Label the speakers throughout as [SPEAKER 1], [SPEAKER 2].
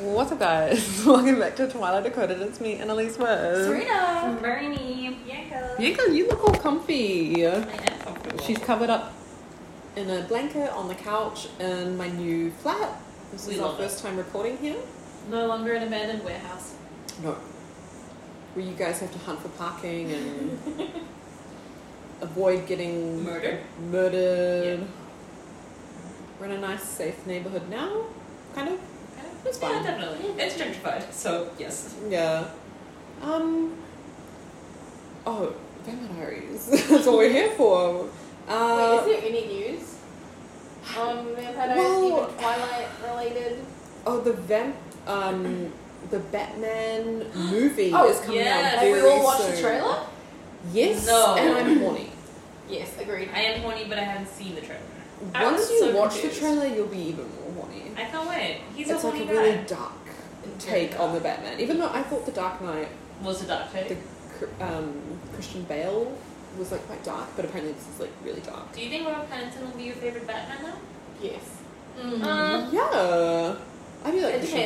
[SPEAKER 1] What's up, guys? Welcome back to Twilight Dakota. It's me, Annalise West.
[SPEAKER 2] Serena, Bernie, Bianca.
[SPEAKER 1] Bianca, you look all comfy.
[SPEAKER 2] I am comfortable.
[SPEAKER 1] She's covered up in a blanket on the couch in my new flat. This
[SPEAKER 2] We
[SPEAKER 1] is our
[SPEAKER 2] love it.
[SPEAKER 1] first time recording here.
[SPEAKER 2] no longer an abandoned warehouse.
[SPEAKER 1] No. Where you guys have to hunt for parking and avoid getting
[SPEAKER 2] Murdered.
[SPEAKER 1] murdered. We're in a nice, safe neighborhood now, kind of. It's
[SPEAKER 2] yeah,
[SPEAKER 1] fine.
[SPEAKER 2] definitely. It's gentrified, so yes.
[SPEAKER 1] Yeah. Um. Oh, vampires. That's what we're here for. Uh,
[SPEAKER 3] Wait, is there any news Um, on vampires,
[SPEAKER 1] Well-
[SPEAKER 3] even Twilight related?
[SPEAKER 1] oh, the vamp. Um, the Batman movie
[SPEAKER 3] Oh,
[SPEAKER 1] is coming
[SPEAKER 2] yes.
[SPEAKER 1] out
[SPEAKER 3] Have
[SPEAKER 1] very
[SPEAKER 3] we all watched
[SPEAKER 1] soon.
[SPEAKER 3] the trailer?
[SPEAKER 1] Yes,
[SPEAKER 2] No.
[SPEAKER 1] and I'm horny.
[SPEAKER 3] Yes, agreed.
[SPEAKER 2] I am horny, but I haven't seen the trailer. I
[SPEAKER 1] Once
[SPEAKER 2] was
[SPEAKER 1] you
[SPEAKER 2] so
[SPEAKER 1] watch
[SPEAKER 2] confused.
[SPEAKER 1] the trailer, you'll be even more horny.
[SPEAKER 2] I can't wait. He's a
[SPEAKER 1] it's like
[SPEAKER 2] horny
[SPEAKER 1] a
[SPEAKER 2] guy.
[SPEAKER 1] really dark take on the Batman. Even though I thought the Dark Knight,
[SPEAKER 2] Was a dark
[SPEAKER 1] the
[SPEAKER 2] take.
[SPEAKER 1] Cr- um, Christian Bale was like quite dark, but apparently this is like really dark.
[SPEAKER 2] Do you think Robert Pattinson will be your favorite Batman now?
[SPEAKER 3] Yes.
[SPEAKER 4] Mm-hmm.
[SPEAKER 3] Um,
[SPEAKER 2] Uh,
[SPEAKER 1] Yeah. I do like
[SPEAKER 3] Uh-huh. It
[SPEAKER 1] the show.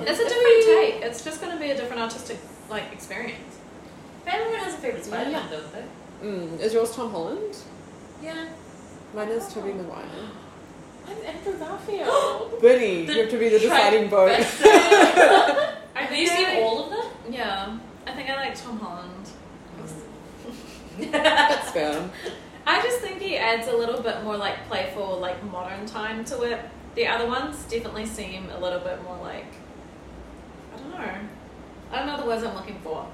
[SPEAKER 3] depends.
[SPEAKER 2] it's a
[SPEAKER 3] It's
[SPEAKER 2] different
[SPEAKER 3] pretty-
[SPEAKER 2] take. It's just going to be a different artistic like experience. But everyone has a favorite
[SPEAKER 3] Yeah.
[SPEAKER 2] Spider-Man, don't they?
[SPEAKER 1] Mm. Is yours Tom Holland?
[SPEAKER 2] Yeah.
[SPEAKER 1] Mine is Toby Maguire.
[SPEAKER 3] I'm Andrew
[SPEAKER 1] Oh,
[SPEAKER 3] Garfield.
[SPEAKER 1] Bernie,
[SPEAKER 2] The
[SPEAKER 1] you have to be the
[SPEAKER 2] tri-
[SPEAKER 1] deciding vote.
[SPEAKER 2] best thing. Have you
[SPEAKER 3] Okay.
[SPEAKER 2] seen all of them? Yeah. I think I like Tom Holland.
[SPEAKER 1] That's fair.
[SPEAKER 2] I just think he adds a little bit more like playful, like modern time to it. The other ones definitely seem a little bit more like I don't know. I don't know the words I'm looking for.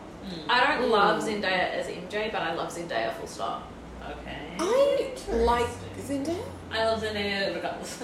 [SPEAKER 2] I don't
[SPEAKER 1] Mm.
[SPEAKER 2] love Zendaya as MJ, but I love Zendaya full stop. Okay.
[SPEAKER 1] I like Zendaya.
[SPEAKER 2] I love Zendaya regardless.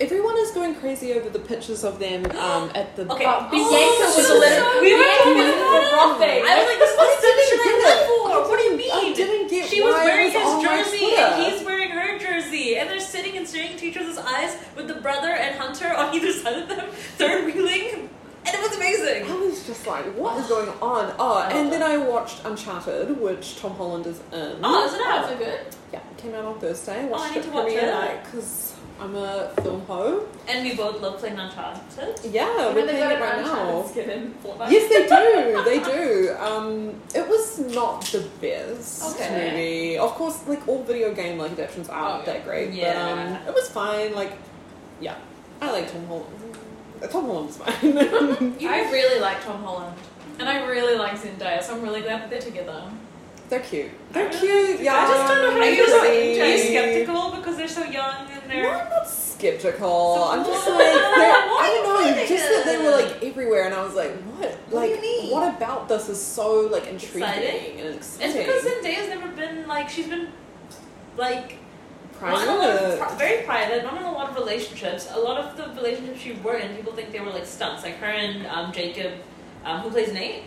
[SPEAKER 1] Everyone is going crazy over the pictures of them um, at the.
[SPEAKER 2] Okay.
[SPEAKER 3] But Bianca
[SPEAKER 2] Oh,
[SPEAKER 3] was a little.
[SPEAKER 2] so
[SPEAKER 3] Bianca
[SPEAKER 2] good.
[SPEAKER 3] was the wrong thing.
[SPEAKER 2] I was like, this was
[SPEAKER 1] didn't
[SPEAKER 2] such
[SPEAKER 1] get
[SPEAKER 2] a
[SPEAKER 1] it.
[SPEAKER 2] live for. What do you
[SPEAKER 1] didn't- I
[SPEAKER 2] mean?
[SPEAKER 1] didn't get
[SPEAKER 2] She was
[SPEAKER 1] why it
[SPEAKER 2] wearing
[SPEAKER 1] was
[SPEAKER 2] his
[SPEAKER 1] on my
[SPEAKER 2] jersey and
[SPEAKER 1] Twitter.
[SPEAKER 2] he's wearing her jersey, and they're sitting and staring into each other's eyes with the brother and Hunter on either side of them, third wheeling, and it was
[SPEAKER 1] I
[SPEAKER 2] amazing.
[SPEAKER 1] was just like, what is going on? Oh,
[SPEAKER 2] I
[SPEAKER 1] and
[SPEAKER 2] love
[SPEAKER 1] then I watched Uncharted, which Tom Holland is in.
[SPEAKER 2] Oh, is it
[SPEAKER 3] That was
[SPEAKER 2] out?
[SPEAKER 3] so good.
[SPEAKER 1] Yeah, it came out on Thursday. I
[SPEAKER 2] Oh, I
[SPEAKER 1] watched
[SPEAKER 2] need
[SPEAKER 1] it
[SPEAKER 2] to watch
[SPEAKER 1] premiere
[SPEAKER 2] that.
[SPEAKER 1] night because I'm a film ho.
[SPEAKER 2] And we both love playing Uncharted.
[SPEAKER 1] Yeah,
[SPEAKER 3] Remember
[SPEAKER 1] we're playing
[SPEAKER 3] they
[SPEAKER 1] it
[SPEAKER 3] got
[SPEAKER 1] right
[SPEAKER 3] an
[SPEAKER 1] now.
[SPEAKER 3] Uncharted skin in Fortnite?
[SPEAKER 1] Yes, they do. They do. Um, it was not the best
[SPEAKER 2] Okay.
[SPEAKER 1] movie. Of course, like all video game like adaptations aren't
[SPEAKER 3] Oh,
[SPEAKER 1] that great.
[SPEAKER 2] Yeah.
[SPEAKER 1] But, um, it was fine. Like, yeah, I like Tom Holland. Uh, Tom Holland's fine.
[SPEAKER 2] I really like Tom Holland, and I really like Zendaya, so I'm really glad that they're together.
[SPEAKER 1] They're cute. They're
[SPEAKER 2] I don't-
[SPEAKER 1] cute. Yeah.
[SPEAKER 2] I just don't know how
[SPEAKER 1] I
[SPEAKER 2] to feel
[SPEAKER 1] just-
[SPEAKER 2] about MJ. Are you
[SPEAKER 1] see.
[SPEAKER 2] skeptical because they're so young and
[SPEAKER 1] No,
[SPEAKER 2] they're.
[SPEAKER 1] I'm not skeptical.
[SPEAKER 2] So
[SPEAKER 1] I'm just
[SPEAKER 2] what?
[SPEAKER 1] like, they're-
[SPEAKER 2] What
[SPEAKER 1] I
[SPEAKER 2] are
[SPEAKER 1] don't
[SPEAKER 2] you
[SPEAKER 1] know.
[SPEAKER 2] doing?
[SPEAKER 1] Just that they were like everywhere, and I was like, what?
[SPEAKER 2] do
[SPEAKER 1] Like,
[SPEAKER 2] you mean?
[SPEAKER 1] what about this is so like intriguing
[SPEAKER 2] Exciting?
[SPEAKER 1] and
[SPEAKER 2] It's
[SPEAKER 1] exciting?
[SPEAKER 2] because Zendaya's never been like she's been like
[SPEAKER 1] Private.
[SPEAKER 2] Not in a lot of, pri- very private, not in a lot of relationships. A lot of the relationships she were in, people think they were like stunts, like her and um, Jacob, um, who plays Nate.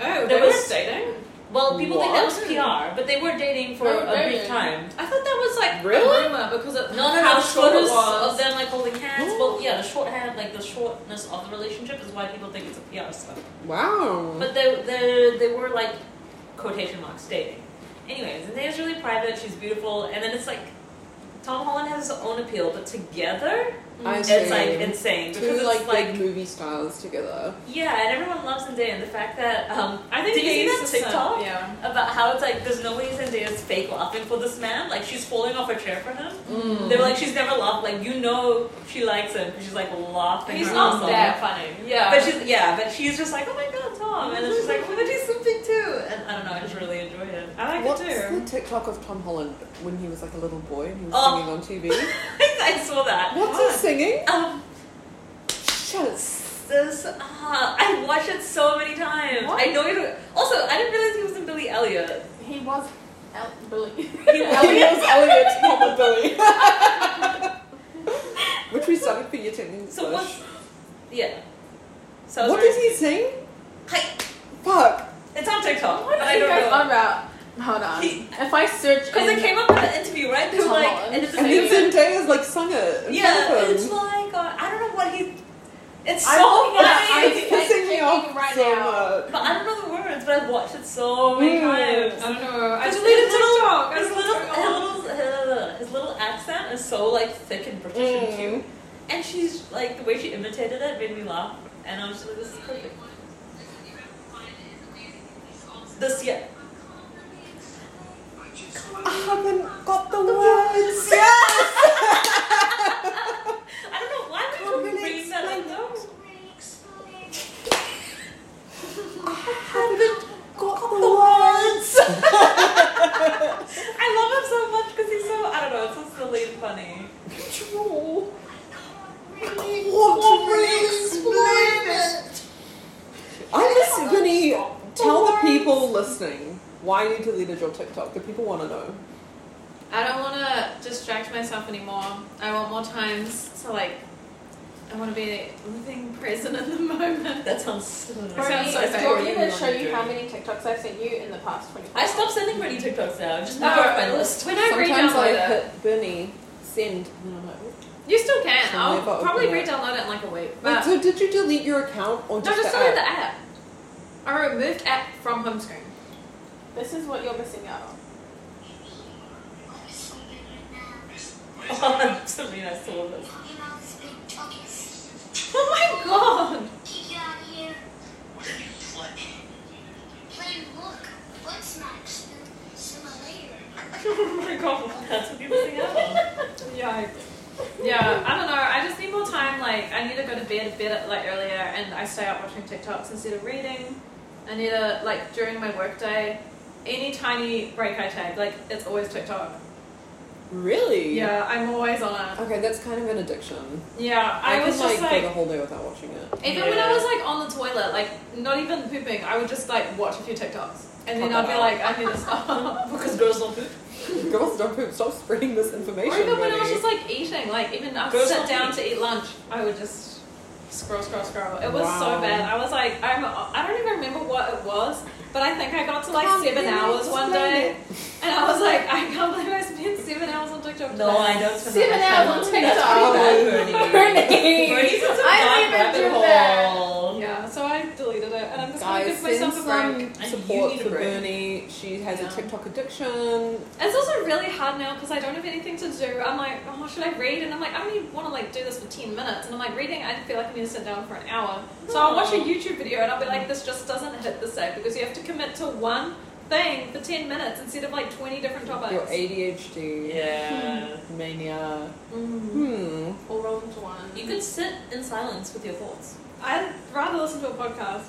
[SPEAKER 3] Oh,
[SPEAKER 2] There
[SPEAKER 3] they
[SPEAKER 2] was-
[SPEAKER 3] were dating.
[SPEAKER 2] Well, people think that was
[SPEAKER 3] What?
[SPEAKER 2] PR, but they were dating for
[SPEAKER 3] Oh,
[SPEAKER 2] a brief
[SPEAKER 3] really?
[SPEAKER 2] time. I thought that was like
[SPEAKER 1] Really?
[SPEAKER 3] Rumor because it,
[SPEAKER 2] no, no,
[SPEAKER 3] how
[SPEAKER 2] no,
[SPEAKER 3] short it
[SPEAKER 2] photos
[SPEAKER 3] was.
[SPEAKER 2] of them like holding hands.
[SPEAKER 1] Oh.
[SPEAKER 2] Well, yeah, the short hand, like the shortness of the relationship is why people think it's a PR stuff.
[SPEAKER 1] Mm-hmm. Wow.
[SPEAKER 2] But they, they, they were like quotation marks dating. Anyways, and Zendaya's really private. She's beautiful, and then it's like Tom Holland has his own appeal, but together.
[SPEAKER 1] I see.
[SPEAKER 2] It's like insane
[SPEAKER 1] Two,
[SPEAKER 2] because it's
[SPEAKER 1] like,
[SPEAKER 2] like,
[SPEAKER 1] big movie stars together.
[SPEAKER 2] yeah, and everyone loves Zendaya. And the fact that um, I think did you
[SPEAKER 3] Days,
[SPEAKER 2] see that TikTok
[SPEAKER 3] Yeah.
[SPEAKER 2] about how it's like there's no way Zendaya's fake laughing for this man. Like she's falling off her chair for him. They were like she's never laughed. Like you know she likes him. 'cause She's like laughing.
[SPEAKER 3] He's
[SPEAKER 2] her ass
[SPEAKER 3] not
[SPEAKER 2] off.
[SPEAKER 3] that funny. Yeah.
[SPEAKER 2] But she's yeah, but she's just like oh my god Tom, and it's just like oh my god he's so big too. And I don't know, I just really enjoyed it. I like
[SPEAKER 1] What's
[SPEAKER 2] it too.
[SPEAKER 1] the TikTok of Tom Holland when he was like a little boy and he was
[SPEAKER 2] Oh.
[SPEAKER 1] singing on TV?
[SPEAKER 2] I saw that.
[SPEAKER 1] What's he singing?
[SPEAKER 2] Um,
[SPEAKER 1] Shuts.
[SPEAKER 2] This, uh, I watched it so many times.
[SPEAKER 3] What?
[SPEAKER 2] I know you. Also, I didn't realize he was in Billy Elliot.
[SPEAKER 3] he was El- Billy.
[SPEAKER 1] Elliot was Elliot's Papa Billy. Which we started for year 10 English.
[SPEAKER 2] So what's Yeah. So I was
[SPEAKER 1] what
[SPEAKER 2] very-
[SPEAKER 1] did he sing?
[SPEAKER 2] I-
[SPEAKER 1] Fuck.
[SPEAKER 2] It's on TikTok,
[SPEAKER 3] What
[SPEAKER 2] but I
[SPEAKER 3] are you
[SPEAKER 2] don't
[SPEAKER 3] guys on
[SPEAKER 2] know.
[SPEAKER 3] about? Hold on.
[SPEAKER 2] He-
[SPEAKER 3] if I search,
[SPEAKER 2] Because
[SPEAKER 3] in-
[SPEAKER 2] it came up in the interview, right? They're
[SPEAKER 3] Tom
[SPEAKER 2] like,
[SPEAKER 3] Holland.
[SPEAKER 2] and it's
[SPEAKER 1] And then
[SPEAKER 2] like,
[SPEAKER 1] Zendaya's like sung it. in
[SPEAKER 2] yeah,
[SPEAKER 1] front of him.
[SPEAKER 2] it's like uh, I don't know what he. It's so
[SPEAKER 3] I'm looking at-
[SPEAKER 2] funny,
[SPEAKER 3] I'm-
[SPEAKER 1] It's pissing me off
[SPEAKER 3] thinking right
[SPEAKER 1] so
[SPEAKER 3] now.
[SPEAKER 1] much.
[SPEAKER 2] but I don't know the words. But I've watched it so many
[SPEAKER 1] Mm.
[SPEAKER 2] times.
[SPEAKER 3] I don't know. I
[SPEAKER 2] His
[SPEAKER 3] deleted
[SPEAKER 2] little-
[SPEAKER 3] TikTok.
[SPEAKER 2] His little,
[SPEAKER 3] I don't know
[SPEAKER 2] his little, his little accent is so like thick and British and cute.
[SPEAKER 1] Mm.
[SPEAKER 2] And she's like the way she imitated it made me laugh.
[SPEAKER 4] and I was just like, this is perfect. This yeah.
[SPEAKER 1] I haven't got the words. Yes.
[SPEAKER 4] I don't know why
[SPEAKER 1] Can't
[SPEAKER 4] we
[SPEAKER 1] really
[SPEAKER 4] read that
[SPEAKER 1] explain
[SPEAKER 4] out
[SPEAKER 1] it.
[SPEAKER 4] loud.
[SPEAKER 1] haven't got the words.
[SPEAKER 4] I love him so much because he's so I don't know, it's so silly and funny.
[SPEAKER 1] True. I can't really explain it. I'm just gonna tell the people listening why you deleted your TikTok. The people want to know.
[SPEAKER 4] I don't want to distract myself anymore. I want more times to like. I want to be living present in the moment. That sounds so
[SPEAKER 3] Or
[SPEAKER 4] sounds so
[SPEAKER 3] it's
[SPEAKER 4] bad.
[SPEAKER 3] going to show you how many TikToks I've sent you in the past 24
[SPEAKER 2] I stopped sending many TikToks now. I just
[SPEAKER 4] No,
[SPEAKER 2] moved off my list.
[SPEAKER 4] when I
[SPEAKER 1] Sometimes I
[SPEAKER 4] re-download it,
[SPEAKER 1] hit Bernie send, and I'm like, "Oh."
[SPEAKER 4] you still can.
[SPEAKER 1] So
[SPEAKER 4] I'll
[SPEAKER 1] I've got
[SPEAKER 4] probably
[SPEAKER 1] open it.
[SPEAKER 4] re-download it in like a week.
[SPEAKER 1] Wait,
[SPEAKER 4] But
[SPEAKER 1] so did you delete your account or
[SPEAKER 4] no,
[SPEAKER 1] just,
[SPEAKER 4] just
[SPEAKER 1] the
[SPEAKER 4] delete
[SPEAKER 1] app?
[SPEAKER 4] the app. I removed app from home screen.
[SPEAKER 3] This is what you're missing out on.
[SPEAKER 2] Oh, Selena, I still love this.
[SPEAKER 4] Oh my god!
[SPEAKER 2] Oh my god, that's what you're missing out on.
[SPEAKER 4] Yeah. Yeah, I don't know. I just need more time. Like, I need to go to bed a bit like earlier, and I stay up watching TikToks instead of reading. I need to like during my workday, any tiny break I take, like it's always TikTok.
[SPEAKER 1] Really?
[SPEAKER 4] Yeah, I'm always on it.
[SPEAKER 1] Okay, that's kind of an addiction.
[SPEAKER 4] Yeah, I,
[SPEAKER 1] could
[SPEAKER 4] was
[SPEAKER 1] like,
[SPEAKER 4] just
[SPEAKER 1] go the
[SPEAKER 4] like,
[SPEAKER 1] whole day without watching it.
[SPEAKER 4] even when I was like on the toilet, like not even pooping, I would just like watch a few TikToks, and then
[SPEAKER 1] Fuck
[SPEAKER 4] I'd be
[SPEAKER 1] that.
[SPEAKER 4] like, I need to stop.
[SPEAKER 2] Because girls don't poop.
[SPEAKER 1] Girls don't poop. Stop spreading this information.
[SPEAKER 4] Or even when I was
[SPEAKER 1] Bernie.
[SPEAKER 4] just like eating, like even after
[SPEAKER 2] Go
[SPEAKER 4] sit
[SPEAKER 2] something.
[SPEAKER 4] down to eat lunch, I would just scroll, scroll, scroll. It was so
[SPEAKER 1] Wow.
[SPEAKER 4] bad. I was like, I'm, I don't even remember what it was, but I think I got to like
[SPEAKER 1] Can't
[SPEAKER 4] seven
[SPEAKER 1] really
[SPEAKER 4] hours one
[SPEAKER 1] explain
[SPEAKER 4] day, and I was like, I can't believe I spent seven hours on TikTok.
[SPEAKER 2] No,
[SPEAKER 4] today.
[SPEAKER 2] I don't spend
[SPEAKER 3] Seven
[SPEAKER 2] that
[SPEAKER 3] hours on
[SPEAKER 2] much time That's
[SPEAKER 1] TikTok.
[SPEAKER 2] pretty bad, Bernie.
[SPEAKER 3] Bernie!
[SPEAKER 2] Bernie's such a
[SPEAKER 3] I
[SPEAKER 2] dark
[SPEAKER 3] don't even do
[SPEAKER 2] rabbit
[SPEAKER 3] that.
[SPEAKER 2] hole.
[SPEAKER 4] Yeah, so I deleted it, and I'm just gonna
[SPEAKER 1] Guys,
[SPEAKER 4] give myself a break.
[SPEAKER 1] send some
[SPEAKER 2] And you
[SPEAKER 1] support
[SPEAKER 2] need a
[SPEAKER 1] for
[SPEAKER 2] break.
[SPEAKER 1] Bernie. She has
[SPEAKER 2] Yeah.
[SPEAKER 1] a TikTok addiction.
[SPEAKER 4] It's also really hard now because I don't have anything to do. I'm like, oh, should I read? And I'm like, I don't even want to like do this for ten minutes. And I'm like, reading, I feel like I need to sit down for an hour. So I'll watch a YouTube video and I'll be like, this just doesn't hit the same because you have to commit to one thing for ten minutes instead of like twenty different topics.
[SPEAKER 1] Your ADHD
[SPEAKER 2] Yeah.
[SPEAKER 1] mania.
[SPEAKER 4] Mm.
[SPEAKER 1] Hmm.
[SPEAKER 3] All rolled into one.
[SPEAKER 2] You could sit in silence with your thoughts.
[SPEAKER 4] I'd rather listen to a podcast.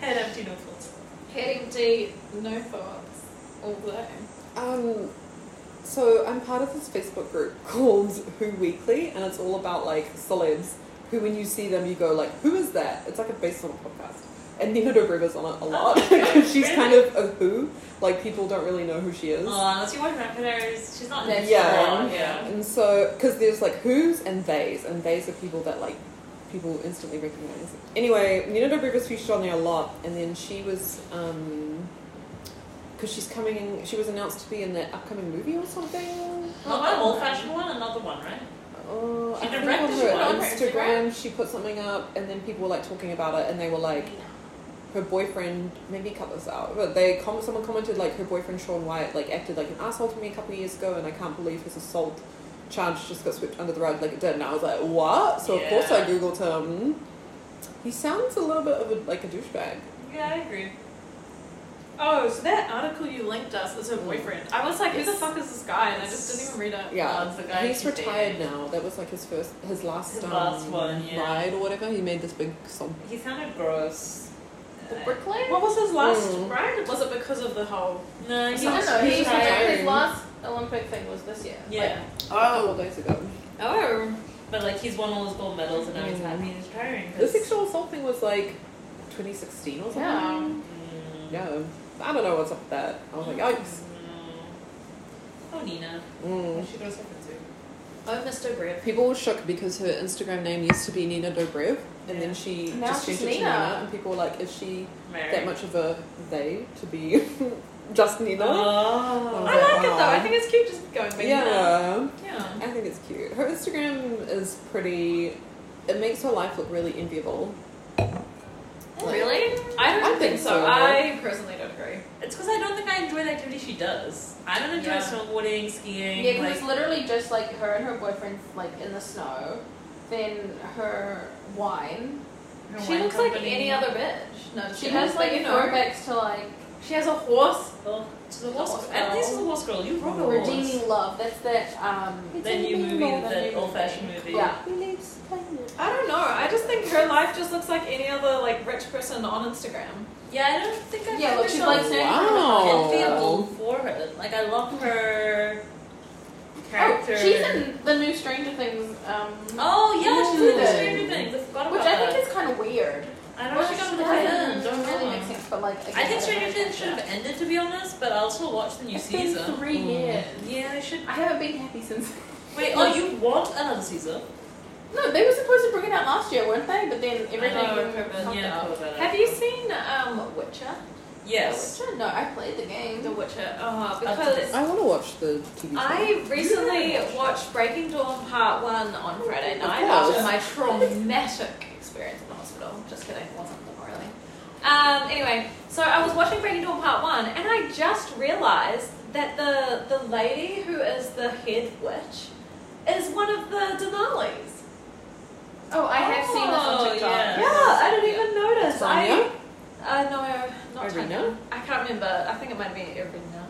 [SPEAKER 2] Head empty, no thoughts.
[SPEAKER 4] Heading deep, no thoughts, all day.
[SPEAKER 1] Um. So I'm part of this Facebook group called Who Weekly, and it's all about like celebs who, when you see them, you go like, "Who is that?" It's like a based on a podcast. And Nina Dobreva's on it a lot because she's kind of a who. Like people don't really know who she is.
[SPEAKER 2] Oh, unless you watch Vampires, she's not
[SPEAKER 3] That's
[SPEAKER 2] next
[SPEAKER 1] Yeah.
[SPEAKER 2] to that, yeah.
[SPEAKER 1] And so, because there's like who's and theys, and theys are people that like people instantly recognize. Anyway, Nina Dobrev was featured on there a lot, and then she was, um, because she's coming in, she was announced to be in that upcoming movie or something.
[SPEAKER 2] Not the old fashioned one, another one, right?
[SPEAKER 1] Oh,
[SPEAKER 2] She
[SPEAKER 1] I think
[SPEAKER 2] directed
[SPEAKER 1] on
[SPEAKER 2] you
[SPEAKER 1] her
[SPEAKER 2] on
[SPEAKER 4] her
[SPEAKER 1] Instagram, she put something up, and then people were like talking about it, and they were like, her boyfriend maybe cut this out, but they com- someone commented like her boyfriend Sean Wyatt like acted like an asshole to me a couple of years ago, and I can't believe his assault charge just got swept under the rug like it did. And I was like, what? So of course I
[SPEAKER 2] Yeah.
[SPEAKER 1] googled him. He sounds a little bit of a, like a douchebag.
[SPEAKER 2] Yeah, I agree.
[SPEAKER 4] Oh, so that article you linked us is her boyfriend. I was like, who the fuck is this guy? And I just didn't even read it.
[SPEAKER 1] Yeah,
[SPEAKER 2] Oh, it's the guy
[SPEAKER 1] he's
[SPEAKER 2] she
[SPEAKER 1] retired
[SPEAKER 2] dated.
[SPEAKER 1] now. That was like his first, his last,
[SPEAKER 2] His
[SPEAKER 1] um,
[SPEAKER 2] last one, yeah.
[SPEAKER 1] ride or whatever. He made this big song.
[SPEAKER 2] He sounded gross.
[SPEAKER 3] The
[SPEAKER 2] Uh,
[SPEAKER 3] bricklayer?
[SPEAKER 4] What was his last
[SPEAKER 1] Mm.
[SPEAKER 4] ride? Was it because of the whole?
[SPEAKER 2] No, he
[SPEAKER 3] I
[SPEAKER 2] was
[SPEAKER 3] don't know. He was
[SPEAKER 2] retired.
[SPEAKER 3] his last Olympic thing was this year.
[SPEAKER 2] Yeah.
[SPEAKER 1] Oh, couple days ago.
[SPEAKER 4] Oh,
[SPEAKER 2] But like he's won all his gold medals and now he's
[SPEAKER 1] Mm.
[SPEAKER 2] happy and he's retiring. 'cause-
[SPEAKER 1] The sexual assault thing was like 2016 or something.
[SPEAKER 3] Yeah.
[SPEAKER 2] Mm.
[SPEAKER 1] Yeah. I don't know what's up with that. I was like, yikes.
[SPEAKER 2] Oh, Nina.
[SPEAKER 1] Mm.
[SPEAKER 2] What she goes up to?
[SPEAKER 4] oh, Mr. Brett.
[SPEAKER 1] People were shook because her Instagram name used to be Nina Dobrev, and
[SPEAKER 2] Yeah.
[SPEAKER 1] then she
[SPEAKER 3] Now
[SPEAKER 1] just
[SPEAKER 3] she's
[SPEAKER 1] changed it to
[SPEAKER 3] Nina.
[SPEAKER 1] Nina, and people were like, "Is she
[SPEAKER 2] Mary.
[SPEAKER 1] that much of a they to be just Nina?"
[SPEAKER 2] Oh.
[SPEAKER 4] I like it though.
[SPEAKER 1] Wow.
[SPEAKER 4] I think it's cute just going by that.
[SPEAKER 1] yeah,
[SPEAKER 4] Yeah.
[SPEAKER 1] I think it's cute. Her Instagram is pretty. It makes her life look really enviable. Like-
[SPEAKER 4] Really? I don't
[SPEAKER 1] I
[SPEAKER 4] think,
[SPEAKER 1] think
[SPEAKER 4] so.
[SPEAKER 1] so.
[SPEAKER 4] I personally don't agree.
[SPEAKER 2] It's because I don't think I enjoy the activity she does. I don't enjoy
[SPEAKER 4] Yeah.
[SPEAKER 2] snowboarding, skiing.
[SPEAKER 3] Yeah, because
[SPEAKER 2] like,
[SPEAKER 3] it's literally just like her and her boyfriend like in the snow. than her wine.
[SPEAKER 4] She looks like any other bitch. No,
[SPEAKER 3] She has like
[SPEAKER 4] you know,
[SPEAKER 3] throwbacks to like
[SPEAKER 4] she has a horse.
[SPEAKER 2] Oh, to the
[SPEAKER 3] horse
[SPEAKER 2] horse. At
[SPEAKER 3] girl.
[SPEAKER 2] least to the horse girl. You rob a horse.
[SPEAKER 3] redeeming love. That's that. Um,
[SPEAKER 2] That new movie, that old fashioned movie.
[SPEAKER 3] yeah.
[SPEAKER 4] I don't know. I just think her life just looks like any other like rich person on Instagram.
[SPEAKER 2] Yeah, I don't think I've
[SPEAKER 3] Yeah,
[SPEAKER 2] ever
[SPEAKER 3] look, she's
[SPEAKER 2] felt
[SPEAKER 3] like Oh. standing in front of
[SPEAKER 1] Wow.
[SPEAKER 2] enviable for her. Like I love her
[SPEAKER 3] Oh,
[SPEAKER 2] character.
[SPEAKER 3] she's in the new Stranger Things, um,
[SPEAKER 2] Oh yeah, she's in
[SPEAKER 3] Ooh.
[SPEAKER 2] the Stranger Things. I forgot about
[SPEAKER 3] which I think is kind of weird.
[SPEAKER 2] Oh, I don't
[SPEAKER 3] Well,
[SPEAKER 2] know.
[SPEAKER 3] she
[SPEAKER 2] if
[SPEAKER 3] got
[SPEAKER 2] she's
[SPEAKER 3] the
[SPEAKER 2] gonna
[SPEAKER 3] title.
[SPEAKER 2] end, don't
[SPEAKER 3] Doesn't really
[SPEAKER 2] know.
[SPEAKER 3] make sense, but like again,
[SPEAKER 2] I think Stranger
[SPEAKER 3] don't
[SPEAKER 2] Things should have
[SPEAKER 3] know.
[SPEAKER 2] ended to be honest, but I'll still watch the new
[SPEAKER 3] It's been
[SPEAKER 2] season.
[SPEAKER 3] three
[SPEAKER 1] Mm.
[SPEAKER 3] years.
[SPEAKER 2] Yeah, I should.
[SPEAKER 3] I haven't been happy since.
[SPEAKER 2] Wait, oh, you want another season?
[SPEAKER 3] No, they were supposed to bring it out last year, weren't they? But then everything.
[SPEAKER 2] but Uh, yeah, I forgot about it.
[SPEAKER 4] Have you seen um, Witcher?
[SPEAKER 2] Yes.
[SPEAKER 3] No, I played the game.
[SPEAKER 4] The Witcher. Oh,
[SPEAKER 2] to
[SPEAKER 4] because
[SPEAKER 2] this.
[SPEAKER 1] I want to watch the TV show.
[SPEAKER 4] I recently
[SPEAKER 2] haven't watched
[SPEAKER 4] watched Breaking Dawn Part One on Friday
[SPEAKER 1] Oh, Of
[SPEAKER 4] night
[SPEAKER 1] course.
[SPEAKER 4] after my traumatic experience in the hospital. Just kidding, it wasn't really. Um, anyway, so I was watching Breaking Dawn Part One, and I just realised that the the lady who is the head witch is one of the Denali's.
[SPEAKER 3] Oh, I have seen this on
[SPEAKER 2] Oh,
[SPEAKER 3] TikTok.
[SPEAKER 2] yeah.
[SPEAKER 4] Yeah, I didn't even notice.
[SPEAKER 1] Sonia?
[SPEAKER 4] I, uh, no, not
[SPEAKER 1] Irina?
[SPEAKER 4] Tanya. I can't remember. I think it might be Irina.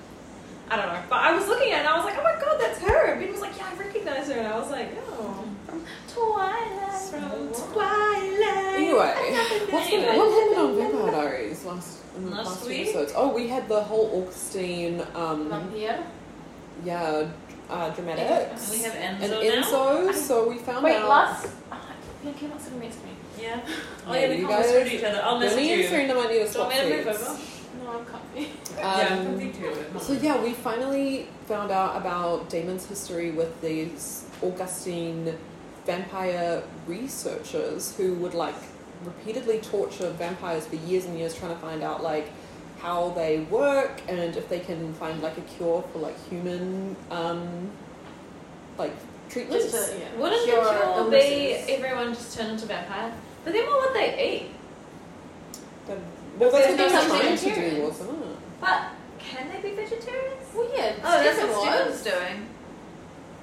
[SPEAKER 4] I don't know. But I was looking at it and I was like, oh my god, that's her. Ben was like, yeah, I recognize her. And I was like, oh.
[SPEAKER 3] Twilight.
[SPEAKER 4] From Twilight.
[SPEAKER 1] Anyway, what's the,
[SPEAKER 2] Anyway.
[SPEAKER 1] what happened on Vampire Diaries last in the
[SPEAKER 2] Last
[SPEAKER 1] last
[SPEAKER 2] week?
[SPEAKER 1] episodes? Oh, we had the whole Augustine, um,
[SPEAKER 3] Vampire.
[SPEAKER 1] yeah, uh, dramatics.
[SPEAKER 2] We have Enzo
[SPEAKER 1] and
[SPEAKER 2] now.
[SPEAKER 1] Enzo, so we found
[SPEAKER 3] Wait,
[SPEAKER 1] out.
[SPEAKER 3] last. Oh, you cannot sit next to me.
[SPEAKER 2] Yeah. Oh
[SPEAKER 1] Yeah,
[SPEAKER 2] yeah, we
[SPEAKER 1] you
[SPEAKER 2] can't
[SPEAKER 1] guys-
[SPEAKER 2] screw to each other. I'll
[SPEAKER 1] Yeah,
[SPEAKER 2] message
[SPEAKER 1] me and
[SPEAKER 2] you.
[SPEAKER 1] Serena might need to
[SPEAKER 2] Do you want
[SPEAKER 1] swap
[SPEAKER 2] me to move
[SPEAKER 1] seats.
[SPEAKER 2] over?
[SPEAKER 3] No, I'm comfy.
[SPEAKER 2] yeah,
[SPEAKER 1] Um,
[SPEAKER 2] I'm too.
[SPEAKER 1] So yeah, we finally found out about Damon's history with these Augustine vampire researchers who would like repeatedly torture vampires for years and years trying to find out like how they work and if they can find like a cure for like human um like treatments.
[SPEAKER 3] Just to, yeah.
[SPEAKER 4] Wouldn't
[SPEAKER 3] Cure
[SPEAKER 4] the cure be
[SPEAKER 3] illnesses.
[SPEAKER 4] everyone just turn into vampire? But then what would they eat?
[SPEAKER 1] But- well that's what they
[SPEAKER 3] There's
[SPEAKER 1] were
[SPEAKER 3] no
[SPEAKER 1] trying to do,
[SPEAKER 3] vegetarians.
[SPEAKER 1] wasn't it?
[SPEAKER 4] But can they be vegetarians?
[SPEAKER 3] Weird.
[SPEAKER 4] Oh, that's
[SPEAKER 3] Stupid
[SPEAKER 4] what
[SPEAKER 3] one.
[SPEAKER 4] Steven's doing.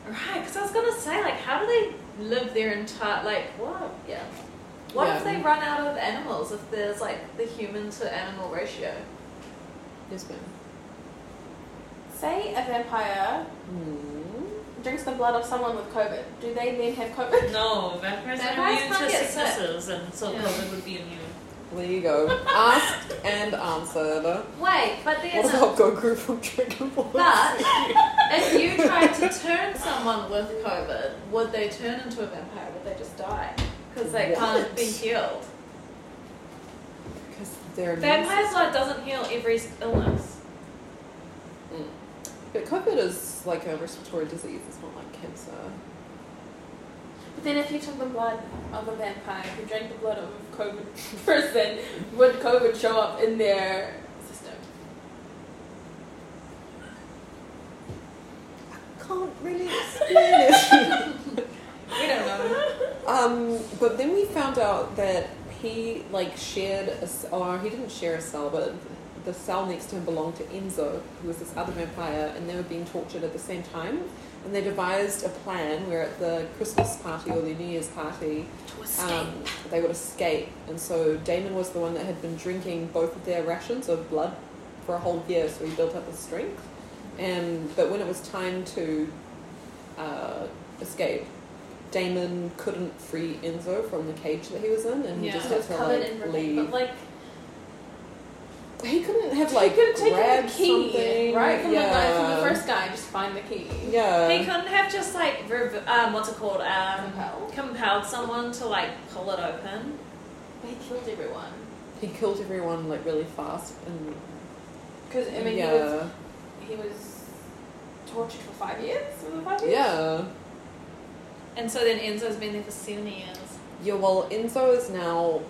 [SPEAKER 4] Right, because I was gonna say, like, how do they live their entire like what? Yeah. What if
[SPEAKER 1] Yeah.
[SPEAKER 4] they run out of animals? If there's like the human to animal ratio,
[SPEAKER 1] Yes ma'am.
[SPEAKER 3] Say a vampire
[SPEAKER 1] Hmm.
[SPEAKER 3] drinks the blood of someone with COVID. Do they then have COVID?
[SPEAKER 2] No, vampires are
[SPEAKER 4] Vampires
[SPEAKER 2] immune
[SPEAKER 4] can't
[SPEAKER 2] to
[SPEAKER 4] get sick.
[SPEAKER 2] successes, and so
[SPEAKER 4] Yeah.
[SPEAKER 2] COVID would be immune.
[SPEAKER 1] There you go. Asked and answered.
[SPEAKER 4] wait, but
[SPEAKER 1] What
[SPEAKER 4] there's a,
[SPEAKER 1] about Goku from Dragon Ball?
[SPEAKER 4] but
[SPEAKER 1] Z?
[SPEAKER 4] if you tried to turn someone with COVID, would they turn into a vampire? Would they just die? Because they can't
[SPEAKER 1] What?
[SPEAKER 4] be healed.
[SPEAKER 1] Because they're
[SPEAKER 4] Vampire blood doesn't heal every illness.
[SPEAKER 1] But COVID is like a respiratory disease. It's not like cancer.
[SPEAKER 3] But then if you took the blood of a vampire who drank the blood of a COVID person, would COVID show up in their system?
[SPEAKER 1] I can't really explain it.
[SPEAKER 4] We don't know.
[SPEAKER 1] um, but then we found out that he like shared a c- or he didn't share a cell, but the cell next to him belonged to Enzo, who was this other vampire, and they were being tortured at the same time. And they devised a plan where at the Christmas party or the New Year's party, um, they would escape. And so Damon was the one that had been drinking both of their rations of blood for a whole year, so he built up his strength. And but when it was time to uh, escape, Damon couldn't free Enzo from the cage that he was in, and he
[SPEAKER 2] Yeah.
[SPEAKER 1] just
[SPEAKER 3] So
[SPEAKER 1] had
[SPEAKER 3] it's
[SPEAKER 1] to
[SPEAKER 3] covered
[SPEAKER 1] like,
[SPEAKER 3] in
[SPEAKER 1] leave.
[SPEAKER 3] remains, but like
[SPEAKER 1] He couldn't have like
[SPEAKER 3] could have taken
[SPEAKER 1] grabbed
[SPEAKER 3] the key,
[SPEAKER 1] something,
[SPEAKER 3] right? From the guy, from
[SPEAKER 1] Yeah.
[SPEAKER 3] the first guy, just find the key.
[SPEAKER 1] Yeah.
[SPEAKER 4] He couldn't have just like rev- um, what's it called? Um,
[SPEAKER 3] Compel.
[SPEAKER 4] compelled someone to like pull it open.
[SPEAKER 3] They killed everyone.
[SPEAKER 1] he killed everyone like really fast, and
[SPEAKER 3] Because I mean,
[SPEAKER 1] yeah,
[SPEAKER 3] he was he was tortured for five years. Was it five years?
[SPEAKER 1] yeah.
[SPEAKER 4] And so then Enzo's been there for seven years.
[SPEAKER 1] Yeah, well, Enzo is now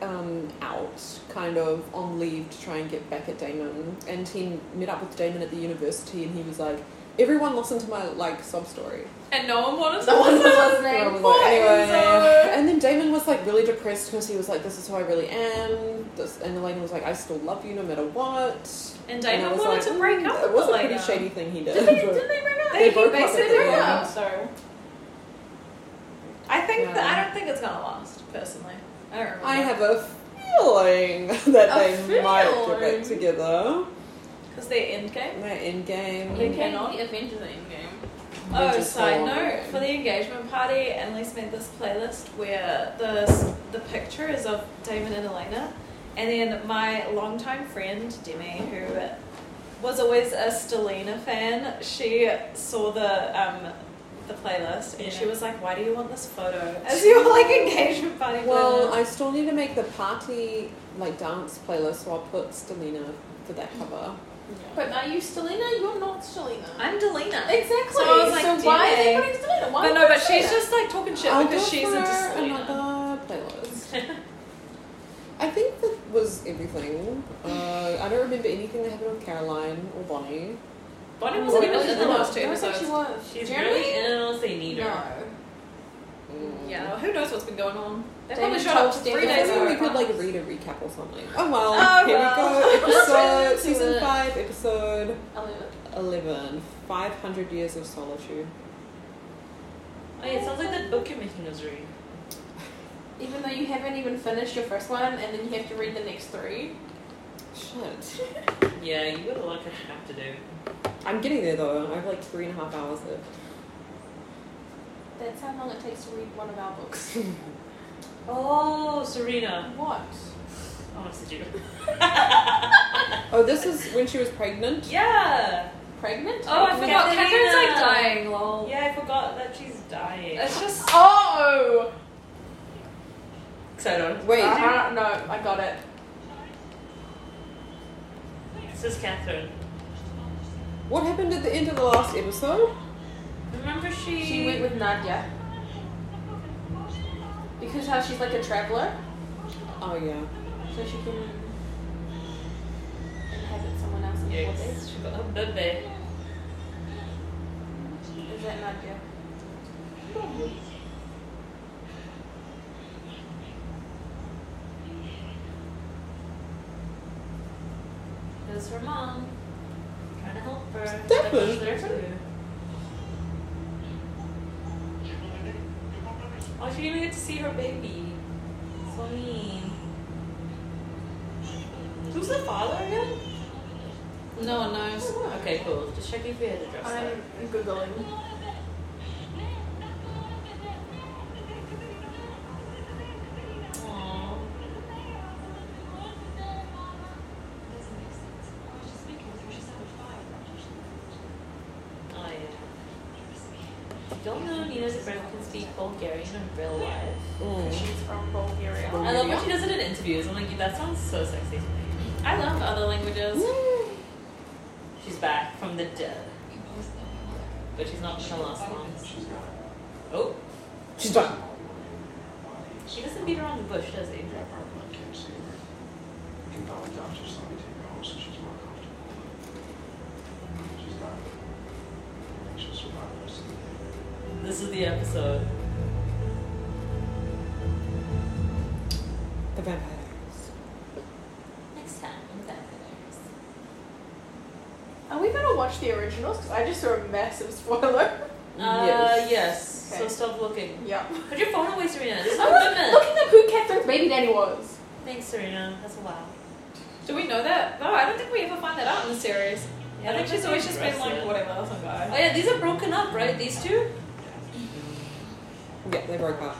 [SPEAKER 1] um, out, kind of on leave to try and get back at Damon. And he met up with Damon at the university, and he was like, "Everyone listen to my like sub story."
[SPEAKER 4] And no one wanted
[SPEAKER 3] No one was
[SPEAKER 1] And I
[SPEAKER 3] listening.
[SPEAKER 1] was
[SPEAKER 3] Poor
[SPEAKER 1] like, anyway.
[SPEAKER 3] Enzo.
[SPEAKER 1] And then Damon was like really depressed because he was like, "This is who I really am." This, and Elena was like, "I still love you no matter what."
[SPEAKER 4] And
[SPEAKER 1] and I
[SPEAKER 4] Damon
[SPEAKER 1] was
[SPEAKER 4] wanted
[SPEAKER 1] like,
[SPEAKER 4] to break
[SPEAKER 1] "Mm,
[SPEAKER 4] up
[SPEAKER 1] It
[SPEAKER 4] with
[SPEAKER 1] was
[SPEAKER 4] the
[SPEAKER 1] a pretty
[SPEAKER 4] lady.
[SPEAKER 1] shady thing he did.
[SPEAKER 4] Did they,
[SPEAKER 1] but-
[SPEAKER 4] did they break up?
[SPEAKER 1] They broke
[SPEAKER 4] they
[SPEAKER 1] up at
[SPEAKER 4] said
[SPEAKER 1] the
[SPEAKER 4] they broke
[SPEAKER 1] end.
[SPEAKER 4] up.
[SPEAKER 3] so
[SPEAKER 4] I think
[SPEAKER 1] Yeah.
[SPEAKER 4] that, I don't think it's gonna last. Personally, I don't remember.
[SPEAKER 1] I have a feeling that
[SPEAKER 3] A
[SPEAKER 1] they might do
[SPEAKER 3] feeling.
[SPEAKER 1] it together.
[SPEAKER 4] because they're end game.
[SPEAKER 1] They're in game.
[SPEAKER 3] You
[SPEAKER 4] Okay.
[SPEAKER 3] cannot Avengers Endgame.
[SPEAKER 4] Oh,
[SPEAKER 1] just
[SPEAKER 4] side
[SPEAKER 1] saw-
[SPEAKER 4] note for the engagement party, Annalise made this playlist where the the picture is of Damon and Elena, and then my longtime friend Demi, who was always a Stelina fan, she saw the um, the playlist and she
[SPEAKER 3] Yeah.
[SPEAKER 4] was like, "Why do you want this photo?" As your like engagement party.
[SPEAKER 1] Well,
[SPEAKER 4] playlist.
[SPEAKER 1] I still need to make the party like dance playlist, so I'll put Stelina for that cover.
[SPEAKER 3] But are you Stelina? You're not Stelina.
[SPEAKER 4] I'm Delina.
[SPEAKER 3] exactly.
[SPEAKER 4] So I was like,
[SPEAKER 3] so why are they
[SPEAKER 4] damn.
[SPEAKER 3] putting Stelina? Why
[SPEAKER 4] But
[SPEAKER 3] would
[SPEAKER 4] no,
[SPEAKER 3] they
[SPEAKER 4] but
[SPEAKER 3] say
[SPEAKER 4] she's
[SPEAKER 3] that?
[SPEAKER 4] just like talking shit
[SPEAKER 1] I'll
[SPEAKER 4] because
[SPEAKER 1] go
[SPEAKER 4] she's
[SPEAKER 1] for
[SPEAKER 4] into Selena.
[SPEAKER 1] another playlist. I think that was everything. Uh, I don't remember anything that happened with Caroline or Bonnie.
[SPEAKER 4] Bonnie
[SPEAKER 1] Well,
[SPEAKER 4] wasn't
[SPEAKER 1] it
[SPEAKER 4] even in the
[SPEAKER 1] wasn't-
[SPEAKER 4] last two
[SPEAKER 3] No, I think
[SPEAKER 4] episodes.
[SPEAKER 3] She was.
[SPEAKER 2] She's
[SPEAKER 3] Jeremy?
[SPEAKER 2] really in it unless they need her.
[SPEAKER 3] No.
[SPEAKER 1] Mm.
[SPEAKER 4] Yeah, who knows what's been going on? They
[SPEAKER 3] They
[SPEAKER 4] probably
[SPEAKER 3] didn't
[SPEAKER 4] showed up
[SPEAKER 3] talk
[SPEAKER 4] three
[SPEAKER 3] to
[SPEAKER 1] Maybe
[SPEAKER 3] David
[SPEAKER 4] days ago.
[SPEAKER 1] we could like read a recap or something. Oh well,
[SPEAKER 4] Oh,
[SPEAKER 1] here
[SPEAKER 4] well.
[SPEAKER 1] we go. Episode
[SPEAKER 3] Let's get into
[SPEAKER 1] season
[SPEAKER 3] it.
[SPEAKER 1] five, episode
[SPEAKER 3] I'll leave it.
[SPEAKER 1] 11 500 years of solitude.
[SPEAKER 2] Oh, yeah, it sounds like that book you're making is reading.
[SPEAKER 3] Even though you haven't even finished your first one, and then you have to read the next three.
[SPEAKER 1] Shit.
[SPEAKER 2] Yeah, you got a lot of catching up to do.
[SPEAKER 1] I'm getting there though. I have like three and a half hours left.
[SPEAKER 3] That's how long it takes to read one of our books.
[SPEAKER 2] Oh, Serena.
[SPEAKER 3] what?
[SPEAKER 2] Oh, it's a joke.
[SPEAKER 1] Oh, this is when she was pregnant.
[SPEAKER 2] Yeah.
[SPEAKER 3] Pregnant?
[SPEAKER 4] Oh, I forgot.
[SPEAKER 2] Katerina.
[SPEAKER 4] Catherine's uh, like dying, lol.
[SPEAKER 2] Yeah, I forgot that she's dying.
[SPEAKER 4] It's just.
[SPEAKER 3] Oh!
[SPEAKER 2] Excited.
[SPEAKER 1] Wait,
[SPEAKER 3] Uh-huh, no, I got it.
[SPEAKER 2] This is Catherine.
[SPEAKER 1] what happened at the end of the last episode?
[SPEAKER 2] Remember she?
[SPEAKER 3] She went with Nadia. Because how she's like a traveler,
[SPEAKER 1] Oh, yeah.
[SPEAKER 3] so she can inhabit someone else's body.
[SPEAKER 2] Yes, she got her baby.
[SPEAKER 3] Is that Nadia?
[SPEAKER 2] There's her mom. Trying to help her.
[SPEAKER 1] Stefan.
[SPEAKER 2] Like, she's there too. Oh, she didn't even get to see her baby. So mean. Who's the father again?
[SPEAKER 4] No one knows.
[SPEAKER 2] Okay, cool. Just checking if we had a dress.
[SPEAKER 3] I'm googling.
[SPEAKER 2] Aww. Oh, yeah. Don't know Nina's friend can speak Bulgarian in real life.
[SPEAKER 1] Mm.
[SPEAKER 3] She's from Bulgaria.
[SPEAKER 2] I love when she does it in interviews. I'm like, that sounds so sexy to me.
[SPEAKER 4] I love other languages.
[SPEAKER 2] She's back from the dead. But she's not gonna last long. Oh,
[SPEAKER 1] She's done.
[SPEAKER 2] he doesn't beat around the bush, does he? This is the episode.
[SPEAKER 1] The vampires.
[SPEAKER 2] Next time, I'm back there.
[SPEAKER 3] Are we gonna watch the originals? Because I just saw a massive spoiler.
[SPEAKER 2] Uh, yes.
[SPEAKER 3] Okay.
[SPEAKER 2] So stop looking.
[SPEAKER 3] Yeah.
[SPEAKER 2] Put your phone away, Serena. Just
[SPEAKER 3] I
[SPEAKER 2] have a
[SPEAKER 3] was
[SPEAKER 2] minute.
[SPEAKER 3] looking at who Catherine's baby daddy was.
[SPEAKER 2] Thanks, Serena. That's wow.
[SPEAKER 4] Do we know that? No, I don't think we ever find that out in the series. I think she's always just been like, whatever, some
[SPEAKER 2] Oh
[SPEAKER 4] guy.
[SPEAKER 2] yeah, these are broken up, right? These two.
[SPEAKER 1] Yeah, they broke up.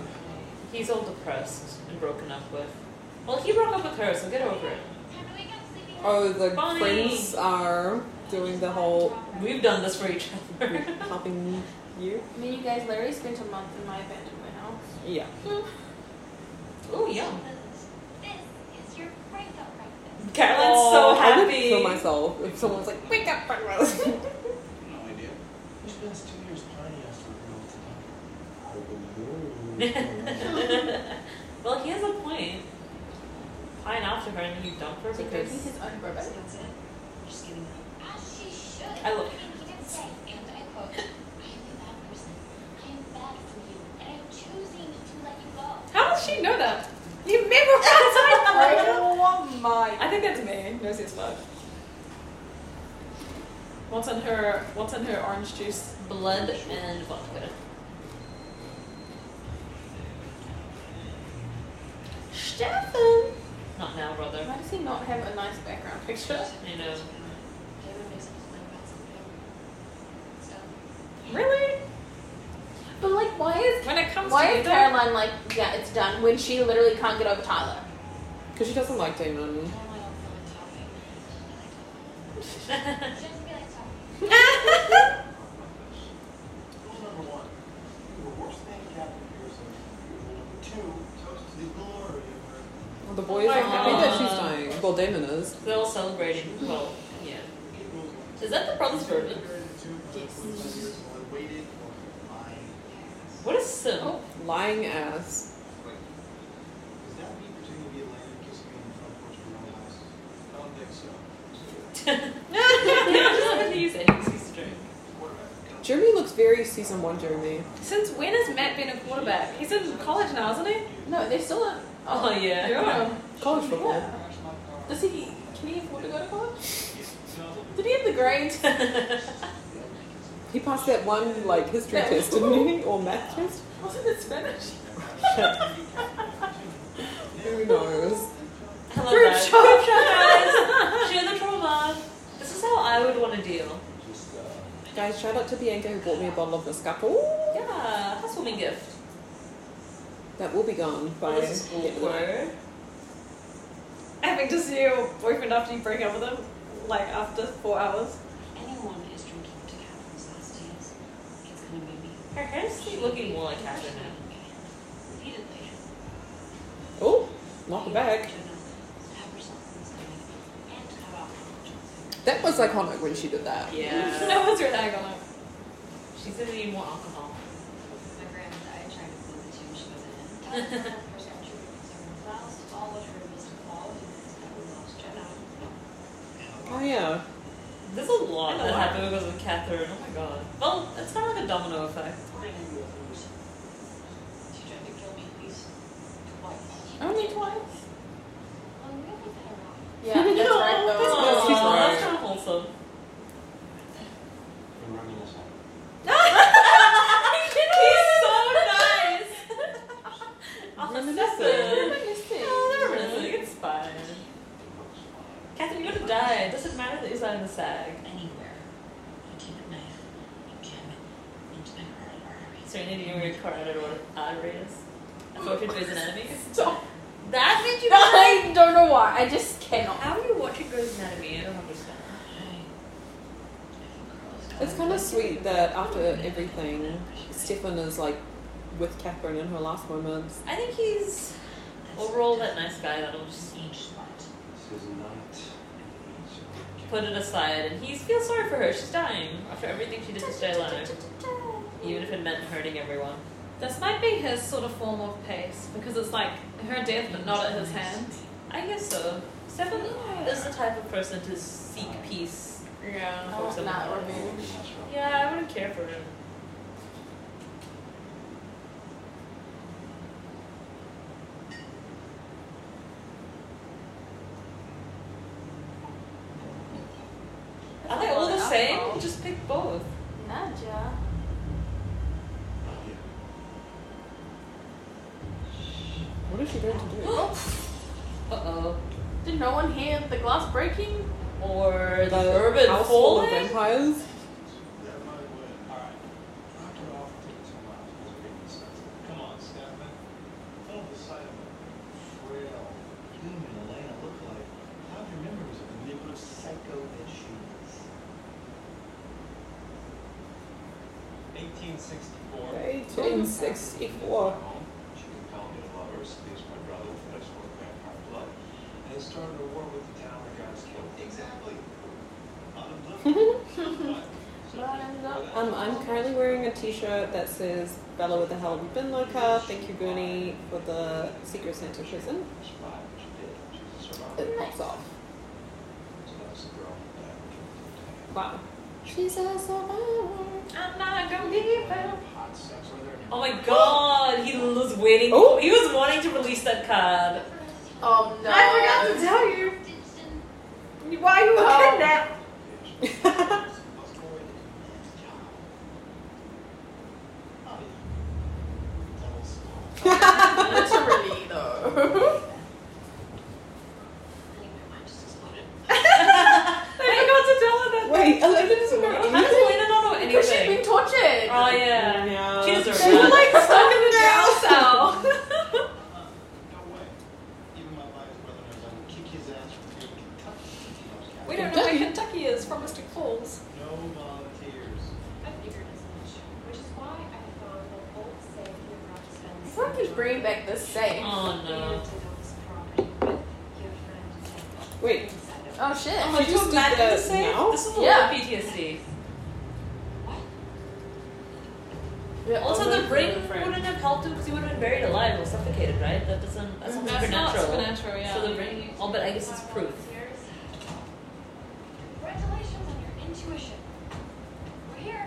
[SPEAKER 2] He's all depressed and broken up with. Well, he broke up with her, so get over it.
[SPEAKER 1] Oh, the
[SPEAKER 2] Bonnie.
[SPEAKER 1] friends are doing the whole
[SPEAKER 2] We've done this for each other.
[SPEAKER 1] helping you.
[SPEAKER 3] Me, you guys, Larry spent a month in my abandoned house.
[SPEAKER 1] Yeah.
[SPEAKER 2] oh yeah.
[SPEAKER 5] This is your breakup breakfast.
[SPEAKER 2] Caroline's so
[SPEAKER 1] Oh, I would
[SPEAKER 2] happy.
[SPEAKER 1] kill myself if someone's like, wake up, fuck us."
[SPEAKER 6] No idea. We spent two years planning after we
[SPEAKER 2] well, he has a point. Pine after her and then you dump her
[SPEAKER 3] So drinking
[SPEAKER 2] because
[SPEAKER 3] his own bourbon.
[SPEAKER 5] Just giving up. As she should.
[SPEAKER 2] I love-
[SPEAKER 5] And he did say, and I quote, I am a bad person. I am bad for you, and I'm choosing to let you go.
[SPEAKER 4] How does she know that? You memorize
[SPEAKER 3] Oh my!
[SPEAKER 4] I think that's me. Nosy as fuck. What's in her? What's in her orange juice?
[SPEAKER 2] blood and vodka.
[SPEAKER 4] Jeffin.
[SPEAKER 2] Not now, brother.
[SPEAKER 3] Why does he not have a nice background picture?
[SPEAKER 2] You know.
[SPEAKER 4] Really?
[SPEAKER 3] But like, why is
[SPEAKER 4] When it comes
[SPEAKER 3] why
[SPEAKER 4] to
[SPEAKER 3] is
[SPEAKER 4] either,
[SPEAKER 3] Caroline like, yeah, it's done when she literally can't get over Tyler?
[SPEAKER 1] Because she doesn't like Damon.
[SPEAKER 6] Rule number one, you were worse than Captain Pearson. Rule number two, toast to the glory of her.
[SPEAKER 1] The boys are happy that she's dying. Well, Damon is.
[SPEAKER 2] They're all celebrating. Well, yeah.
[SPEAKER 6] Forget rule one.
[SPEAKER 2] Is that the brother's version?
[SPEAKER 6] Yes. Waited or lying.
[SPEAKER 2] What is sin?
[SPEAKER 1] Lying ass.
[SPEAKER 6] Does that mean pretending to be Atlanta kissing me in the front porch of your own house? I don't think so.
[SPEAKER 2] yeah, just what he said. He's used to drink.
[SPEAKER 6] Quarterback.
[SPEAKER 1] Jeremy looks very season one Jeremy.
[SPEAKER 4] since when has Matt been a quarterback? He's in college now, isn't he?
[SPEAKER 3] No, they're still a.
[SPEAKER 2] Oh, yeah.
[SPEAKER 4] Yeah.
[SPEAKER 1] College football.
[SPEAKER 6] Crash my car.
[SPEAKER 3] Does he? Can he afford to go to college?
[SPEAKER 6] No.
[SPEAKER 3] Did he have the grades?
[SPEAKER 1] He passed that one like history
[SPEAKER 3] Yeah.
[SPEAKER 1] test, didn't he? Or math test?
[SPEAKER 3] Wasn't it Spanish?
[SPEAKER 1] Who knows?
[SPEAKER 2] Hello,
[SPEAKER 3] Group
[SPEAKER 2] guys.
[SPEAKER 3] shot.
[SPEAKER 2] Group shot, guys. Share the trauma. This is how I would want to deal.
[SPEAKER 6] Just, uh,
[SPEAKER 1] Guys, shout out to Bianca who bought me a bottle of Moscato.
[SPEAKER 2] Yeah, housewarming gift.
[SPEAKER 1] That will be gone by
[SPEAKER 2] Oh, this is
[SPEAKER 1] the end of the night.
[SPEAKER 2] awkward.
[SPEAKER 4] Having to see your boyfriend after you break up with him, like after four hours.
[SPEAKER 7] Anyone is drinking to Catherine's last days. It's gonna be me.
[SPEAKER 2] Her hair's keep looking more like Catherine now.
[SPEAKER 7] Repeatedly.
[SPEAKER 1] Oh, not the bag. That was iconic when she did that.
[SPEAKER 2] Yeah.
[SPEAKER 4] No one's really on it.
[SPEAKER 2] She's gonna need more alcohol.
[SPEAKER 1] Oh yeah.
[SPEAKER 2] There's a lot
[SPEAKER 4] A
[SPEAKER 2] that
[SPEAKER 4] lot.
[SPEAKER 2] happened because of Catherine. Oh my god. Well, it's kind of like a domino effect.
[SPEAKER 3] Only twice. Yeah, that's right though.
[SPEAKER 1] No.
[SPEAKER 2] Aw,
[SPEAKER 1] she's right.
[SPEAKER 2] Oh, That's kind of wholesome.
[SPEAKER 6] been running this out.
[SPEAKER 2] He's so nice. Oh,
[SPEAKER 1] Reminiscent.
[SPEAKER 2] Oh, they're reminiscing. It's fine. Catherine, you're gonna die. It doesn't matter that you're in the sag.
[SPEAKER 7] Anywhere. You take a knife, you jam it into my coronal artery.
[SPEAKER 2] Serenity, you're gonna cry out of arteries. I thought you'd an enemy.
[SPEAKER 3] Stop.
[SPEAKER 2] That made you
[SPEAKER 3] I don't know why. I just cannot.
[SPEAKER 2] How are you watching Grey's Anatomy? I don't understand.
[SPEAKER 1] It's kind of sweet that after everything, Stefan is like with Catherine in her last moments.
[SPEAKER 2] I think he's overall that nice guy that'll just
[SPEAKER 6] This is not an
[SPEAKER 2] put it aside and he feels sorry for her. She's dying after everything she did to stay alive. Even if it meant hurting everyone.
[SPEAKER 4] This might be his sort of form of pace because it's like her death, but not at his hands.
[SPEAKER 2] I guess so. Stefan is the type of person to seek peace.
[SPEAKER 4] Yeah.
[SPEAKER 3] I want not revenge.
[SPEAKER 2] Yeah, I wouldn't care for him. Are they all the same? Just pick both.
[SPEAKER 3] Naja.
[SPEAKER 1] What is she going to do?
[SPEAKER 2] Uh oh.
[SPEAKER 3] Did no one hear the glass breaking?
[SPEAKER 2] Or the urban
[SPEAKER 1] house full of
[SPEAKER 2] falling?
[SPEAKER 1] vampires.
[SPEAKER 6] That might win. All right. Knock it off. Take it somewhere else. Let's make this sense. Come on, Stefan. Hold the sight of a frail human Elena look like. Have your memories of the neighborhood psycho that she is. 1864.
[SPEAKER 1] 1864.
[SPEAKER 6] She could call me a lover, seduce my brother, but I swore vampire blood, and then started a war with the town where guys killed. Exactly.
[SPEAKER 1] Um, I'm currently wearing a t-shirt that says Bella with the Hell We've Been Loca. Thank you, Gurney, for the Secret Santa prison. It pops off. Wow. She's a survivor.
[SPEAKER 4] I'm not gonna give up.
[SPEAKER 2] Oh my god, he was waiting. Oh, he was wanting to release that card.
[SPEAKER 3] Oh no.
[SPEAKER 4] I forgot to tell you why you were
[SPEAKER 3] Oh.
[SPEAKER 4] kidnapped.
[SPEAKER 3] Literally though.
[SPEAKER 2] Oh,
[SPEAKER 4] It's stuck in the jail cell.
[SPEAKER 6] No way. Even my biased brother knows I would kick his ass from here to Kentucky if he was
[SPEAKER 4] We don't
[SPEAKER 6] captured.
[SPEAKER 4] know where Kentucky is from Mystic Falls.
[SPEAKER 6] No volunteers.
[SPEAKER 5] I figured as much, which is why I found the whole safe in the rock spend.
[SPEAKER 3] It's not just bringing back the safe.
[SPEAKER 2] Oh no.
[SPEAKER 1] Wait,
[SPEAKER 3] Oh shit.
[SPEAKER 2] Oh,
[SPEAKER 1] She
[SPEAKER 2] you
[SPEAKER 1] just did
[SPEAKER 2] imagine
[SPEAKER 1] that
[SPEAKER 4] uh,
[SPEAKER 2] the same?
[SPEAKER 1] now?
[SPEAKER 2] This is a
[SPEAKER 3] Yeah.
[SPEAKER 2] lot of PTSD.
[SPEAKER 3] Yeah,
[SPEAKER 2] Also,
[SPEAKER 3] I'll
[SPEAKER 2] the
[SPEAKER 3] move
[SPEAKER 2] ring
[SPEAKER 3] to the front.
[SPEAKER 2] wouldn't have helped him because he would have been buried alive or suffocated, right? That doesn't. That's
[SPEAKER 3] Mm-hmm.
[SPEAKER 2] not
[SPEAKER 4] Mm-hmm. That's not
[SPEAKER 2] supernatural.
[SPEAKER 4] supernatural, yeah.
[SPEAKER 2] So the ring. Oh, but I guess it's proof.
[SPEAKER 5] Congratulations on your intuition. We're here.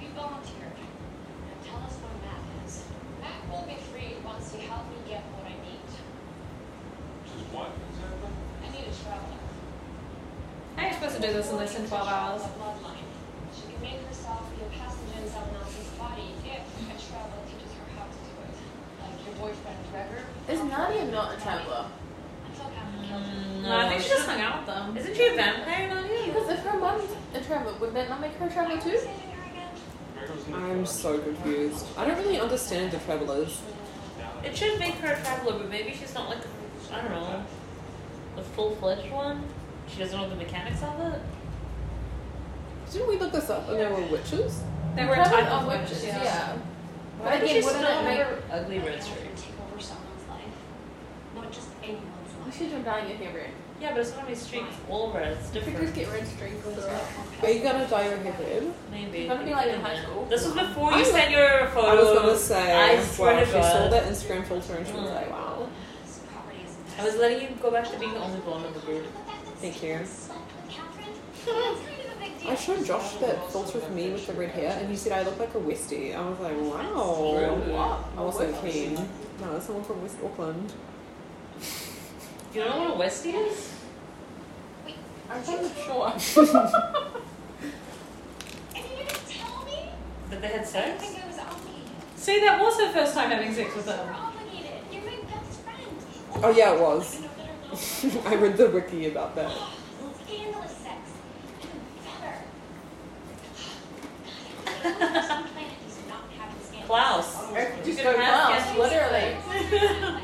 [SPEAKER 5] We volunteered. Now tell us where Matt is. Matt will be freed once he helped me get what I need.
[SPEAKER 6] Which is what exactly?
[SPEAKER 5] I need a traveler.
[SPEAKER 4] How are you supposed to do this in less than 12 hours?
[SPEAKER 5] A bloodline. She can make herself be a passenger in someone else's body if a traveler teaches her how to do it. Like your boyfriend Gregor.
[SPEAKER 3] Is Nadia not a traveler?
[SPEAKER 5] Until Captain killed him.
[SPEAKER 2] Mm,
[SPEAKER 4] No, I think she just hung out with them.
[SPEAKER 2] Isn't she a vampire, Nadia?
[SPEAKER 3] Because if her mom's a traveler, would that not make her a traveler
[SPEAKER 5] Are you
[SPEAKER 3] too?
[SPEAKER 5] saving her again?
[SPEAKER 6] Gregor's in the
[SPEAKER 1] I'm
[SPEAKER 6] front.
[SPEAKER 1] so confused. I don't really understand the travelers.
[SPEAKER 6] Down
[SPEAKER 2] It should make her a traveler, but maybe she's not like I don't know, a full-fledged one. She doesn't know the mechanics of it.
[SPEAKER 1] Didn't we look this up and there were witches?
[SPEAKER 4] They were a
[SPEAKER 3] Traveler
[SPEAKER 4] type of
[SPEAKER 3] witches,
[SPEAKER 4] witches.
[SPEAKER 3] Yeah.
[SPEAKER 2] Why
[SPEAKER 3] But
[SPEAKER 2] does
[SPEAKER 3] again,
[SPEAKER 2] she
[SPEAKER 3] wouldn't
[SPEAKER 2] still
[SPEAKER 3] it make?
[SPEAKER 2] remember ugly red streak?
[SPEAKER 5] Take over someone's life. Not just anyone's
[SPEAKER 3] We
[SPEAKER 5] life.
[SPEAKER 3] should have dying in here.
[SPEAKER 2] Yeah, but it's not gonna be streaks all red. It's
[SPEAKER 3] We could
[SPEAKER 2] different.
[SPEAKER 3] just get red streaks.
[SPEAKER 1] Are you gonna dye your hair red?
[SPEAKER 2] Maybe.
[SPEAKER 3] It's gonna be like in high school.
[SPEAKER 2] This was
[SPEAKER 1] I
[SPEAKER 2] before you
[SPEAKER 1] was-
[SPEAKER 2] sent your photo.
[SPEAKER 1] I was gonna say,
[SPEAKER 2] Oh, I
[SPEAKER 1] wow,
[SPEAKER 2] swear to
[SPEAKER 1] she
[SPEAKER 2] God.
[SPEAKER 1] saw that Instagram filter and she was
[SPEAKER 2] Mm.
[SPEAKER 1] like, wow.
[SPEAKER 5] This property is a
[SPEAKER 2] I was letting you go back to being the only blonde in the group.
[SPEAKER 1] Thank you.
[SPEAKER 5] Slept with Catherine? That's kind of a big deal.
[SPEAKER 1] I showed Josh that filter of me with the red hair and he said I look like a Westie. I was like, wow. I wasn't keen. No, it's someone from West Auckland.
[SPEAKER 2] You don't know what a Westie is?
[SPEAKER 3] I'm not sure.
[SPEAKER 5] And you didn't tell me?
[SPEAKER 2] That they had
[SPEAKER 5] I
[SPEAKER 2] sex?
[SPEAKER 5] think I was obligated.
[SPEAKER 4] See, that was her first time having sex with
[SPEAKER 5] We're
[SPEAKER 4] them.
[SPEAKER 5] obligated. You're my best friend.
[SPEAKER 1] Oh, yeah, it was.
[SPEAKER 5] I know better now.
[SPEAKER 1] I read the wiki about that.
[SPEAKER 5] Scandalous sex. I know better. God, I really some planet does not have the scandal.
[SPEAKER 2] Klaus.
[SPEAKER 3] Just
[SPEAKER 2] You're
[SPEAKER 3] go
[SPEAKER 2] gonna have
[SPEAKER 3] clowns, literally.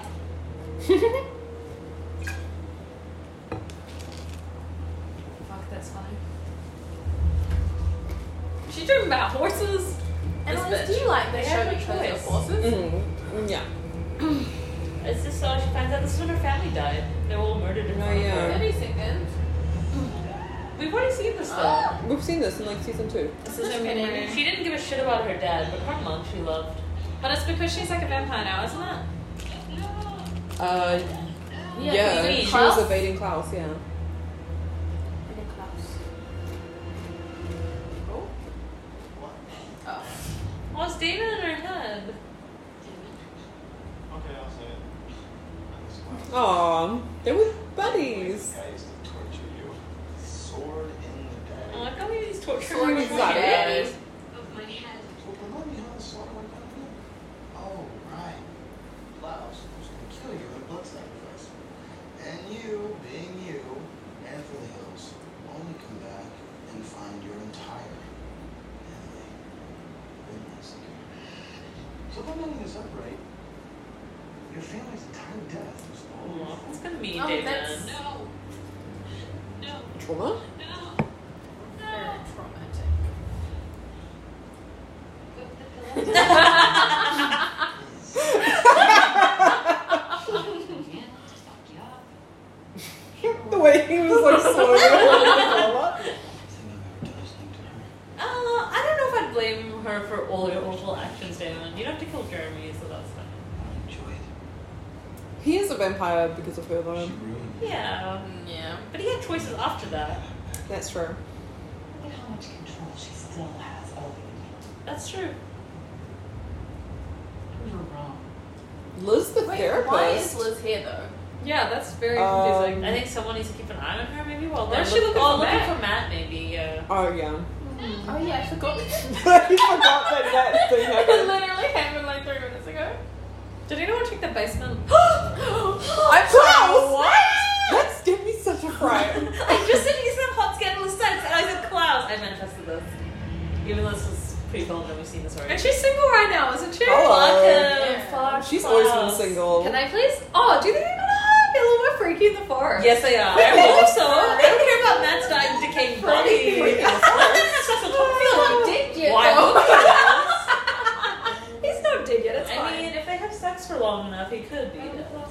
[SPEAKER 4] Fuck, that's funny. She talking about horses?
[SPEAKER 3] And
[SPEAKER 4] This
[SPEAKER 3] Alice, do
[SPEAKER 4] bitch.
[SPEAKER 3] you like the
[SPEAKER 2] They
[SPEAKER 3] show
[SPEAKER 2] have no
[SPEAKER 3] because of
[SPEAKER 2] choice.
[SPEAKER 3] horses?
[SPEAKER 1] Mm, yeah.
[SPEAKER 2] It's just so she finds out this is when her family died. They were all murdered in
[SPEAKER 1] Oh,
[SPEAKER 2] front of
[SPEAKER 1] yeah.
[SPEAKER 2] her.
[SPEAKER 3] Thirty seconds.
[SPEAKER 2] We've already seen this though.
[SPEAKER 1] We've seen this in like season two.
[SPEAKER 4] This is her memory.
[SPEAKER 2] She didn't give a shit about her dad, but her mom she loved.
[SPEAKER 4] But it's because she's like a vampire now, isn't it?
[SPEAKER 1] Uh, yeah,
[SPEAKER 3] Queen.
[SPEAKER 1] she
[SPEAKER 3] Klaus?
[SPEAKER 1] was evading Klaus, yeah.
[SPEAKER 3] And a Klaus. Oh.
[SPEAKER 6] What?
[SPEAKER 3] Oh.
[SPEAKER 2] Oh, it's David in her head.
[SPEAKER 6] Okay, I'll say it. I'm just glad.
[SPEAKER 1] Aw, they were Oh, buddies.
[SPEAKER 6] Guys to torture you. Sword in the day.
[SPEAKER 2] Oh, I can't believe he's torturing
[SPEAKER 1] Sword
[SPEAKER 2] her.
[SPEAKER 1] is up.
[SPEAKER 2] dad.
[SPEAKER 5] Of my head.
[SPEAKER 6] Well, remind me how the sword went down again? Oh, right. Klaus was going to kill you in blood sacrifice. And you, being you, ran for the hills, only come back and find your entire family. been massacred. So if I'm ending this up right, your family's entire death was all your
[SPEAKER 2] Oh,
[SPEAKER 6] fault.
[SPEAKER 2] It's gonna be
[SPEAKER 3] Oh,
[SPEAKER 2] David.
[SPEAKER 3] that's-
[SPEAKER 5] No. No.
[SPEAKER 1] Trauma?
[SPEAKER 5] No.
[SPEAKER 3] Very
[SPEAKER 5] No.
[SPEAKER 3] traumatic.
[SPEAKER 5] The pillows.
[SPEAKER 1] The way he was like so.
[SPEAKER 2] Uh, I don't know if I'd blame her for all your awful actions, Damon. You don't have to kill Jeremy, so that's fine.
[SPEAKER 1] he is a vampire because of her though.
[SPEAKER 2] Yeah.
[SPEAKER 3] Mm, Yeah.
[SPEAKER 2] But he had choices after that.
[SPEAKER 1] That's true.
[SPEAKER 7] Look at how much control she still has over you.
[SPEAKER 2] That's true.
[SPEAKER 7] You were wrong.
[SPEAKER 1] Liz the
[SPEAKER 3] Wait,
[SPEAKER 1] therapist.
[SPEAKER 3] why is Liz here though?
[SPEAKER 4] Yeah, that's very
[SPEAKER 1] Um,
[SPEAKER 4] confusing.
[SPEAKER 2] I think someone needs to keep an eye on her, maybe. While
[SPEAKER 4] Why
[SPEAKER 2] they're
[SPEAKER 4] is she
[SPEAKER 2] look-
[SPEAKER 4] looking
[SPEAKER 2] oh,
[SPEAKER 4] for
[SPEAKER 2] looking
[SPEAKER 4] Matt?
[SPEAKER 2] for Matt, maybe. Uh,
[SPEAKER 1] Oh yeah.
[SPEAKER 3] Oh yeah, I forgot.
[SPEAKER 1] he forgot that that thing
[SPEAKER 3] it
[SPEAKER 1] happened.
[SPEAKER 3] literally happened like three minutes ago.
[SPEAKER 4] Did anyone check the basement?
[SPEAKER 1] I'm Klaus.
[SPEAKER 2] what?
[SPEAKER 1] That's giving me such a fright.
[SPEAKER 2] I just said he's some hot scandalous sex, and I said Klaus. I manifested this, even though this was pre single, and then we've seen this already.
[SPEAKER 4] And she's single right now, isn't she?
[SPEAKER 1] Hello.
[SPEAKER 4] Fuck her.
[SPEAKER 3] Yeah.
[SPEAKER 4] Fuck
[SPEAKER 1] Oh. She's always been
[SPEAKER 2] us.
[SPEAKER 1] single.
[SPEAKER 4] Can I please? Oh, do you think they're gonna have a little more freaky in the forest?
[SPEAKER 2] Yes, they are.
[SPEAKER 4] I
[SPEAKER 2] I
[SPEAKER 4] hope so. I don't care about Matt's dying decaying body.
[SPEAKER 1] Freaky in the
[SPEAKER 4] He's not dead yet.
[SPEAKER 2] Why
[SPEAKER 4] though.
[SPEAKER 2] would
[SPEAKER 4] He's not dead yet. It's
[SPEAKER 2] I
[SPEAKER 4] fine.
[SPEAKER 2] mean, if they have sex for long enough, he could be.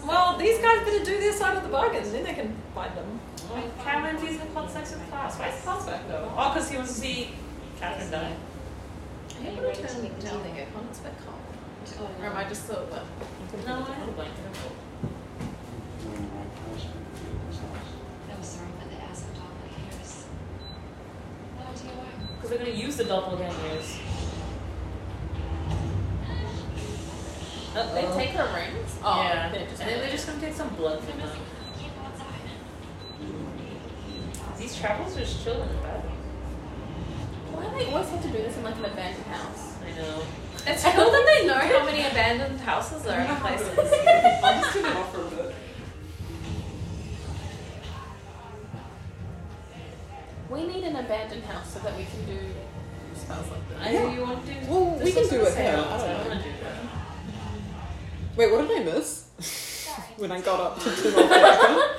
[SPEAKER 4] well, these guys better do their side of the bargain, then they can find them.
[SPEAKER 2] Well, Cameron Diaz had had sex with Klaus. Why is Klaus back though? Oh, because he wants to see Catherine die.
[SPEAKER 4] I
[SPEAKER 5] you
[SPEAKER 4] want
[SPEAKER 5] ready
[SPEAKER 4] to
[SPEAKER 5] to
[SPEAKER 4] turn
[SPEAKER 5] make
[SPEAKER 4] down
[SPEAKER 5] tea?
[SPEAKER 4] the air con. It's a bit cold.
[SPEAKER 5] Oh,
[SPEAKER 4] Or am I just thought that?
[SPEAKER 2] No, I had a blanket.
[SPEAKER 6] When the right person in this house.
[SPEAKER 5] I'm sorry, but the ass of dog my hairs. No idea why.
[SPEAKER 2] Because they're going to use the doppelgangers. Oh,
[SPEAKER 3] Uh, they take her rings. Oh,
[SPEAKER 2] yeah.
[SPEAKER 3] they're just
[SPEAKER 2] and then they're just going to take some blood from them.
[SPEAKER 5] Can't go outside.
[SPEAKER 2] These travels are just chilling in the bathroom.
[SPEAKER 3] Why do they always have to do this in like an abandoned house?
[SPEAKER 2] I know.
[SPEAKER 4] It's cool that they know how many abandoned houses there are in places.
[SPEAKER 1] I'll just turn it off for a bit.
[SPEAKER 3] We need an abandoned house so that we can do spells like this.
[SPEAKER 2] I know you want to do.
[SPEAKER 1] Well, we
[SPEAKER 2] this
[SPEAKER 1] can
[SPEAKER 2] was
[SPEAKER 1] do
[SPEAKER 2] gonna
[SPEAKER 1] it
[SPEAKER 2] say,
[SPEAKER 1] here,
[SPEAKER 2] oh,
[SPEAKER 1] I don't
[SPEAKER 2] I'm
[SPEAKER 1] know.
[SPEAKER 2] gonna do that.
[SPEAKER 1] Wait, what did I miss? when I got up to turn off the aircon?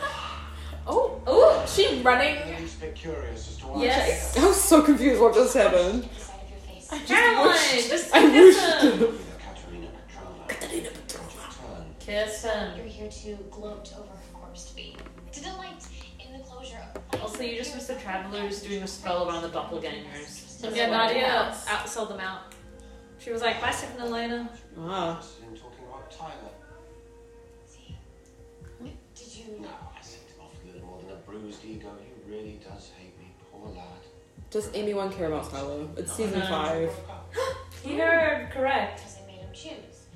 [SPEAKER 3] Oh, oh, she running.
[SPEAKER 6] At least they're curious as to why.
[SPEAKER 2] Yes.
[SPEAKER 1] I was so confused what just happened.
[SPEAKER 5] The side of your face.
[SPEAKER 1] I just
[SPEAKER 2] Caroline,
[SPEAKER 1] wished-
[SPEAKER 2] just
[SPEAKER 1] I
[SPEAKER 2] kiss him.
[SPEAKER 1] wished.
[SPEAKER 6] Either Katerina Petrova. Katerina Petrova.
[SPEAKER 2] Kiss him.
[SPEAKER 5] You're here to gloat over her corpse to be. To delight in the closure of
[SPEAKER 2] Also, you just missed the travelers doing a spell around the doppelgangers.
[SPEAKER 4] Yeah, Nadia
[SPEAKER 3] Yes.
[SPEAKER 4] outsold them out. She was like, bye, Second Elena.
[SPEAKER 1] Ah.
[SPEAKER 6] Interested in talking about Tyler.
[SPEAKER 5] See? Did you
[SPEAKER 6] No, I sent him off with a little more than a bruised ego. He really does hate me, poor lad.
[SPEAKER 1] Does anyone care about Silo? It's season
[SPEAKER 2] No.
[SPEAKER 1] five.
[SPEAKER 6] Broke up.
[SPEAKER 2] You heard correct.
[SPEAKER 5] because I made him choose?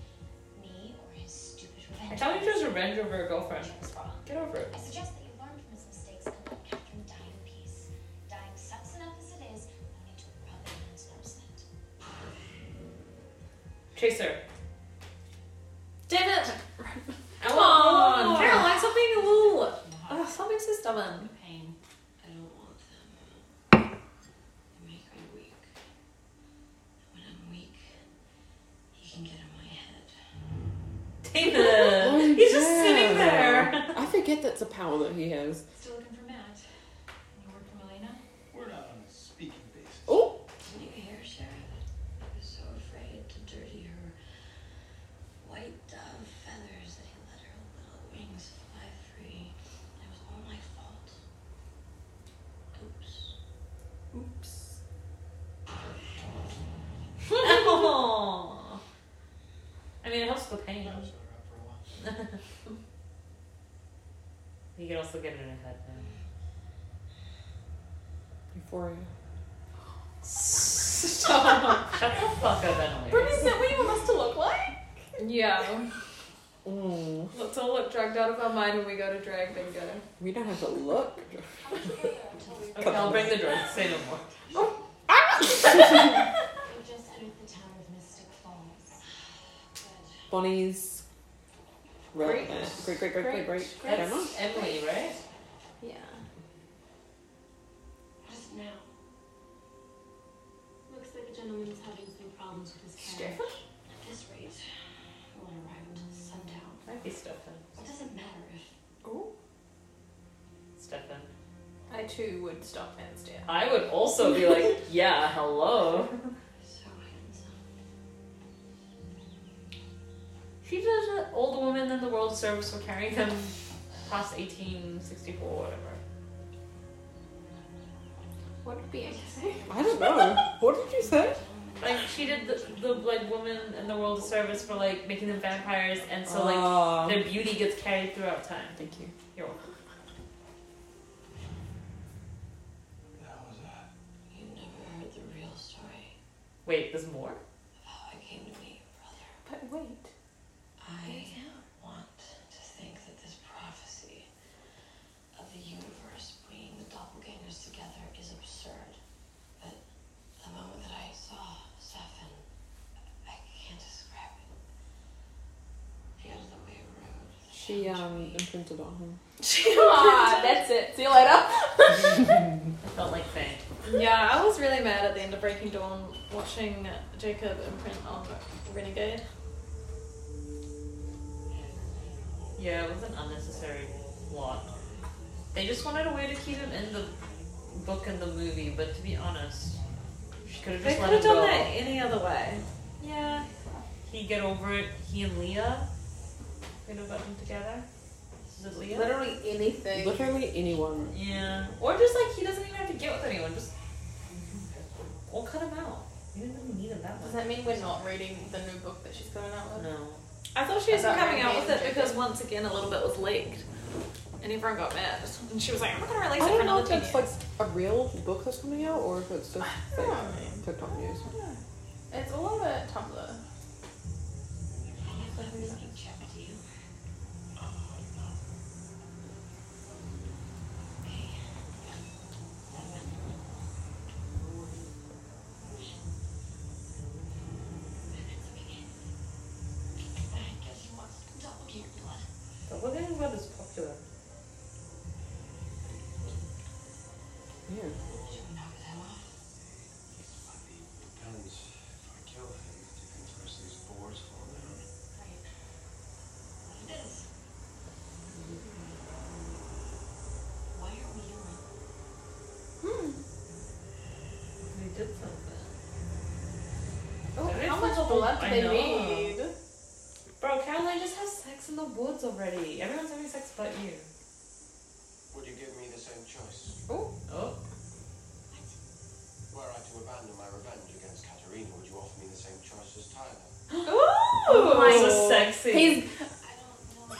[SPEAKER 5] Me or his stupid
[SPEAKER 2] I
[SPEAKER 5] revenge?
[SPEAKER 2] thought you chose revenge over a girlfriend.
[SPEAKER 5] Chose wrong.
[SPEAKER 2] Get over it.
[SPEAKER 5] I suggest that you learn from his mistakes and let Catherine die in peace. Dying sucks enough as it is, no need to rub it in his nose scent.
[SPEAKER 2] Chaser.
[SPEAKER 4] Damn it! Come
[SPEAKER 2] Oh.
[SPEAKER 4] on! Caroline, stop being a little. Oh, stop being so stubborn.
[SPEAKER 7] Pain. I don't want them. They make me weak. And when I'm weak, he can get in my head.
[SPEAKER 2] Damon.
[SPEAKER 1] Oh,
[SPEAKER 2] He's just
[SPEAKER 1] yeah.
[SPEAKER 2] sitting there.
[SPEAKER 1] I forget that's a power that he has.
[SPEAKER 5] Still looking for Matt. And you work for Melina?
[SPEAKER 6] We're not on a speaking basis.
[SPEAKER 1] Oh,
[SPEAKER 7] Can you hear, Sheriff? I was so afraid to dirty her white dove feathers that he let her little wings fly free. It was all my fault. Oops.
[SPEAKER 2] Aw. I mean, it helps the pain.
[SPEAKER 6] That was all right for a while.
[SPEAKER 2] You can also get it in a head now.
[SPEAKER 1] Euphoria.
[SPEAKER 4] Stop.
[SPEAKER 2] Shut the fuck up, Emily.
[SPEAKER 3] Brittany, is that what you want us to look like?
[SPEAKER 4] yeah.
[SPEAKER 1] Mm.
[SPEAKER 4] Let's all look drugged out of our mind when we go to drag bingo.
[SPEAKER 1] We don't have to look.
[SPEAKER 5] How much further until we
[SPEAKER 2] Okay, I'll bring the drugs. Say no more.
[SPEAKER 5] We just entered the town of Mystic Falls. Good.
[SPEAKER 1] Bonnie's.
[SPEAKER 2] Great.
[SPEAKER 1] Great, great, great, great, great. Emma?
[SPEAKER 2] That's Emily, right?
[SPEAKER 3] Yeah.
[SPEAKER 5] What is it now?
[SPEAKER 7] Looks like the gentleman is having some problems with his carriage.
[SPEAKER 5] At this rate, we won't arrive until sundown.
[SPEAKER 2] Might be Stefan.
[SPEAKER 5] It doesn't matter if
[SPEAKER 2] Stefan.
[SPEAKER 3] I too would stop and stare.
[SPEAKER 2] I would also be like, yeah, hello.
[SPEAKER 7] So handsome.
[SPEAKER 2] She does an older woman in the world service for carrying them past 1864 or whatever.
[SPEAKER 3] What would be say?
[SPEAKER 1] I don't know. What did you say?
[SPEAKER 2] Like she did the, the like woman in the world of service for like making them vampires, and so like
[SPEAKER 1] Ah,
[SPEAKER 2] their beauty gets carried throughout time.
[SPEAKER 1] Thank you.
[SPEAKER 2] You're welcome.
[SPEAKER 6] That was that.
[SPEAKER 7] You never heard the real story
[SPEAKER 2] Wait, there's more.
[SPEAKER 7] of how I came to be your brother.
[SPEAKER 3] But wait.
[SPEAKER 7] I want to think that this prophecy of the universe bringing the doppelgangers together is absurd. But the moment that I saw Stefan, I can't describe it. The out of the way road.
[SPEAKER 1] She um imprinted on him.
[SPEAKER 3] Ah, that's it. See you later.
[SPEAKER 2] I felt like faint.
[SPEAKER 4] Yeah, I was really mad at the end of Breaking Dawn watching Jacob imprint on Renegade.
[SPEAKER 2] Yeah, it was an unnecessary plot. They just wanted a way to keep him in the book and the movie, but to be honest, she could have
[SPEAKER 4] They
[SPEAKER 2] just
[SPEAKER 4] could
[SPEAKER 2] let
[SPEAKER 4] have
[SPEAKER 2] him
[SPEAKER 4] done
[SPEAKER 2] go.
[SPEAKER 4] that any other way.
[SPEAKER 2] Yeah. He get over it. He and Leah. Could have gotten together. Is it Leah?
[SPEAKER 3] Literally anything.
[SPEAKER 1] Literally anyone.
[SPEAKER 2] Yeah. Or just like he doesn't even have to get with anyone. Just or cut him out. You didn't really need him that
[SPEAKER 3] Does
[SPEAKER 2] much.
[SPEAKER 3] that mean we're not reading the new book that she's coming out with?
[SPEAKER 2] No.
[SPEAKER 4] I thought she was
[SPEAKER 3] About
[SPEAKER 4] coming out
[SPEAKER 3] Renegade
[SPEAKER 4] with it
[SPEAKER 3] and Jacob.
[SPEAKER 4] because once again a little bit was leaked. And everyone got mad. And she was like, I'm not gonna
[SPEAKER 1] I
[SPEAKER 4] release it for
[SPEAKER 1] don't know
[SPEAKER 4] another
[SPEAKER 1] if
[SPEAKER 4] ten
[SPEAKER 1] it's
[SPEAKER 4] years.
[SPEAKER 1] like a real book that's coming out or if it's just fake
[SPEAKER 3] know.
[SPEAKER 1] TikTok news.
[SPEAKER 3] It's all over Tumblr.
[SPEAKER 7] Have you ever seen Chuck, do you?
[SPEAKER 5] I guess he wants to double your blood.
[SPEAKER 2] But what kind of web is popular?
[SPEAKER 1] Yeah.
[SPEAKER 7] Should we knock that off?
[SPEAKER 6] Depends. If I kill him, if you can twist these boards fall down.
[SPEAKER 7] Right. What it is? Why are we alone?
[SPEAKER 3] Hmm.
[SPEAKER 2] They did something.
[SPEAKER 3] Oh,
[SPEAKER 2] That is
[SPEAKER 3] how much
[SPEAKER 2] such a bold-
[SPEAKER 3] blood do
[SPEAKER 2] I
[SPEAKER 3] they
[SPEAKER 2] know.
[SPEAKER 3] need?
[SPEAKER 2] Bro, Caroline just has sex in the woods already. Everyone's having sex but you.
[SPEAKER 6] Would you give me the same choice?
[SPEAKER 2] Oh.
[SPEAKER 6] Were I to abandon my revenge against Katerina, would you offer me the same choice as Tyler?
[SPEAKER 2] Oh my
[SPEAKER 3] Ooh.
[SPEAKER 2] so sexy.
[SPEAKER 3] He's
[SPEAKER 7] I don't know.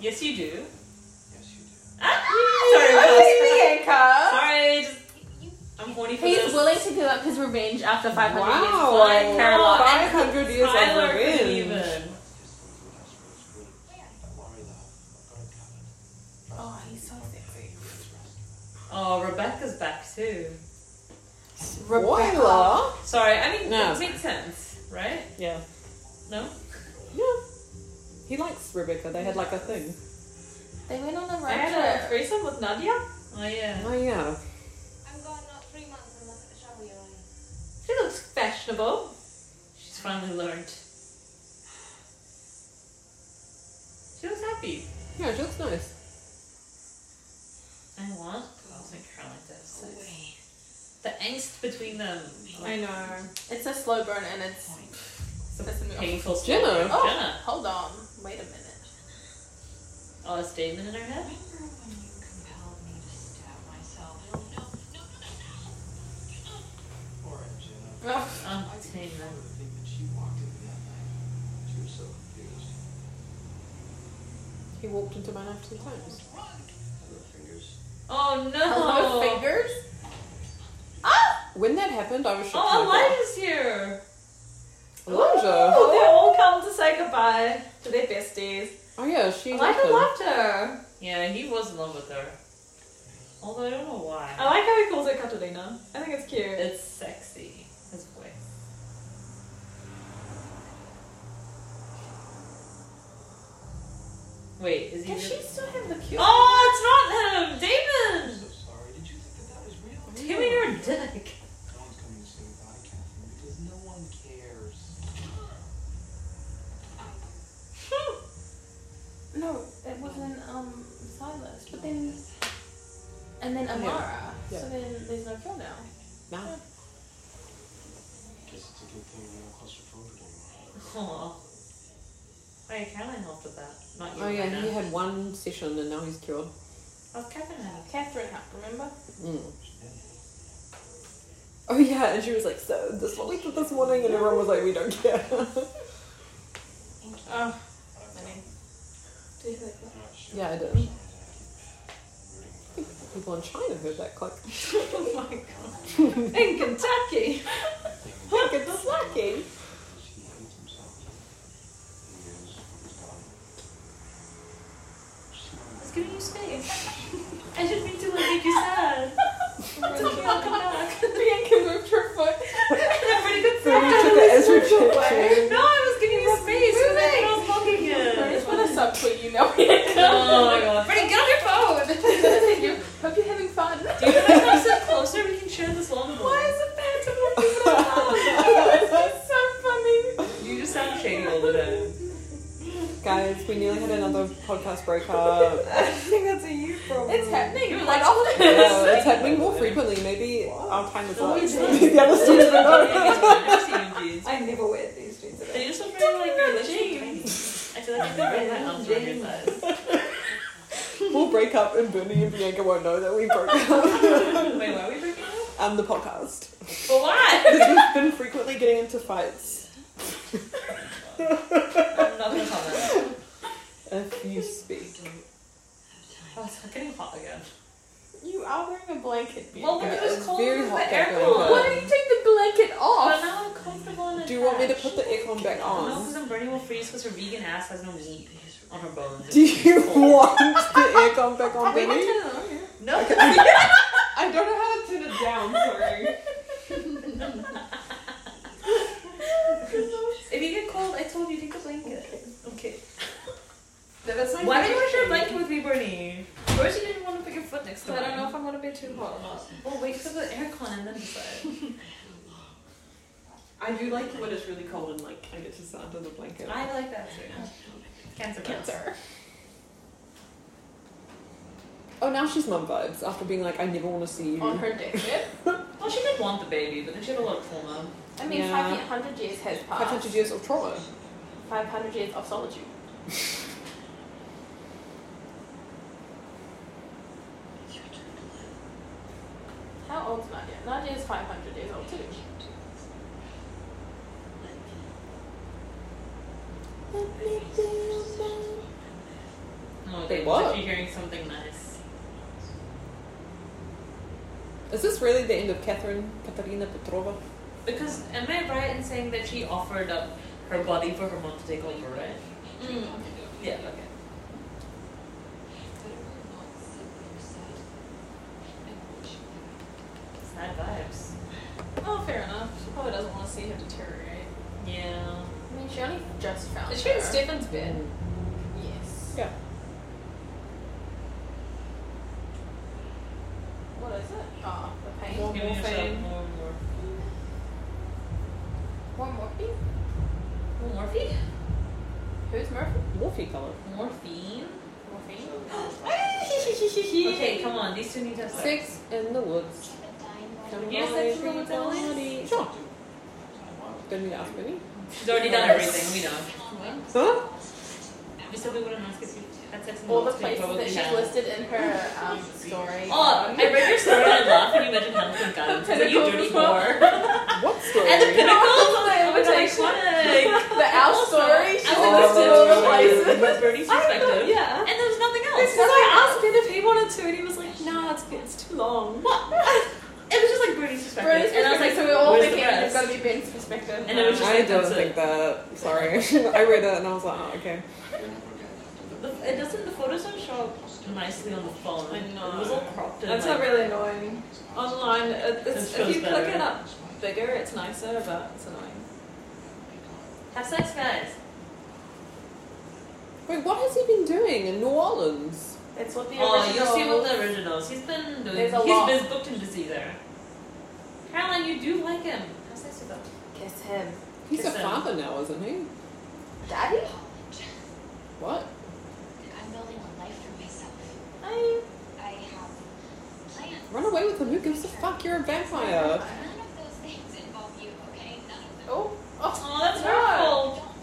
[SPEAKER 2] yes you do.
[SPEAKER 6] Yes, you do.
[SPEAKER 2] Sorry,
[SPEAKER 3] What
[SPEAKER 2] Will.
[SPEAKER 3] do you mean, Carl?
[SPEAKER 2] Sorry, just,
[SPEAKER 7] You
[SPEAKER 2] I'm horny for
[SPEAKER 3] He's
[SPEAKER 2] this.
[SPEAKER 3] willing to give up his revenge after 500 years.
[SPEAKER 1] Wow.
[SPEAKER 3] Fine, Caroline.
[SPEAKER 1] Five hundred years of
[SPEAKER 2] Tyler couldn't
[SPEAKER 1] revenge.
[SPEAKER 2] even.
[SPEAKER 6] Distance would have screwed screen. Don't worry, love. I've got it covered.
[SPEAKER 3] Oh, he's so sexy.
[SPEAKER 2] Oh, Rebecca's back too.
[SPEAKER 1] Voila.
[SPEAKER 2] Sorry, I mean
[SPEAKER 1] No.
[SPEAKER 2] it makes sense, right?
[SPEAKER 1] Yeah.
[SPEAKER 2] No.
[SPEAKER 1] Yeah. He likes Rebecca. They had like a thing.
[SPEAKER 3] They went on a
[SPEAKER 4] I
[SPEAKER 3] road
[SPEAKER 4] had a
[SPEAKER 3] trip.
[SPEAKER 4] threesome with Nadia.
[SPEAKER 2] Oh yeah.
[SPEAKER 1] Oh yeah.
[SPEAKER 5] I'm gone not three months unless I travel your way.
[SPEAKER 4] She looks fashionable.
[SPEAKER 2] She's finally learned. She was happy.
[SPEAKER 1] Yeah, she looks nice.
[SPEAKER 2] I want girls and Caroline to have sex.
[SPEAKER 7] away.
[SPEAKER 2] The angst between them.
[SPEAKER 4] I know.
[SPEAKER 3] It's a slow burn and it's. It's a movie.
[SPEAKER 2] Painful. story.
[SPEAKER 1] Jenna.
[SPEAKER 3] Oh,
[SPEAKER 2] Jenna.
[SPEAKER 3] hold on. Wait a minute.
[SPEAKER 2] Oh, a statement in her head.
[SPEAKER 7] Remember when you compelled me to stab myself? No, no, no, no, no.
[SPEAKER 6] All right, Jenna.
[SPEAKER 2] Oh,
[SPEAKER 3] Ugh.
[SPEAKER 6] I didn't
[SPEAKER 2] statement.
[SPEAKER 6] know the thing that she walked in that night. She was so confused.
[SPEAKER 1] He walked into my life two times.
[SPEAKER 6] Her fingers.
[SPEAKER 2] Oh no.
[SPEAKER 3] Hello, fingers?
[SPEAKER 1] Ah! When that happened, I was shocked.
[SPEAKER 2] Oh, Elijah's here.
[SPEAKER 1] Elijah.
[SPEAKER 4] Oh, they all come to say goodbye to their besties.
[SPEAKER 1] Oh yeah, she. liked
[SPEAKER 4] Elijah
[SPEAKER 1] him.
[SPEAKER 4] loved her.
[SPEAKER 2] Yeah, he was in love with her. Although I don't know why.
[SPEAKER 3] Oh.
[SPEAKER 4] I like how he calls her Catalina. I think it's cute.
[SPEAKER 2] It's sexy. His voice. Wait, is he?
[SPEAKER 3] Does she
[SPEAKER 2] really-
[SPEAKER 3] still have the cute?
[SPEAKER 2] Oh, it's not him,
[SPEAKER 6] I'm
[SPEAKER 2] Damon.
[SPEAKER 6] so sorry. Did you think that that was real?
[SPEAKER 2] Give me your dick.
[SPEAKER 6] No one's coming to say goodbye, Catherine, because no one cares.
[SPEAKER 3] No, it wasn't um Silas, but then and then Amara.
[SPEAKER 1] Yeah.
[SPEAKER 3] So then there's no kill now.
[SPEAKER 1] Nah.
[SPEAKER 6] Guess it's a good thing you're not claustrophobic anymore.
[SPEAKER 2] Oh. Wait, Caroline helped with that. Not you.
[SPEAKER 1] Oh yeah,
[SPEAKER 2] Hannah.
[SPEAKER 1] he had one session and now he's cured.
[SPEAKER 2] Oh, Catherine had it.
[SPEAKER 3] Catherine Huck, remember?
[SPEAKER 1] Mm. Oh yeah, and she was like, "So this is what we did this morning," and everyone was like, "We don't care."
[SPEAKER 4] oh,
[SPEAKER 6] But
[SPEAKER 4] funny.
[SPEAKER 6] I'm
[SPEAKER 4] Do you like that?
[SPEAKER 6] not sure.
[SPEAKER 1] yeah, I did.
[SPEAKER 6] Rooting for her.
[SPEAKER 1] People in China heard that click.
[SPEAKER 4] oh my god. In Kentucky.
[SPEAKER 1] Look, it's slacking.
[SPEAKER 6] She hates himself. He is what he's gone. She's
[SPEAKER 2] I
[SPEAKER 6] gone.
[SPEAKER 2] was giving you space. I didn't mean to like, make you sad. Welcome back.
[SPEAKER 3] Bianca moved her foot.
[SPEAKER 2] Had a pretty good
[SPEAKER 1] So we took
[SPEAKER 2] friend.
[SPEAKER 1] the Ezra
[SPEAKER 2] No,
[SPEAKER 1] picture.
[SPEAKER 2] I was giving you space because I
[SPEAKER 3] moving.
[SPEAKER 2] thought I was blocking
[SPEAKER 3] I
[SPEAKER 2] it.
[SPEAKER 3] just want to subtweet you now, Bianca.
[SPEAKER 2] Oh my god.
[SPEAKER 3] Pretty, get on your phone. Hope you're having fun.
[SPEAKER 2] Do you want to come sit closer? We can share this long today.
[SPEAKER 1] Guys, we nearly had another podcast breakup.
[SPEAKER 8] I think that's a you problem.
[SPEAKER 3] It's happening.
[SPEAKER 4] You were
[SPEAKER 3] like,
[SPEAKER 4] like,
[SPEAKER 3] all of
[SPEAKER 1] Yeah,
[SPEAKER 3] this.
[SPEAKER 1] it's happening more frequently. Maybe our time is
[SPEAKER 2] Oh,
[SPEAKER 1] up.
[SPEAKER 2] it's
[SPEAKER 1] Maybe the other students don't know.
[SPEAKER 2] I
[SPEAKER 8] I never wear these jeans at all.
[SPEAKER 2] just look very like realistic. I feel like I've never had my arms around your thighs.
[SPEAKER 1] We'll break up, and Bernie and Bianca won't know that we broke up.
[SPEAKER 2] Wait, why are we breaking up?
[SPEAKER 1] and the podcast.
[SPEAKER 2] For what?
[SPEAKER 1] Because we've been frequently getting into fights.
[SPEAKER 2] I'm not gonna comment.
[SPEAKER 1] If you speak.
[SPEAKER 2] Oh, it's getting hot again.
[SPEAKER 3] You are wearing a blanket.
[SPEAKER 2] Well, when it was
[SPEAKER 1] It's
[SPEAKER 2] cold,
[SPEAKER 1] very
[SPEAKER 2] the
[SPEAKER 1] hot back
[SPEAKER 2] aircon.
[SPEAKER 1] there, but-
[SPEAKER 3] Why don't you take the blanket
[SPEAKER 2] But
[SPEAKER 3] off?
[SPEAKER 2] now I'm comfortable and
[SPEAKER 1] Do you want me to
[SPEAKER 2] attached.
[SPEAKER 1] put the aircon back
[SPEAKER 2] No,
[SPEAKER 1] on?
[SPEAKER 2] because then Bernie will freeze because her vegan ass has no meat on her bones.
[SPEAKER 1] Do you want the aircon back on, Bernie?
[SPEAKER 2] No.
[SPEAKER 1] I don't know how to turn it down, sorry.
[SPEAKER 2] If you get cold, I told you take a blanket. Okay.
[SPEAKER 1] That's my
[SPEAKER 2] Why don't you share a blanket with me, Bernie? Rosie didn't want to put your foot next to
[SPEAKER 4] I don't know
[SPEAKER 2] mine.
[SPEAKER 4] if I'm gonna be too hot or not.
[SPEAKER 2] Well, wait for the aircon and then decide.
[SPEAKER 1] I do like when it's really cold and like I get to sit under the blanket.
[SPEAKER 2] I like that too. Cancer. Cancer.
[SPEAKER 1] Oh, now she's mum vibes after being like, I never want to see you.
[SPEAKER 3] On her deathbed.
[SPEAKER 2] Well, she did want the baby, but then she had a lot of trauma.
[SPEAKER 3] I mean,
[SPEAKER 1] Yeah.
[SPEAKER 3] 500 years has
[SPEAKER 1] Five
[SPEAKER 3] passed.
[SPEAKER 1] hundred years of trauma.
[SPEAKER 3] 500 years of solitude. How old's Nadia? Nadia is 500 years old too.
[SPEAKER 2] Oh,
[SPEAKER 1] Wait,
[SPEAKER 2] okay.
[SPEAKER 1] what?
[SPEAKER 2] Was she hearing something nice?
[SPEAKER 1] Is this really the end of Catherine Katerina Petrova?
[SPEAKER 2] Because am I right in saying that she offered up her body for her mom to take over, right?
[SPEAKER 4] Hmm.
[SPEAKER 2] Yeah. Okay. Sad vibes.
[SPEAKER 4] Oh, fair enough. She probably doesn't want to see her deteriorate.
[SPEAKER 2] Yeah.
[SPEAKER 3] I mean, she only just found
[SPEAKER 4] Is she in
[SPEAKER 3] her.
[SPEAKER 4] Stefan's bed?
[SPEAKER 3] Yes.
[SPEAKER 1] Yeah.
[SPEAKER 3] What is it? Oh, the pain.
[SPEAKER 2] Just giving yourself more and more.
[SPEAKER 3] One more please.
[SPEAKER 2] More morphine?
[SPEAKER 3] Who's Murphy?
[SPEAKER 1] Morphe color.
[SPEAKER 2] Morphine?
[SPEAKER 3] Morphine.
[SPEAKER 2] Okay, come on. These two need to have sex.
[SPEAKER 1] Six in the woods.
[SPEAKER 2] Can we have sex in the woods, Emily?
[SPEAKER 1] Sure. Don't need to ask Benny.
[SPEAKER 2] She's already done everything. We know.
[SPEAKER 1] Huh?
[SPEAKER 2] We said we wouldn't ask if you had sex in the
[SPEAKER 3] All the
[SPEAKER 2] woods, but you
[SPEAKER 3] places that
[SPEAKER 2] probably have.
[SPEAKER 3] she's listed in her um, story. Um,
[SPEAKER 2] Oh, I read your story and I laughed when you mentioned Hamilton and Guns. Like, you dirty whore.
[SPEAKER 1] What story?
[SPEAKER 2] And the Oh pinnacle
[SPEAKER 3] I
[SPEAKER 2] of
[SPEAKER 3] was
[SPEAKER 2] the
[SPEAKER 3] like,
[SPEAKER 2] iconic.
[SPEAKER 3] the owl story. She's
[SPEAKER 2] As
[SPEAKER 1] Oh,
[SPEAKER 2] a
[SPEAKER 3] listed in all the places.
[SPEAKER 2] Western with Bernie's perspective.
[SPEAKER 4] Yeah.
[SPEAKER 2] And there was nothing else.
[SPEAKER 4] This is why I asked Ben if he wanted to, and he was like, "Nah, it's it's too long."
[SPEAKER 2] What? It was just like Bernie's perspective.
[SPEAKER 3] British
[SPEAKER 2] and I was
[SPEAKER 3] perspective,
[SPEAKER 2] like,
[SPEAKER 3] so we we're all
[SPEAKER 2] where's the
[SPEAKER 3] thinking it's
[SPEAKER 2] rest?
[SPEAKER 3] gotta be Ben's perspective.
[SPEAKER 2] And it was just
[SPEAKER 1] I
[SPEAKER 2] like,
[SPEAKER 1] don't
[SPEAKER 2] that's
[SPEAKER 1] think that. Sorry. I read it and I was like, oh, okay.
[SPEAKER 2] The, it doesn't. The photos don't show up nicely on the phone.
[SPEAKER 4] I know.
[SPEAKER 2] It was all cropped. And
[SPEAKER 4] That's
[SPEAKER 2] like,
[SPEAKER 4] not really annoying. Online, it, it's,
[SPEAKER 2] It
[SPEAKER 4] if you
[SPEAKER 2] feels better.
[SPEAKER 4] click it up bigger, it's nicer, but it's annoying.
[SPEAKER 2] Have sex, guys.
[SPEAKER 1] Wait, what has he been doing in New Orleans?
[SPEAKER 3] It's what the
[SPEAKER 2] Oh, you'll see
[SPEAKER 3] original.
[SPEAKER 2] all the originals. He's been doing.
[SPEAKER 3] There's a
[SPEAKER 2] he's
[SPEAKER 3] lot.
[SPEAKER 2] been booked and busy there. Caroline, you do like him. Have sex with him.
[SPEAKER 3] Kiss him.
[SPEAKER 1] He's a
[SPEAKER 2] Listen.
[SPEAKER 1] father now, isn't he?
[SPEAKER 3] Daddy?
[SPEAKER 1] What?
[SPEAKER 5] I'm building a life for myself.
[SPEAKER 3] I.
[SPEAKER 5] I have plans.
[SPEAKER 1] Run away with him. Who gives a fuck? You're a vampire.
[SPEAKER 5] None of those things involve you, okay? None of them.
[SPEAKER 3] Oh. Oh.
[SPEAKER 2] Oh, that's
[SPEAKER 3] Yeah.
[SPEAKER 5] Don't,
[SPEAKER 2] hurtful.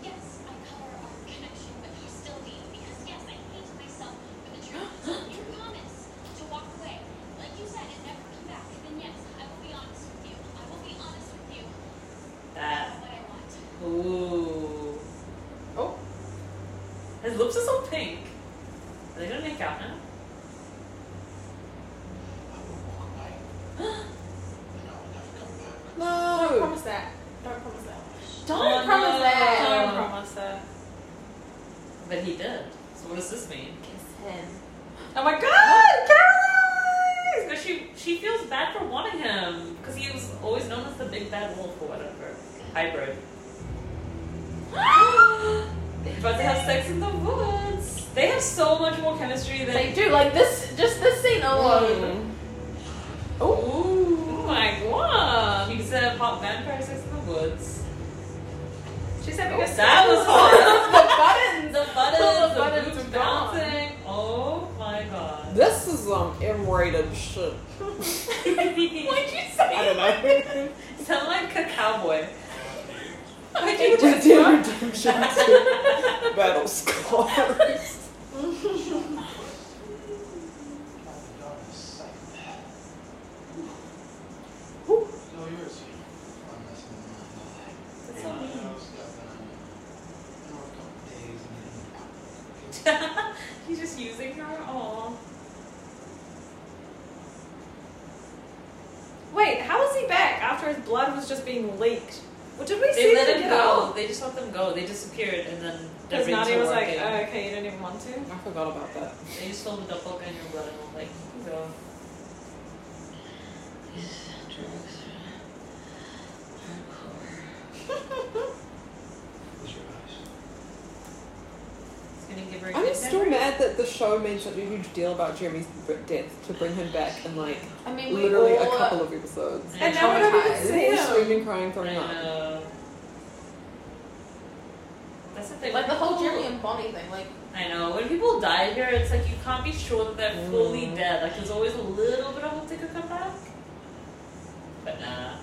[SPEAKER 5] because yes, I cover our connection with hostility. Because yes, I hate myself for the truth. Your promise to walk away, like you said, and never come back. Then yes, I will be honest with you. I will be honest with you.
[SPEAKER 2] That.
[SPEAKER 5] That's what I want.
[SPEAKER 2] Ooh.
[SPEAKER 3] Oh.
[SPEAKER 2] His lips are so pink. Are they gonna make out now?
[SPEAKER 3] Don't
[SPEAKER 1] No.
[SPEAKER 3] promise that. Don't promise that.
[SPEAKER 2] Don't
[SPEAKER 3] promise that.
[SPEAKER 4] Don't promise that.
[SPEAKER 2] But he did. So what does this mean?
[SPEAKER 3] Kiss him.
[SPEAKER 2] Oh my god, Caroline! But she she feels bad for wanting him because he was always known as the big bad wolf or whatever. Hybrid. They're about to have sex in the woods. They have so much more chemistry than.
[SPEAKER 3] They do like this. Just this scene
[SPEAKER 1] Mm.
[SPEAKER 3] alone.
[SPEAKER 2] Ooh, my god! He's a pop vampire sex in the woods.
[SPEAKER 3] She's
[SPEAKER 4] except because
[SPEAKER 2] Oh, That was hard.
[SPEAKER 3] Oh. the buttons.
[SPEAKER 2] the buttons, the
[SPEAKER 3] buttons
[SPEAKER 2] buttons
[SPEAKER 3] are gone.
[SPEAKER 2] bouncing. Oh my god.
[SPEAKER 1] This is um M-rated shit.
[SPEAKER 4] Why'd you say
[SPEAKER 1] I don't know.
[SPEAKER 2] Sound like a cowboy.
[SPEAKER 4] Why'd you
[SPEAKER 1] Red
[SPEAKER 4] just
[SPEAKER 1] Dead Redemption 2 Battle Scars.
[SPEAKER 6] No, yours. I'm messing with
[SPEAKER 3] That's
[SPEAKER 6] mine.
[SPEAKER 3] not me.
[SPEAKER 6] I was Scatman. I know a couple days and then.
[SPEAKER 2] He's just using her. all.
[SPEAKER 4] Wait, how is he back after his blood was just being leaked? Well, did we see
[SPEAKER 2] They let
[SPEAKER 4] them
[SPEAKER 2] him
[SPEAKER 4] get
[SPEAKER 2] go.
[SPEAKER 4] out?
[SPEAKER 2] They just let them go. They disappeared and then
[SPEAKER 4] Because
[SPEAKER 2] everything's
[SPEAKER 4] Nadia was like,
[SPEAKER 2] working.
[SPEAKER 4] oh, okay, you don't even want to.
[SPEAKER 1] I forgot about that.
[SPEAKER 2] They just filled with the book and your blood and all like go.
[SPEAKER 7] These drugs are
[SPEAKER 6] Close your eyes.
[SPEAKER 2] It's gonna give her a
[SPEAKER 1] I'm
[SPEAKER 2] good
[SPEAKER 1] still
[SPEAKER 2] memory.
[SPEAKER 1] mad that the show made such a huge deal about Jeremy's br- death to bring him back in like
[SPEAKER 3] I mean, we
[SPEAKER 1] literally a
[SPEAKER 3] all
[SPEAKER 1] couple of episodes.
[SPEAKER 2] Yeah.
[SPEAKER 4] And now we don't even
[SPEAKER 3] Traumatized.
[SPEAKER 4] see him.
[SPEAKER 1] Screaming, crying,
[SPEAKER 2] I
[SPEAKER 1] throwing up.
[SPEAKER 2] know. That's the thing.
[SPEAKER 3] like the
[SPEAKER 2] when
[SPEAKER 3] whole
[SPEAKER 2] people-
[SPEAKER 3] Jeremy and Bonnie thing. Like
[SPEAKER 2] I know. When people die here, it's like you can't be sure that they're fully
[SPEAKER 3] Mm.
[SPEAKER 2] dead. Like there's always a little bit of hope they could come back. But nah.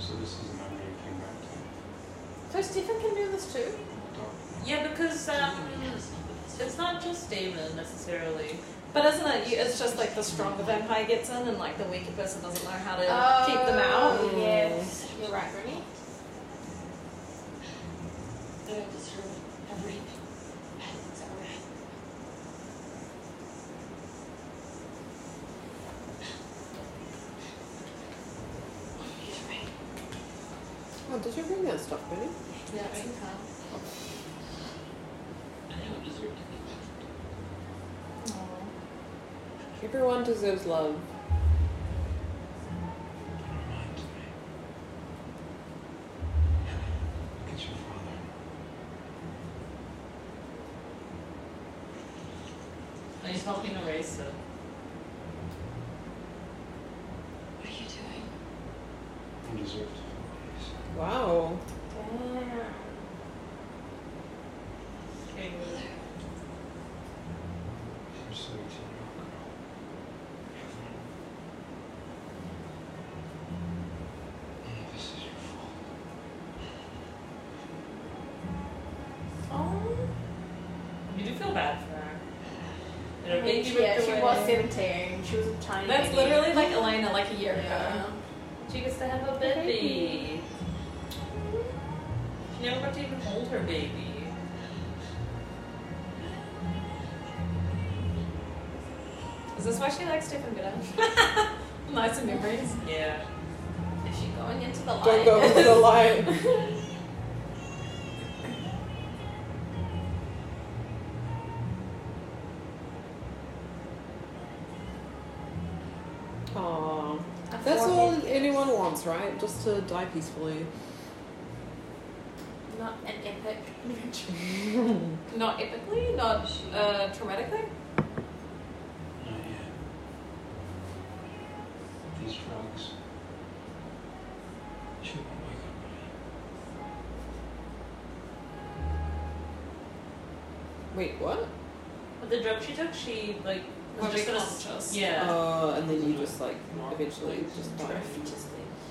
[SPEAKER 6] So this is the memory you came back to.
[SPEAKER 3] so, Stephen can do this too.
[SPEAKER 6] Dark.
[SPEAKER 2] Yeah, because um,
[SPEAKER 7] cool.
[SPEAKER 2] it's not just Damon necessarily.
[SPEAKER 4] But isn't it? you- It's just like the stronger vampire gets in, and like the weaker person doesn't know how to
[SPEAKER 3] Oh,
[SPEAKER 4] keep them out.
[SPEAKER 3] Yes, you're right, Brittany.
[SPEAKER 7] That I deserve every bad that's ever happened. He's right.
[SPEAKER 1] Oh, did you bring that stuff, Benny?
[SPEAKER 3] Yeah,
[SPEAKER 7] it's in I don't deserve to be left.
[SPEAKER 1] Everyone deserves love.
[SPEAKER 6] It reminds me. Look at your father.
[SPEAKER 2] And he's helping erase it.
[SPEAKER 7] What are you doing?
[SPEAKER 6] You deserve to feel peace.
[SPEAKER 1] Wow.
[SPEAKER 2] Okay.
[SPEAKER 6] You're so eighteen-year-old girl. Heaven. None of this is your fault.
[SPEAKER 3] Oh,
[SPEAKER 2] You do feel bad for her. It
[SPEAKER 3] I mean,
[SPEAKER 2] made you
[SPEAKER 3] she- yeah,
[SPEAKER 2] look
[SPEAKER 3] she
[SPEAKER 2] away.
[SPEAKER 3] was seventeen. She was a tiny.
[SPEAKER 4] That's
[SPEAKER 3] baby.
[SPEAKER 4] literally like Elena, like a year
[SPEAKER 3] Yeah.
[SPEAKER 4] ago.
[SPEAKER 2] She gets to have a baby. She never got to even hold her baby.
[SPEAKER 4] Is this why she likes Stephen Bitter? nice memories.
[SPEAKER 2] Yeah.
[SPEAKER 3] Is she going into the
[SPEAKER 1] Don't go into the light. Aww. That's all anyone wants, right? Just to die peacefully.
[SPEAKER 3] Not an epic adventure.
[SPEAKER 4] Not epically, not uh, traumatically.
[SPEAKER 6] Not yet. These drugs. She won't wake up right.
[SPEAKER 1] Wait, what?
[SPEAKER 2] But the drug she took, she like was
[SPEAKER 4] Well,
[SPEAKER 2] just
[SPEAKER 4] they
[SPEAKER 2] gonna
[SPEAKER 4] conscious.
[SPEAKER 3] Oh.
[SPEAKER 2] Yeah.
[SPEAKER 1] Uh, and then you just like eventually just die.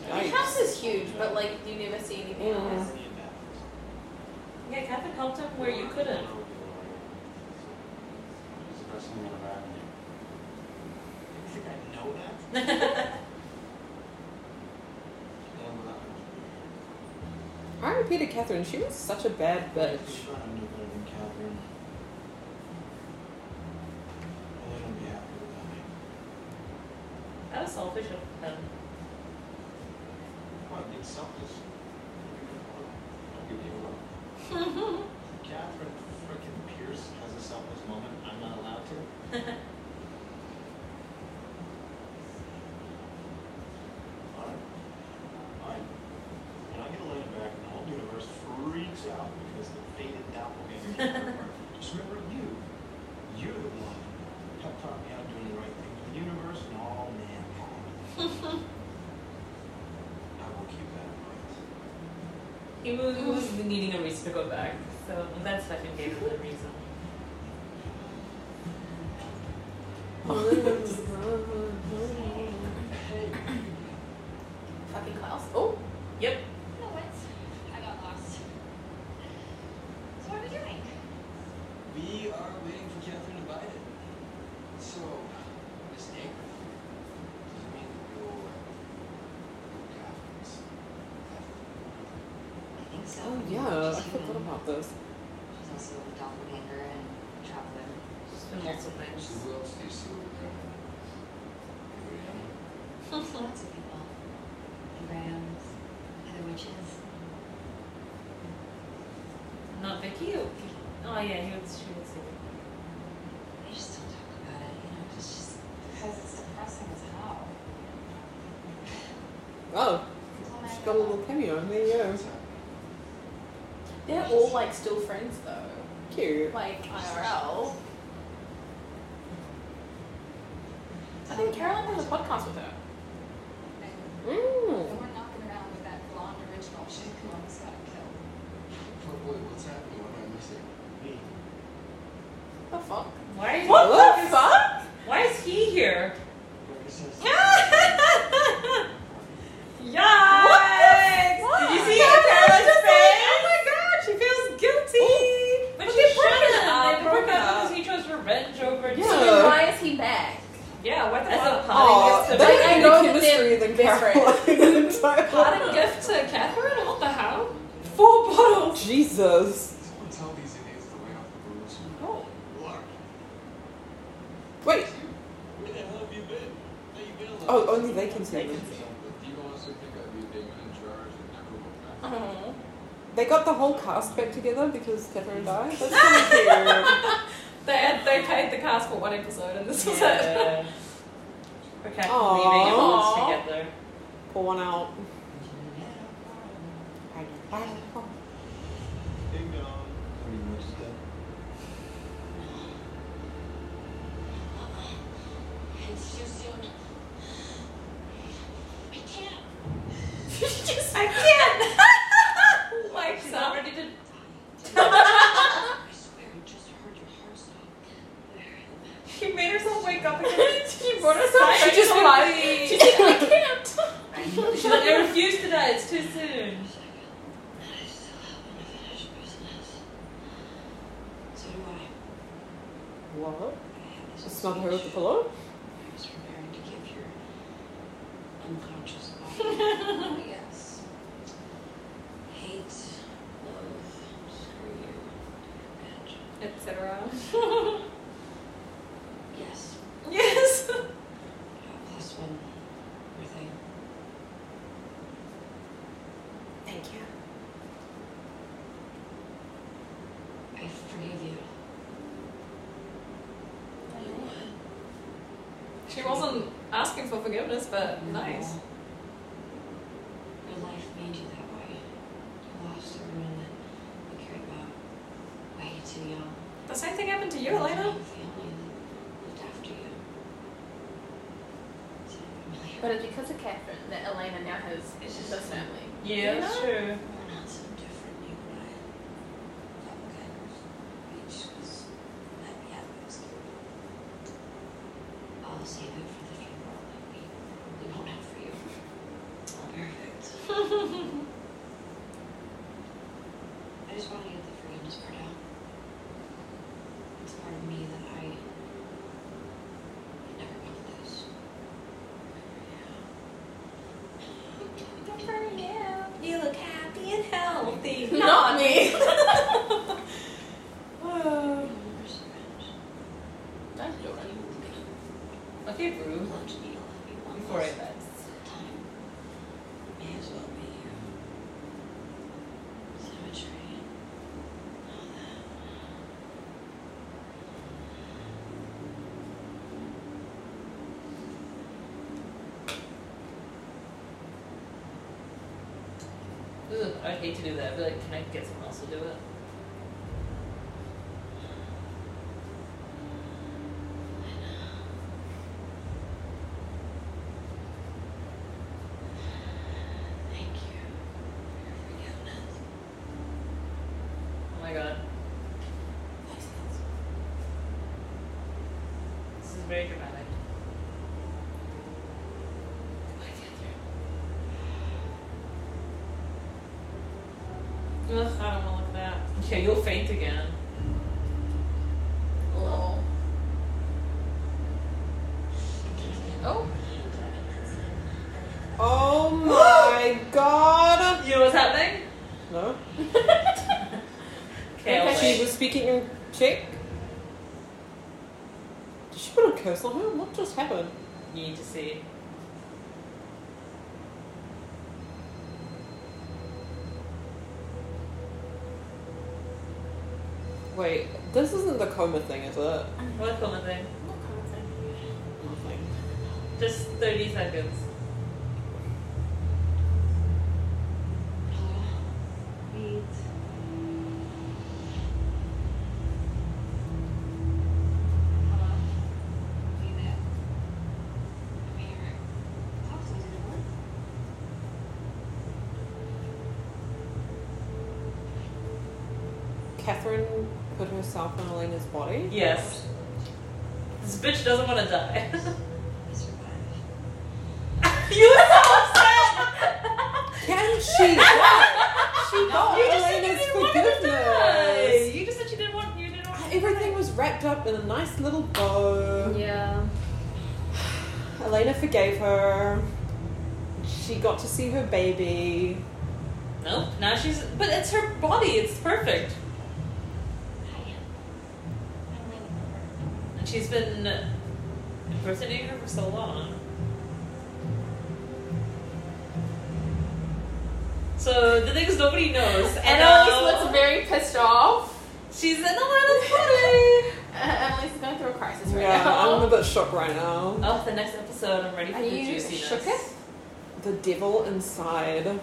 [SPEAKER 3] The
[SPEAKER 1] Yikes.
[SPEAKER 3] house is huge, but like you never see anything
[SPEAKER 1] Mm.
[SPEAKER 3] else.
[SPEAKER 2] yeah, Catherine helped him where you couldn't.
[SPEAKER 6] It's the best thing that ever happened to you. You think I know that? Yeah, well, that was weird.
[SPEAKER 1] I repeated Catherine, she was such a bad bitch.
[SPEAKER 6] She's trying to do better than Catherine. Well, they don't be happy without me.
[SPEAKER 2] That was selfish of him.
[SPEAKER 6] What, it's selfish? I'll give you one. Catherine frickin' Pierce has a selfless moment. I'm not allowed to. Alright. Alright. And I get Elena back and the whole universe freaks out because the faded doppelganger came from her. Just remember you. You're the one that taught me how to do the right thing for the universe and all mankind. I will keep that in mind.
[SPEAKER 2] He He was, he was needing a reason to go back. So that second gave him the reason.
[SPEAKER 1] Oh,
[SPEAKER 3] Fucking Klaus. Oh,
[SPEAKER 2] Yep.
[SPEAKER 5] No, what? I got lost. So what are we doing?
[SPEAKER 6] We are waiting for Catherine to bite it. So, this anchor thing, does it mean that you'll, Catherine's, Catherine?
[SPEAKER 7] I think so.
[SPEAKER 1] Oh yeah, I
[SPEAKER 7] She's
[SPEAKER 1] forgot
[SPEAKER 7] human.
[SPEAKER 1] about this.
[SPEAKER 7] She's also a doppelganger and traveler.
[SPEAKER 2] Just been lots of
[SPEAKER 6] So
[SPEAKER 2] things.
[SPEAKER 6] who else do you see over there? Graham?
[SPEAKER 7] Lots of people. The Grahams, other witches.
[SPEAKER 2] Not Vicky. or- Oh yeah, he was. She was. Singing.
[SPEAKER 7] I just don't talk about it, you know, 'cause it's just because it's depressing as hell.
[SPEAKER 1] Oh, she's got a little cameo. uh, There you go.
[SPEAKER 3] they're all like still friends though,
[SPEAKER 1] Cute.
[SPEAKER 3] like IRL. I think Caroline has a podcast with her.
[SPEAKER 1] Mm.
[SPEAKER 5] And we're knocking around with that blonde original chick who almost got killed.
[SPEAKER 6] Oh boy, what's happening? What am I missing? Me.
[SPEAKER 3] The fuck?
[SPEAKER 2] Why?
[SPEAKER 3] What the fuck?
[SPEAKER 2] Why is he here?
[SPEAKER 3] Yikes!
[SPEAKER 2] Did you see
[SPEAKER 3] Yes,
[SPEAKER 2] Carol's
[SPEAKER 3] just like,
[SPEAKER 2] face?
[SPEAKER 3] oh my god, she feels guilty.
[SPEAKER 2] But
[SPEAKER 3] Well,
[SPEAKER 2] she
[SPEAKER 3] they broke
[SPEAKER 2] shouldn't.
[SPEAKER 3] up,
[SPEAKER 2] They
[SPEAKER 3] broke
[SPEAKER 2] broke up
[SPEAKER 3] up.
[SPEAKER 2] because he chose revenge over.
[SPEAKER 1] Yeah.
[SPEAKER 3] So then why is he back?
[SPEAKER 2] Yeah. What the
[SPEAKER 4] As
[SPEAKER 2] fuck?
[SPEAKER 4] a
[SPEAKER 1] Oh,
[SPEAKER 2] Parting
[SPEAKER 1] that
[SPEAKER 2] gift to-
[SPEAKER 3] Like, I
[SPEAKER 1] is
[SPEAKER 3] know
[SPEAKER 1] a
[SPEAKER 3] that
[SPEAKER 1] bigger mystery than
[SPEAKER 3] best
[SPEAKER 1] Catherine.
[SPEAKER 4] Parting gift to Catherine? What the hell? Four bottles!
[SPEAKER 1] Jesus.
[SPEAKER 6] Someone tell these idiots the way off the roads.
[SPEAKER 3] Oh.
[SPEAKER 6] Lark,
[SPEAKER 1] Wait.
[SPEAKER 6] where the hell have you been? How you been?
[SPEAKER 1] Oh, only they can see
[SPEAKER 6] Do
[SPEAKER 1] them.
[SPEAKER 6] you honestly think I'd be a in charge and never look back?
[SPEAKER 3] Oh.
[SPEAKER 1] They got the whole cast back together because Catherine died. That's kind of cute.
[SPEAKER 4] They, had, they paid the cast for one episode and this was it.
[SPEAKER 2] Yeah. Okay,
[SPEAKER 1] Aw.
[SPEAKER 2] leaving it all together.
[SPEAKER 1] Pour one out.
[SPEAKER 6] Ding dong. Pretty much that.
[SPEAKER 7] It's too soon.
[SPEAKER 5] I can't.
[SPEAKER 4] Just, I can't! like,
[SPEAKER 2] She's
[SPEAKER 4] some.
[SPEAKER 2] not ready to.
[SPEAKER 7] I swear, I just heard your heart stop. Where in the back?
[SPEAKER 2] She made herself wake up again.
[SPEAKER 3] She brought herself
[SPEAKER 2] She just
[SPEAKER 3] finally.
[SPEAKER 2] She's
[SPEAKER 3] like, I can't.
[SPEAKER 2] She's like, I refuse to die. It's too soon.
[SPEAKER 7] I still have unfinished business. So do I.
[SPEAKER 1] What?
[SPEAKER 7] I have this
[SPEAKER 1] It's not her with the
[SPEAKER 7] speech
[SPEAKER 1] pillow?
[SPEAKER 7] I was preparing to give your unconscious body.
[SPEAKER 5] Oh, yes.
[SPEAKER 7] Hate, love, screw you, revenge.
[SPEAKER 4] Etc.
[SPEAKER 7] Yes.
[SPEAKER 4] Yes.
[SPEAKER 7] Plus one more thing.
[SPEAKER 3] Thank you.
[SPEAKER 7] I forgive you. You what?
[SPEAKER 4] She wasn't asking for forgiveness, but nice.
[SPEAKER 7] Your life made you that way. You lost everyone that you cared about way too young.
[SPEAKER 4] The same thing happened to you, Elena.
[SPEAKER 7] Your Family that looked after you. Sound familiar?
[SPEAKER 3] But it's because of Catherine that Elena now has the family.
[SPEAKER 2] Yeah, that's true.
[SPEAKER 7] We're not so different, you and I. Doppelgangers. We just was let me have those. I'll save it for the funeral that we, we won't have for you. Perfect. I just want to get the forgiveness part out. It's part of me that I never want this.
[SPEAKER 4] You look happy and healthy.
[SPEAKER 3] Not me.
[SPEAKER 7] Universe revenge.
[SPEAKER 3] That's
[SPEAKER 7] I
[SPEAKER 3] joking.
[SPEAKER 7] will look at
[SPEAKER 2] Okay,
[SPEAKER 7] a
[SPEAKER 2] Rue.
[SPEAKER 7] lunch needle every one
[SPEAKER 2] Before I
[SPEAKER 7] last
[SPEAKER 2] bet.
[SPEAKER 7] time. May as well be here. Symmetry. All that.
[SPEAKER 2] Ugh, I'd hate to do that. I'd be like, can I get someone else to do it?
[SPEAKER 7] Thank you for your forgiveness.
[SPEAKER 2] Oh very dramatic.
[SPEAKER 4] Ugh, I don't want to look at that.
[SPEAKER 2] Yeah, you'll faint again.
[SPEAKER 3] Oh. Oh.
[SPEAKER 1] Oh my god!
[SPEAKER 2] You know what's happening?
[SPEAKER 1] No?
[SPEAKER 2] Okay, I'll
[SPEAKER 3] Okay.
[SPEAKER 1] She
[SPEAKER 2] wait.
[SPEAKER 1] was speaking in Czech? Did she put a curse on her? What just happened?
[SPEAKER 2] You need to see.
[SPEAKER 1] Wait, this isn't the coma thing, is it?
[SPEAKER 2] What a common thing.
[SPEAKER 1] Nothing.
[SPEAKER 2] Just 30 seconds.
[SPEAKER 1] Catherine put herself in Elena's body?
[SPEAKER 2] Yes. This bitch doesn't want to die. you were so upset!
[SPEAKER 1] Can she die? She got
[SPEAKER 2] you just said you
[SPEAKER 1] Elena's
[SPEAKER 2] didn't want her to die!
[SPEAKER 1] forgiveness!
[SPEAKER 2] You just said you didn't want, you didn't want her to
[SPEAKER 1] Everything
[SPEAKER 2] die.
[SPEAKER 1] was wrapped up in a nice little bow.
[SPEAKER 4] Yeah.
[SPEAKER 1] Elena forgave her. She got to see her baby.
[SPEAKER 2] Nope, now she's. But it's her body, it's perfect. And she's been impersonating her for so long. So the thing is, nobody knows.
[SPEAKER 3] And
[SPEAKER 2] And
[SPEAKER 3] Annalise
[SPEAKER 2] now
[SPEAKER 3] looks very pissed off.
[SPEAKER 2] she's in Elena's body.
[SPEAKER 3] Uh, Annalise is going through a crisis right
[SPEAKER 1] Yeah,
[SPEAKER 3] now.
[SPEAKER 1] I'm a bit shocked right now.
[SPEAKER 2] Oh, the next episode, I'm ready for
[SPEAKER 3] Are
[SPEAKER 2] the
[SPEAKER 3] you
[SPEAKER 2] juiciness.
[SPEAKER 3] shook it?
[SPEAKER 1] The Devil Inside,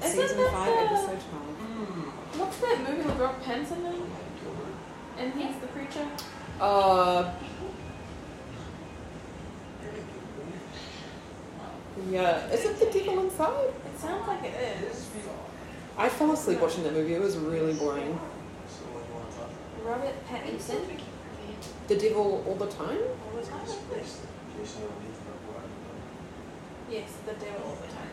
[SPEAKER 1] season
[SPEAKER 3] that
[SPEAKER 1] five,
[SPEAKER 3] the-
[SPEAKER 1] episode twelve.
[SPEAKER 3] What's that movie with Rob Pattinson in? And he's the preacher.
[SPEAKER 1] Uh, yeah, is it The Devil Inside?
[SPEAKER 3] It sounds like it is.
[SPEAKER 1] I fell asleep watching that movie. It was really boring.
[SPEAKER 6] So what do you want to talk about?
[SPEAKER 3] Robert Pattinson.
[SPEAKER 1] The Devil all the time.
[SPEAKER 6] Jason, Jason will need to know what I'm doing.
[SPEAKER 3] Yes, the devil all the time.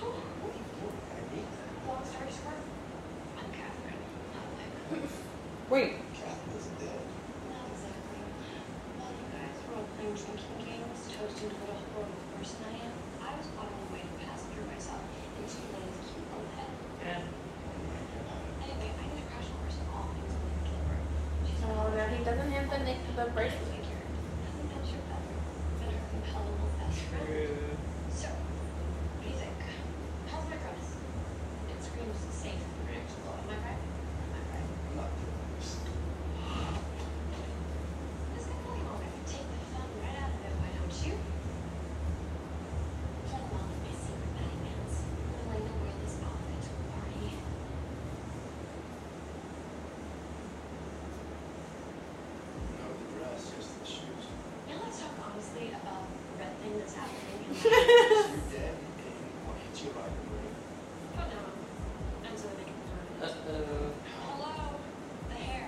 [SPEAKER 6] I need
[SPEAKER 1] Wait,
[SPEAKER 6] that. Catherine is dead.
[SPEAKER 2] Yeah.
[SPEAKER 3] Oh, no, he doesn't have the neck the bracelet.
[SPEAKER 7] So, what do you think? How's my dress? It screams safe, predictable. Am I right? Am I right?
[SPEAKER 6] I'm not doing this.
[SPEAKER 7] This is really all right. Take the fun right out of it, why don't you? Play along with my secret nightmares. I'm like, to wear this outfit to a party.
[SPEAKER 6] No, the dress, just the shoes.
[SPEAKER 7] Now let's talk honestly about the red thing that's happening. in my
[SPEAKER 6] You're
[SPEAKER 7] life.
[SPEAKER 6] dead, and I'll hit you by the ring.
[SPEAKER 7] Oh no, I'm so making
[SPEAKER 2] Uh
[SPEAKER 7] fun of it.
[SPEAKER 2] oh.
[SPEAKER 7] Hello, the hair.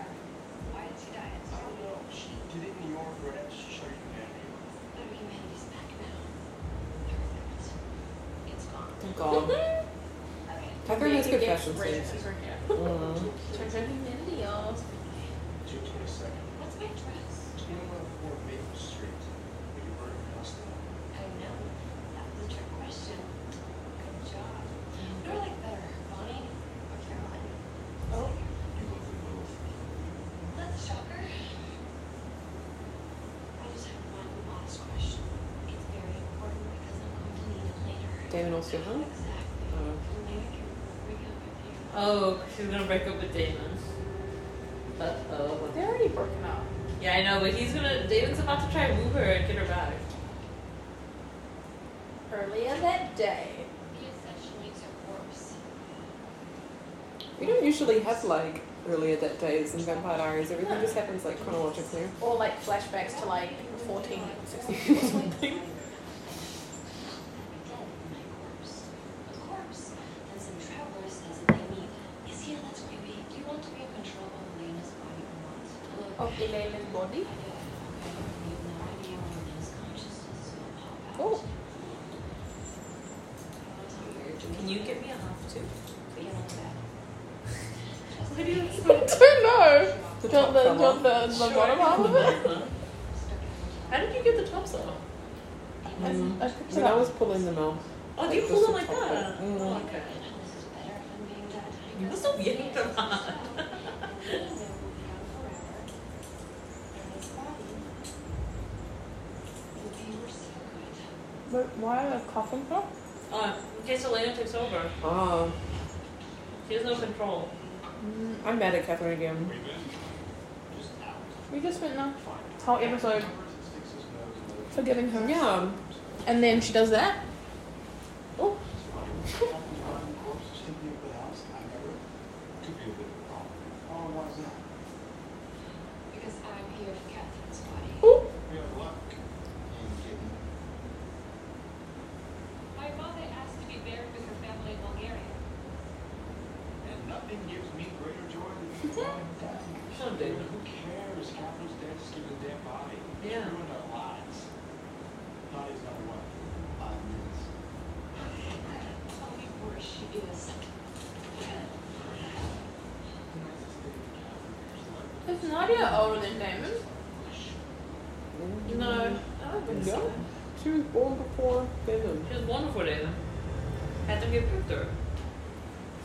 [SPEAKER 7] Why did she dye it?
[SPEAKER 6] I don't know. She did it in New York, right after she showed you down in New York.
[SPEAKER 7] Oh, humanity's back now. Perfect. It's gone.
[SPEAKER 1] oh God,
[SPEAKER 7] Okay.
[SPEAKER 1] Catherine has
[SPEAKER 3] Big
[SPEAKER 1] good fashion
[SPEAKER 3] bracelet
[SPEAKER 1] sense.
[SPEAKER 3] right here.
[SPEAKER 1] Mm.
[SPEAKER 3] Turns her humanity off.
[SPEAKER 6] June twenty-second.
[SPEAKER 7] What's my dress?
[SPEAKER 6] Twenty-one oh four Maple Street. Will you burn your house down?
[SPEAKER 7] I know. That was a trick question. Good job. What do I like better, Bonnie or Caroline? Oh.
[SPEAKER 6] You look the move.
[SPEAKER 7] That's a shocker. I just have one last question. It's very important because I'm going to need it later.
[SPEAKER 1] Damon Alston.
[SPEAKER 7] Exactly.
[SPEAKER 1] Oh.
[SPEAKER 7] From there, you bring up with you.
[SPEAKER 2] Oh, she's gonna break up with Damon. Uh oh.
[SPEAKER 3] They're already broken up.
[SPEAKER 2] Yeah, I know, but he's gonna. Damon's about to try and woo her and get her back.
[SPEAKER 3] Earlier that day.
[SPEAKER 7] He essentially took worse.
[SPEAKER 1] We don't usually have like earlier that days in Vampire Diaries. Everything just happens like chronologically.
[SPEAKER 3] Or like flashbacks to like 14, 16.
[SPEAKER 7] Travelers says that they meet. Is he in that creepy? Do you want to be in control of Elena's body?
[SPEAKER 3] of Elena's body.
[SPEAKER 1] Oh.
[SPEAKER 2] Can you give me a half too?
[SPEAKER 3] don't know.
[SPEAKER 1] The
[SPEAKER 3] Do you
[SPEAKER 1] top fell
[SPEAKER 3] want the, do you want
[SPEAKER 1] off.
[SPEAKER 3] the, the bottom half of it?
[SPEAKER 2] How did you get the tops off?
[SPEAKER 1] Mm.
[SPEAKER 3] I, I picked it
[SPEAKER 1] When I
[SPEAKER 3] up.
[SPEAKER 1] was pulling them out.
[SPEAKER 2] Oh, do you
[SPEAKER 1] Like
[SPEAKER 2] pull
[SPEAKER 1] just
[SPEAKER 2] them
[SPEAKER 1] the
[SPEAKER 2] like
[SPEAKER 1] top
[SPEAKER 2] that?
[SPEAKER 1] bit. Mm.
[SPEAKER 2] Oh, okay. You must have yanked them hard.
[SPEAKER 3] But why are they coughing for?
[SPEAKER 2] Oh, in case Elena takes over.
[SPEAKER 1] Ah,
[SPEAKER 2] She has no control.
[SPEAKER 1] I'm mad at Catherine again.
[SPEAKER 6] We've been just out.
[SPEAKER 3] We just went now. This whole episode
[SPEAKER 6] Sticks his nose in the-
[SPEAKER 3] forgiving her.
[SPEAKER 1] Yeah,
[SPEAKER 3] And then she does that.
[SPEAKER 6] Could be a bit of a problem.
[SPEAKER 5] Because I'm here for Catherine's body.
[SPEAKER 6] We have luck in getting
[SPEAKER 5] My mother asked to be buried with her family in Bulgaria.
[SPEAKER 6] And nothing gives me greater joy than falling down.
[SPEAKER 2] She'll do.
[SPEAKER 6] Who cares? Catherine's dead, just give her the damn body. She
[SPEAKER 2] Yeah.
[SPEAKER 6] Ruined our lives. Body's not what? Five minutes.
[SPEAKER 5] Tell me where she is.
[SPEAKER 3] Is Nadia older than Damon?
[SPEAKER 2] No, Oh, I don't think so.
[SPEAKER 1] No. she was born before Venom.
[SPEAKER 2] She was wonderful then. Had them get picked her.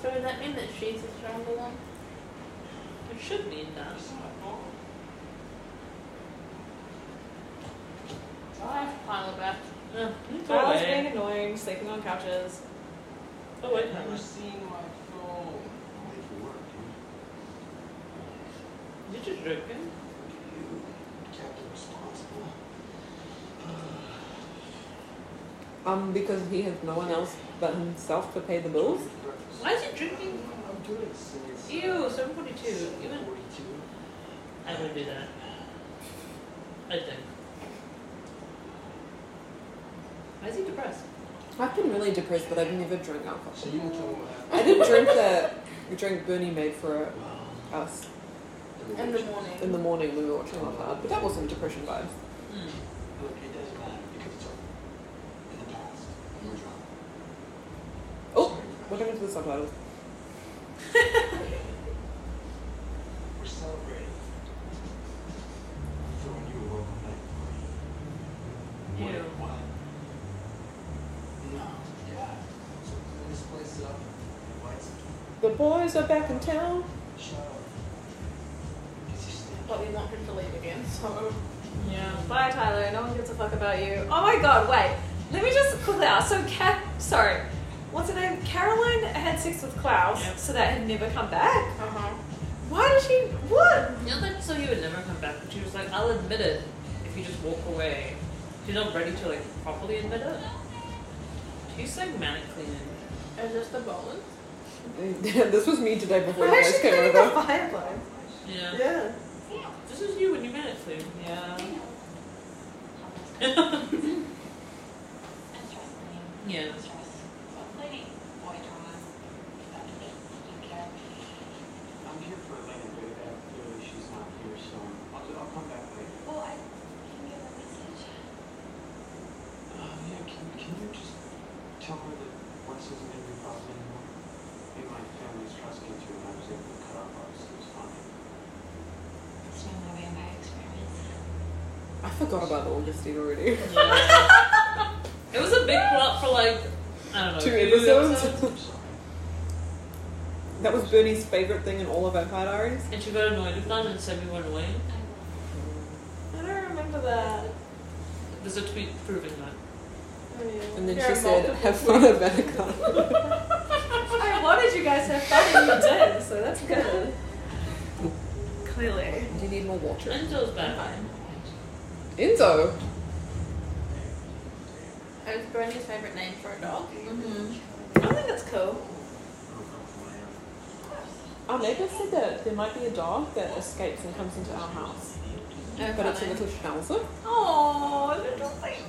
[SPEAKER 3] So does that mean that she's the stronger one?
[SPEAKER 2] It should mean that.
[SPEAKER 3] Well, I have to pile it back.
[SPEAKER 2] Uh,
[SPEAKER 4] I
[SPEAKER 2] go
[SPEAKER 4] was being
[SPEAKER 2] away.
[SPEAKER 4] annoying, sleeping on couches.
[SPEAKER 2] Go away.
[SPEAKER 6] Never
[SPEAKER 2] Thomas.
[SPEAKER 6] seen my phone. Wait for work, dude.
[SPEAKER 2] You just joking?
[SPEAKER 6] You kept it responsible.
[SPEAKER 1] Um, because he has no one else but himself to pay the bills.
[SPEAKER 6] Breakfast.
[SPEAKER 2] Why is he drinking?
[SPEAKER 6] I'm doing it since.
[SPEAKER 2] Ew, 742. Even
[SPEAKER 6] 42.
[SPEAKER 2] I would do that. I think. Why is he depressed?
[SPEAKER 1] I've been really depressed, but I've never drank alcohol.
[SPEAKER 6] So you won't tell me what happened.
[SPEAKER 1] I didn't drink the drink Bernie made for
[SPEAKER 6] Well,
[SPEAKER 1] us
[SPEAKER 6] there
[SPEAKER 3] In
[SPEAKER 6] were-
[SPEAKER 3] the morning.
[SPEAKER 1] in the morning when we were watching Love Hard, but that wasn't depression vibes.
[SPEAKER 2] Mm.
[SPEAKER 6] Look, it doesn't matter because it's over. In the past, you were drunk.
[SPEAKER 1] Oh, what happened to the subtitles?
[SPEAKER 6] We're celebrating. Throwing you a welcome night party. What?
[SPEAKER 2] Ew.
[SPEAKER 6] What? No. Yeah. So clean this place up. Invite some
[SPEAKER 1] The boys are back in town.
[SPEAKER 6] people. Shut up. It's just that-
[SPEAKER 3] But we want him to leave again, so.
[SPEAKER 4] Yeah. Bye, Tyler. No one gives a fuck about you. Oh my god, wait. Let me just quickly ask. So, Cat, sorry. What's her name? Caroline had sex with Klaus,
[SPEAKER 2] Yep.
[SPEAKER 4] so that had never come back.
[SPEAKER 3] Uh huh.
[SPEAKER 4] Why did she. What?
[SPEAKER 2] You know that so he would never come back, but she was like, I'll admit it if you just walk away. She's not ready to like properly admit it. She's like manic cleaning.
[SPEAKER 3] Is this the Boland?
[SPEAKER 1] this was me today before you
[SPEAKER 4] Why is
[SPEAKER 1] guys
[SPEAKER 4] she
[SPEAKER 1] came
[SPEAKER 4] cleaning the
[SPEAKER 1] over.
[SPEAKER 4] fireplace?
[SPEAKER 2] Yeah.
[SPEAKER 4] Yeah.
[SPEAKER 2] This is you when you manic clean.
[SPEAKER 4] Yeah.
[SPEAKER 2] Yeah.
[SPEAKER 6] I'm here for Elena, but uh, clearly she's not here, so I'll, I'll come back later. Uh, yeah, can, can you just tell her that Wes isn't going to be a problem anymore? Me and my family's trust came through, and I was able to cut off ours, so it's fine.
[SPEAKER 1] I forgot about the Augustine already.
[SPEAKER 2] Yeah. it was a big plot for like I don't know
[SPEAKER 1] Two
[SPEAKER 2] few
[SPEAKER 1] episodes.
[SPEAKER 6] I'm sorry.
[SPEAKER 1] that was Bernie's favorite thing in all of our Vampire Diaries.
[SPEAKER 2] And she got annoyed with none and said we were annoying.
[SPEAKER 4] I don't remember that.
[SPEAKER 2] There's a tweet proving that.
[SPEAKER 1] And then
[SPEAKER 3] There are
[SPEAKER 1] she said,
[SPEAKER 3] multiple
[SPEAKER 1] "Have fun at Vatican."
[SPEAKER 4] I wanted you guys to have fun and you did, so that's good. Clearly.
[SPEAKER 1] Do you need more water?
[SPEAKER 2] Enzo's back.
[SPEAKER 4] Fine.
[SPEAKER 1] Enzo.
[SPEAKER 3] It was Bernie's favorite name for a dog.
[SPEAKER 4] I think that's cool.
[SPEAKER 1] Our neighbour said that there might be a dog that escapes and comes into our house, but it's a little schnauzer.
[SPEAKER 4] Oh, little baby.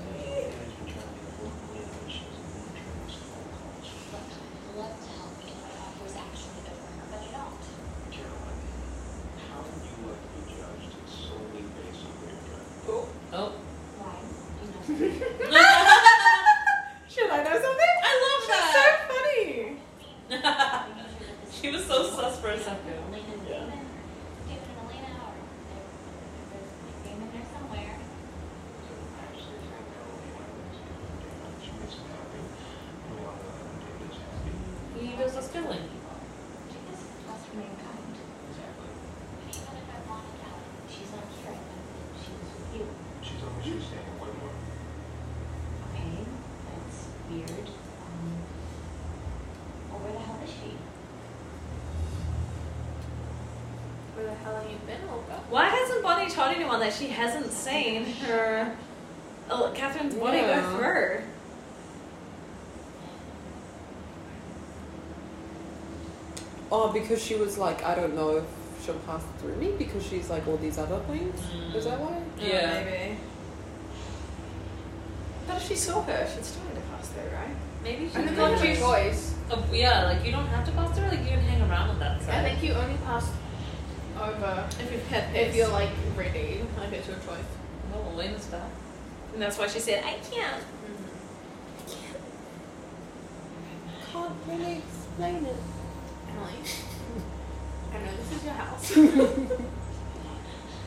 [SPEAKER 6] Caroline, how would you like to be judged? It's so
[SPEAKER 2] Oh. She was so sus for a second.
[SPEAKER 5] Elena and
[SPEAKER 6] Yeah.
[SPEAKER 5] Damon, or David and Elena, or there's, there's like Damon there somewhere.
[SPEAKER 2] He does us killing.
[SPEAKER 5] She just was from mankind. And even if I wanted out, she's not here. I thought She was with you.
[SPEAKER 6] She told me she was staying at Whitmore.
[SPEAKER 5] Okay, that's weird. Um, well, where the hell is she?
[SPEAKER 3] Where the hell have you been, Olga?
[SPEAKER 4] Why hasn't Bonnie told anyone that she hasn't seen her oh, Catherine's body
[SPEAKER 1] Yeah.
[SPEAKER 4] go through?
[SPEAKER 1] Oh, because she was like, I don't know if she'll pass through me because she's like all these other things. Is that why?
[SPEAKER 2] Yeah.
[SPEAKER 4] Oh, maybe. But if she saw her, she'd still need to pass through, right?
[SPEAKER 2] Maybe she
[SPEAKER 3] I
[SPEAKER 2] did.
[SPEAKER 3] think that's your choice.
[SPEAKER 2] Uh, yeah, like you don't have to pass through. Like you can hang around on that
[SPEAKER 3] I
[SPEAKER 2] side.
[SPEAKER 3] think you only pass over
[SPEAKER 4] If you've had
[SPEAKER 3] if
[SPEAKER 4] this.
[SPEAKER 3] you're like ready. Like it's your choice.
[SPEAKER 2] no, Elena's back.
[SPEAKER 4] And that's why she said, I can't.
[SPEAKER 1] Can't really explain it.
[SPEAKER 3] Mm-hmm. Emily. I know this is your house.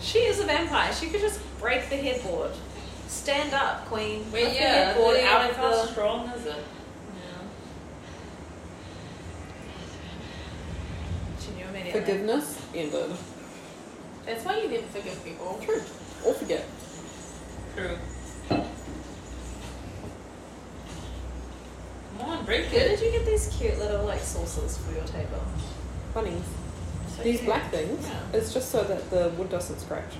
[SPEAKER 4] She is a vampire. She could just break the headboard. Stand up, queen.
[SPEAKER 2] Wait,
[SPEAKER 4] Lift the
[SPEAKER 2] yeah.
[SPEAKER 4] headboard
[SPEAKER 2] the-
[SPEAKER 4] out of
[SPEAKER 2] how
[SPEAKER 4] the...
[SPEAKER 2] strong is it?
[SPEAKER 4] She knew immediately.
[SPEAKER 1] Forgiveness ended.
[SPEAKER 3] That's why you never forgive people.
[SPEAKER 1] True. Or forget.
[SPEAKER 2] True. Come on, break
[SPEAKER 4] Where did
[SPEAKER 2] it.
[SPEAKER 4] you get these cute little like saucers for your table?
[SPEAKER 1] Funny.
[SPEAKER 2] So
[SPEAKER 1] These
[SPEAKER 2] cute.
[SPEAKER 1] black things,
[SPEAKER 4] Yeah.
[SPEAKER 1] it's just so that the wood doesn't scratch.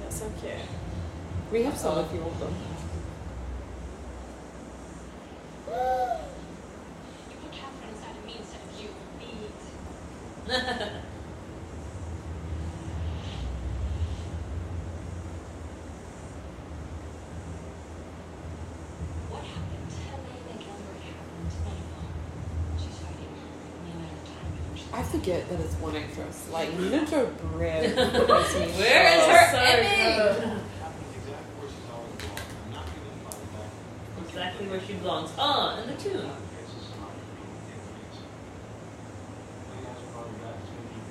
[SPEAKER 4] That's so cute.
[SPEAKER 1] We have some if you want them.
[SPEAKER 5] You put Catherine inside of me instead of you. Beat. What happened? Elena Gilbert happened. She's fighting. Me and I are time before
[SPEAKER 1] I forget that it's one actress. Like Nina Jo Brand. makes me
[SPEAKER 2] Where is
[SPEAKER 4] Oh,
[SPEAKER 1] so-
[SPEAKER 2] her
[SPEAKER 3] So
[SPEAKER 2] Emmy?
[SPEAKER 3] good.
[SPEAKER 6] Happened exactly where she's always belonged. I'm
[SPEAKER 2] Exactly where she belongs.
[SPEAKER 6] not gonna find that.
[SPEAKER 2] Ah, in the tomb.
[SPEAKER 6] This is not a good influence. Lena's probably got to be completely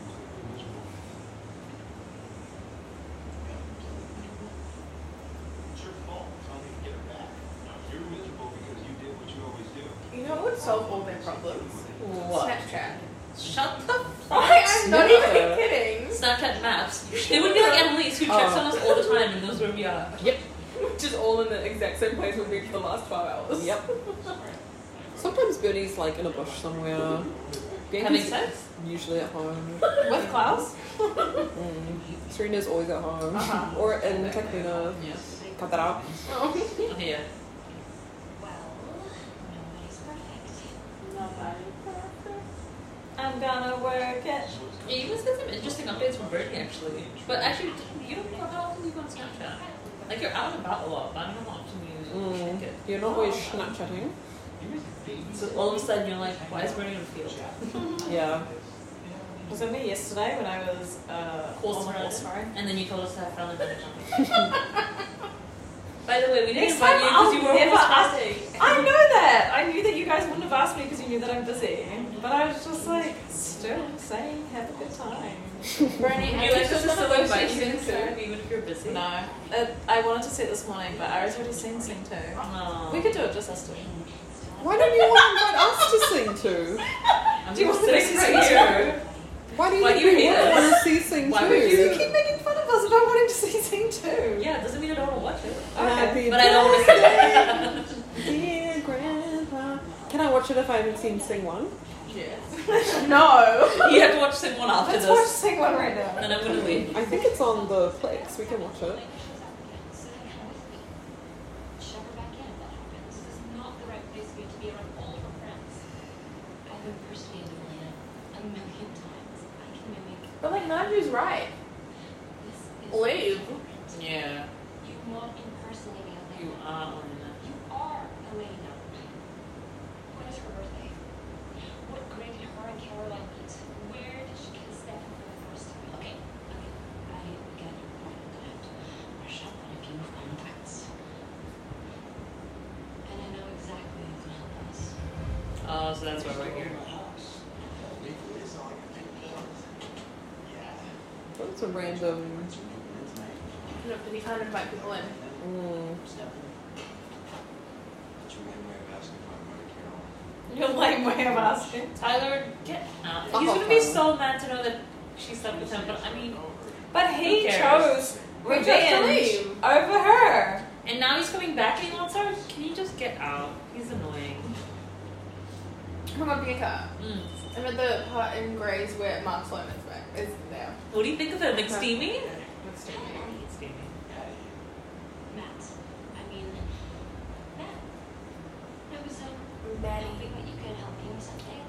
[SPEAKER 6] miserable. It's your fault. Tell me to get her back. Now, you're miserable because you did what you always do.
[SPEAKER 3] You know what would solve all their problems?
[SPEAKER 2] What?
[SPEAKER 3] Snapchat.
[SPEAKER 2] Shut the
[SPEAKER 3] I,
[SPEAKER 2] fuck.
[SPEAKER 3] I'm not
[SPEAKER 1] Yeah.
[SPEAKER 3] even kidding.
[SPEAKER 2] Snapchat maps. It would be like Annalise who checks
[SPEAKER 1] Oh.
[SPEAKER 2] on us all the time and knows where we are.
[SPEAKER 3] Just all in the exact same place we've been for the last twelve hours.
[SPEAKER 1] Yep. Sometimes Bernie's like in a bush somewhere.
[SPEAKER 2] Having
[SPEAKER 1] Bianca's
[SPEAKER 2] sex?
[SPEAKER 1] usually at home.
[SPEAKER 4] With Klaus?
[SPEAKER 1] Mm. Serena's always at home.
[SPEAKER 3] Uh-huh.
[SPEAKER 1] Or in Taclina.
[SPEAKER 2] Yes.
[SPEAKER 1] Cut that out.
[SPEAKER 3] Oh.
[SPEAKER 2] Yeah.
[SPEAKER 5] Well, nobody's perfect.
[SPEAKER 4] I'm gonna work it.
[SPEAKER 2] Yeah, you must get some interesting updates from Bernie actually. But actually, you don't know how often you go on Snapchat. Like you're out and about a lot, but I don't know how often you
[SPEAKER 1] Mm.
[SPEAKER 2] check it. Oh.
[SPEAKER 1] You're not always Snapchatting.
[SPEAKER 2] So all of a sudden you're like, why is Bernie on the field?
[SPEAKER 1] Yeah.
[SPEAKER 4] Was it me yesterday when I was uh,
[SPEAKER 2] Horse
[SPEAKER 4] on the
[SPEAKER 2] riding.
[SPEAKER 4] horse riding?
[SPEAKER 2] And then you told us that I found a better company. By the way, we didn't
[SPEAKER 4] Next
[SPEAKER 2] invite
[SPEAKER 4] time
[SPEAKER 2] you because
[SPEAKER 4] I'll
[SPEAKER 2] you were
[SPEAKER 4] never
[SPEAKER 2] almost
[SPEAKER 4] ask-
[SPEAKER 2] passing.
[SPEAKER 4] I know that! I knew that you guys wouldn't have asked me because you knew that I'm busy. But I was just like, still saying, have a good time.
[SPEAKER 3] Bernie,
[SPEAKER 2] You like this is still invite you
[SPEAKER 3] season
[SPEAKER 2] next time,
[SPEAKER 3] two.
[SPEAKER 2] even if you're busy.
[SPEAKER 4] No. Uh, I wanted to see it this morning, but I was already seeing Scene 2.
[SPEAKER 2] Aw.
[SPEAKER 4] We could do it just us two.
[SPEAKER 1] Why don't you want to invite us to sing too?
[SPEAKER 2] I'm
[SPEAKER 4] Do you
[SPEAKER 2] just
[SPEAKER 4] want to
[SPEAKER 2] sitting
[SPEAKER 4] see
[SPEAKER 2] right
[SPEAKER 4] Scene
[SPEAKER 2] here.
[SPEAKER 1] Why do you
[SPEAKER 2] Why
[SPEAKER 1] think
[SPEAKER 2] do you
[SPEAKER 1] we
[SPEAKER 2] hate
[SPEAKER 1] wouldn't
[SPEAKER 2] us?
[SPEAKER 1] want to see sing
[SPEAKER 2] Why
[SPEAKER 1] too?
[SPEAKER 2] would
[SPEAKER 4] You keep making fun of us about wanting to see Scene 2.
[SPEAKER 2] Yeah, doesn't mean I don't want to watch it.
[SPEAKER 1] Happy
[SPEAKER 2] But I don't want to say that.
[SPEAKER 1] Dear grandpa. Can I watch it if I haven't seen Sing One?
[SPEAKER 3] No.
[SPEAKER 2] You have to watch Sing One after
[SPEAKER 4] Let's
[SPEAKER 2] this.
[SPEAKER 4] watch Scene 1 right now.
[SPEAKER 2] And I'm gonna leave.
[SPEAKER 1] I think it's on the Plex. We can watch it.
[SPEAKER 5] So they come with me. Shove her back in if that happens. This is not the right place for you to be around all of her friends.
[SPEAKER 7] I've impersonated Elena a million times. I can mimic
[SPEAKER 3] But like Naju's right.
[SPEAKER 7] this. Is
[SPEAKER 3] Leave.
[SPEAKER 7] different.
[SPEAKER 2] Yeah,
[SPEAKER 7] You're not impersonating Elena.
[SPEAKER 2] you are on
[SPEAKER 7] You are Elena. When is her birthday? What grade did her and Caroline meet? Where did she kiss Stefan for the first time? Okay, okay. I get your point. I'm gonna have to brush up on a few contacts. And I know exactly who can help us.
[SPEAKER 2] Oh, so that's why we're here.
[SPEAKER 6] Legally, it's not like I
[SPEAKER 1] It's a random.
[SPEAKER 3] No, but he can't invite people in.
[SPEAKER 1] Mm,
[SPEAKER 4] Your lame way of asking. Tyler, get out. He's
[SPEAKER 1] Fuck off,
[SPEAKER 4] gonna be
[SPEAKER 1] Tyler.
[SPEAKER 4] so mad to know that she slept with him, but I mean, but
[SPEAKER 2] Who
[SPEAKER 4] he
[SPEAKER 2] cares?
[SPEAKER 4] chose
[SPEAKER 3] Reject
[SPEAKER 4] revenge
[SPEAKER 3] Salim.
[SPEAKER 4] over her, and now he's coming back and he wants her. Can you just get out? He's annoying.
[SPEAKER 3] Come on, Pika.
[SPEAKER 2] Mm.
[SPEAKER 3] I'm at the part in Grays where Mark Sloan is back. Is there.
[SPEAKER 4] What do you think of it, McSteamy?
[SPEAKER 3] Looks to me.
[SPEAKER 2] Steamy.
[SPEAKER 5] Matt. I mean, Matt. I was hoping
[SPEAKER 3] Maddie.
[SPEAKER 5] that you could help me with something.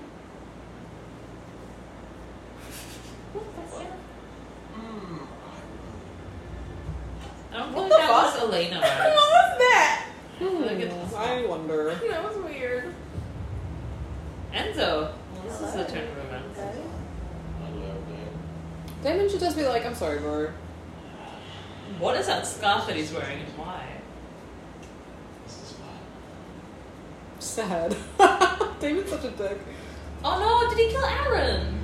[SPEAKER 2] I don't
[SPEAKER 3] What
[SPEAKER 2] think
[SPEAKER 3] the
[SPEAKER 2] that was Elena.
[SPEAKER 3] what was that?
[SPEAKER 2] Look at this.
[SPEAKER 1] mm, I wonder.
[SPEAKER 3] That was weird.
[SPEAKER 2] Enzo. Well, this is the turn of events.
[SPEAKER 1] Damon should just be like, I'm sorry, bro.
[SPEAKER 2] What is that scarf that he's wearing and why?
[SPEAKER 1] Sad. Damon's such a dick.
[SPEAKER 2] Oh no, did he kill Aaron?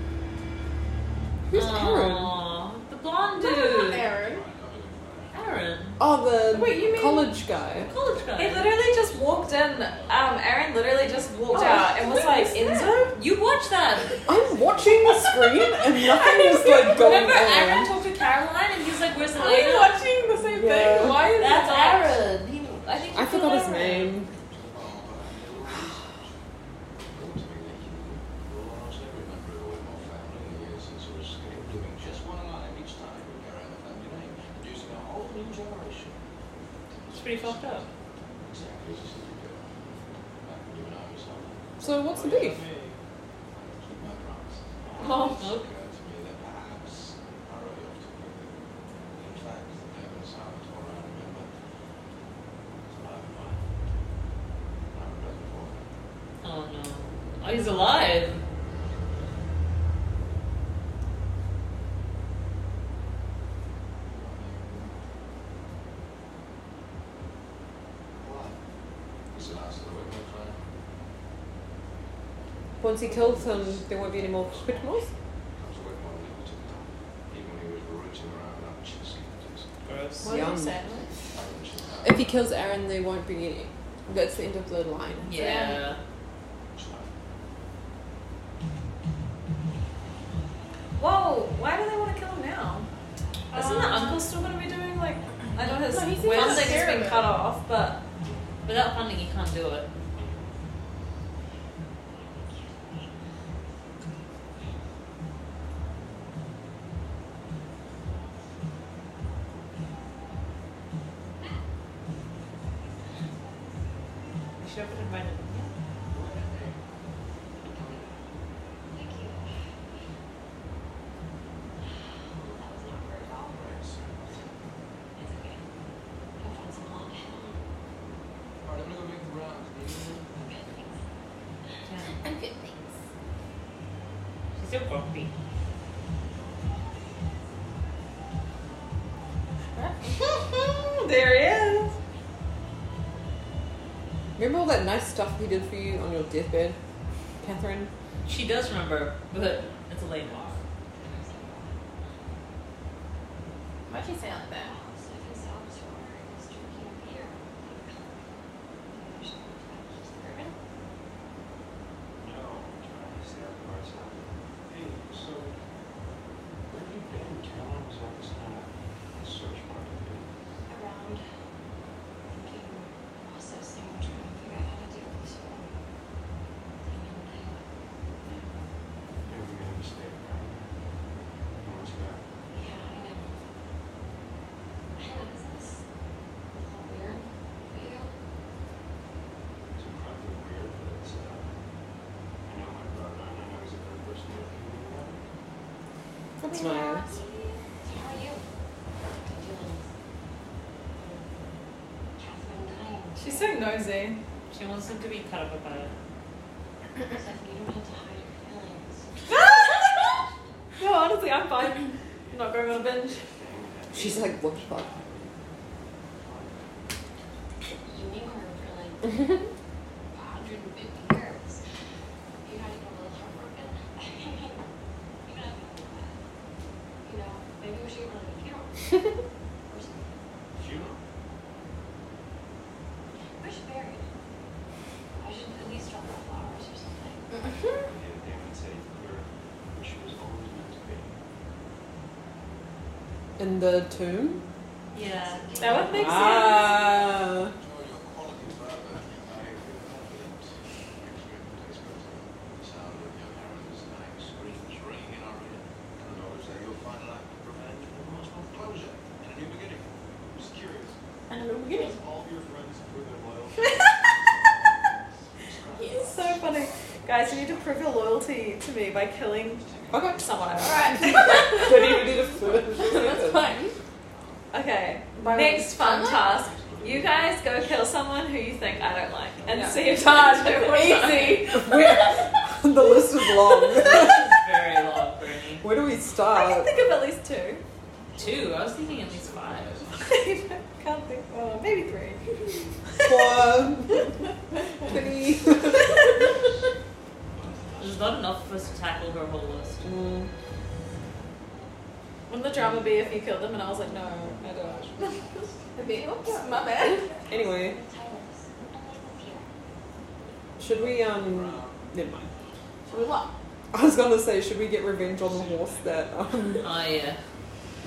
[SPEAKER 1] Who's Aaron?
[SPEAKER 2] Aw, The blonde
[SPEAKER 3] Dude.
[SPEAKER 2] dude.
[SPEAKER 3] Aaron.
[SPEAKER 2] Aaron.
[SPEAKER 1] Oh, the
[SPEAKER 3] Wait, you mean-
[SPEAKER 1] college guy.
[SPEAKER 2] College guy.
[SPEAKER 4] He literally just walked in. Um, Aaron literally just walked
[SPEAKER 1] Oh,
[SPEAKER 4] out and was
[SPEAKER 1] what
[SPEAKER 4] like,
[SPEAKER 1] is
[SPEAKER 4] Enzo? You watch that.
[SPEAKER 1] I'm watching the screen and nothing is like going
[SPEAKER 4] Remember, Aaron
[SPEAKER 1] on.
[SPEAKER 4] talked to Caroline and he's like, where's
[SPEAKER 3] Are you
[SPEAKER 4] Elena?
[SPEAKER 3] watching the same
[SPEAKER 1] Yeah.
[SPEAKER 3] thing? Why is
[SPEAKER 4] That's
[SPEAKER 3] that?
[SPEAKER 4] Aaron. He, I think he
[SPEAKER 1] I forgot
[SPEAKER 4] killed
[SPEAKER 1] his
[SPEAKER 4] Aaron.
[SPEAKER 1] name.
[SPEAKER 2] It's pretty fucked up.
[SPEAKER 1] So what's the beef?
[SPEAKER 2] Oh. Oh no. Oh, he's alive.
[SPEAKER 1] Once he kills him, there won't be any more Quidmores?
[SPEAKER 2] Gross.
[SPEAKER 4] What did
[SPEAKER 1] Yum.
[SPEAKER 4] you say?
[SPEAKER 1] If he kills Aaron, there won't be any. That's the end of the line.
[SPEAKER 2] Yeah.
[SPEAKER 4] Whoa, why do they want to kill him now? Isn't the uncle still going to be doing, like, I know his
[SPEAKER 3] No, he's
[SPEAKER 4] funding
[SPEAKER 3] in the
[SPEAKER 4] has been
[SPEAKER 3] experiment.
[SPEAKER 4] cut off, but
[SPEAKER 2] Without funding, you can't do it. You should have invited him.
[SPEAKER 5] Thank you. That was not very all. It's okay. Go find some long. Good things.
[SPEAKER 3] I'm good, thanks.
[SPEAKER 2] She's so grumpy.
[SPEAKER 4] there he is.
[SPEAKER 1] Remember all that nice stuff he did for you on your deathbed, Catherine?
[SPEAKER 2] She does remember, but it's a late walk.
[SPEAKER 3] Why'd you say it like that?
[SPEAKER 7] Oh,
[SPEAKER 5] So if you saw the tour, it's drinking a beer. Bourbon?
[SPEAKER 7] around thinking also saying I'm trying to figure out how to deal with this whole thing and yeah, I know. I know this is a little weird for you.
[SPEAKER 1] That's nice.
[SPEAKER 7] So how are you? Dealing with um, Catherine dying.
[SPEAKER 4] She's so nosy.
[SPEAKER 2] She wants him to be cut up about it.
[SPEAKER 7] It's like you don't have to hide your feelings.
[SPEAKER 4] No, honestly, I'm fine. I'm not going on a binge.
[SPEAKER 1] She's like, what the fuck?
[SPEAKER 7] You knew her for like 150 years. You're not even a little heartbroken. I mean, you know, you know, maybe we should
[SPEAKER 6] Funeral?
[SPEAKER 7] Where's she buried? I should at least drop her flowers or something.
[SPEAKER 6] Yeah, they would say where where she was always meant to be.
[SPEAKER 1] In the tomb?
[SPEAKER 2] Yeah.
[SPEAKER 4] That would make sense.
[SPEAKER 1] Ah.
[SPEAKER 6] Enjoy your quality bourbon. I feel confident next week will taste better. The sound of young Aaron's knife screams ring in our ear. And the knowledge that you'll find life of revenge will much more closure and a new beginning. I'm just curious.
[SPEAKER 3] And then we get it.
[SPEAKER 6] If all of your friends were their loyalty.
[SPEAKER 3] Yes.
[SPEAKER 4] So funny. Guys, you need to prove your loyalty to me by killing
[SPEAKER 1] Okay.
[SPEAKER 4] someone else.
[SPEAKER 3] Alright,
[SPEAKER 1] Don't even need a food.
[SPEAKER 3] that's fine.
[SPEAKER 4] Okay.
[SPEAKER 3] By
[SPEAKER 4] Next fun
[SPEAKER 3] Sunlight?
[SPEAKER 4] task. You guys go kill someone who you think I don't like and
[SPEAKER 3] Yeah.
[SPEAKER 4] see if that's
[SPEAKER 3] Easy.
[SPEAKER 1] the list is long.
[SPEAKER 2] This is very long, Bernie.
[SPEAKER 1] Where do we
[SPEAKER 4] I can
[SPEAKER 1] start?
[SPEAKER 4] think of at least two.
[SPEAKER 2] Two. I was thinking at least five.
[SPEAKER 4] Can't think. Oh, maybe three.
[SPEAKER 1] One, twenty.
[SPEAKER 2] There's not enough of us to tackle her whole list.
[SPEAKER 1] Mm,
[SPEAKER 4] Wouldn't the drama be if you killed them? And I was like, no, I don't.
[SPEAKER 3] It'd be- Oops, my bad.
[SPEAKER 1] anyway,
[SPEAKER 5] Tyrus, and they live here.
[SPEAKER 1] should we um? Never mind.
[SPEAKER 3] Should we walk?
[SPEAKER 1] I was gonna say, should we get revenge on the horse that um,
[SPEAKER 2] Oh yeah.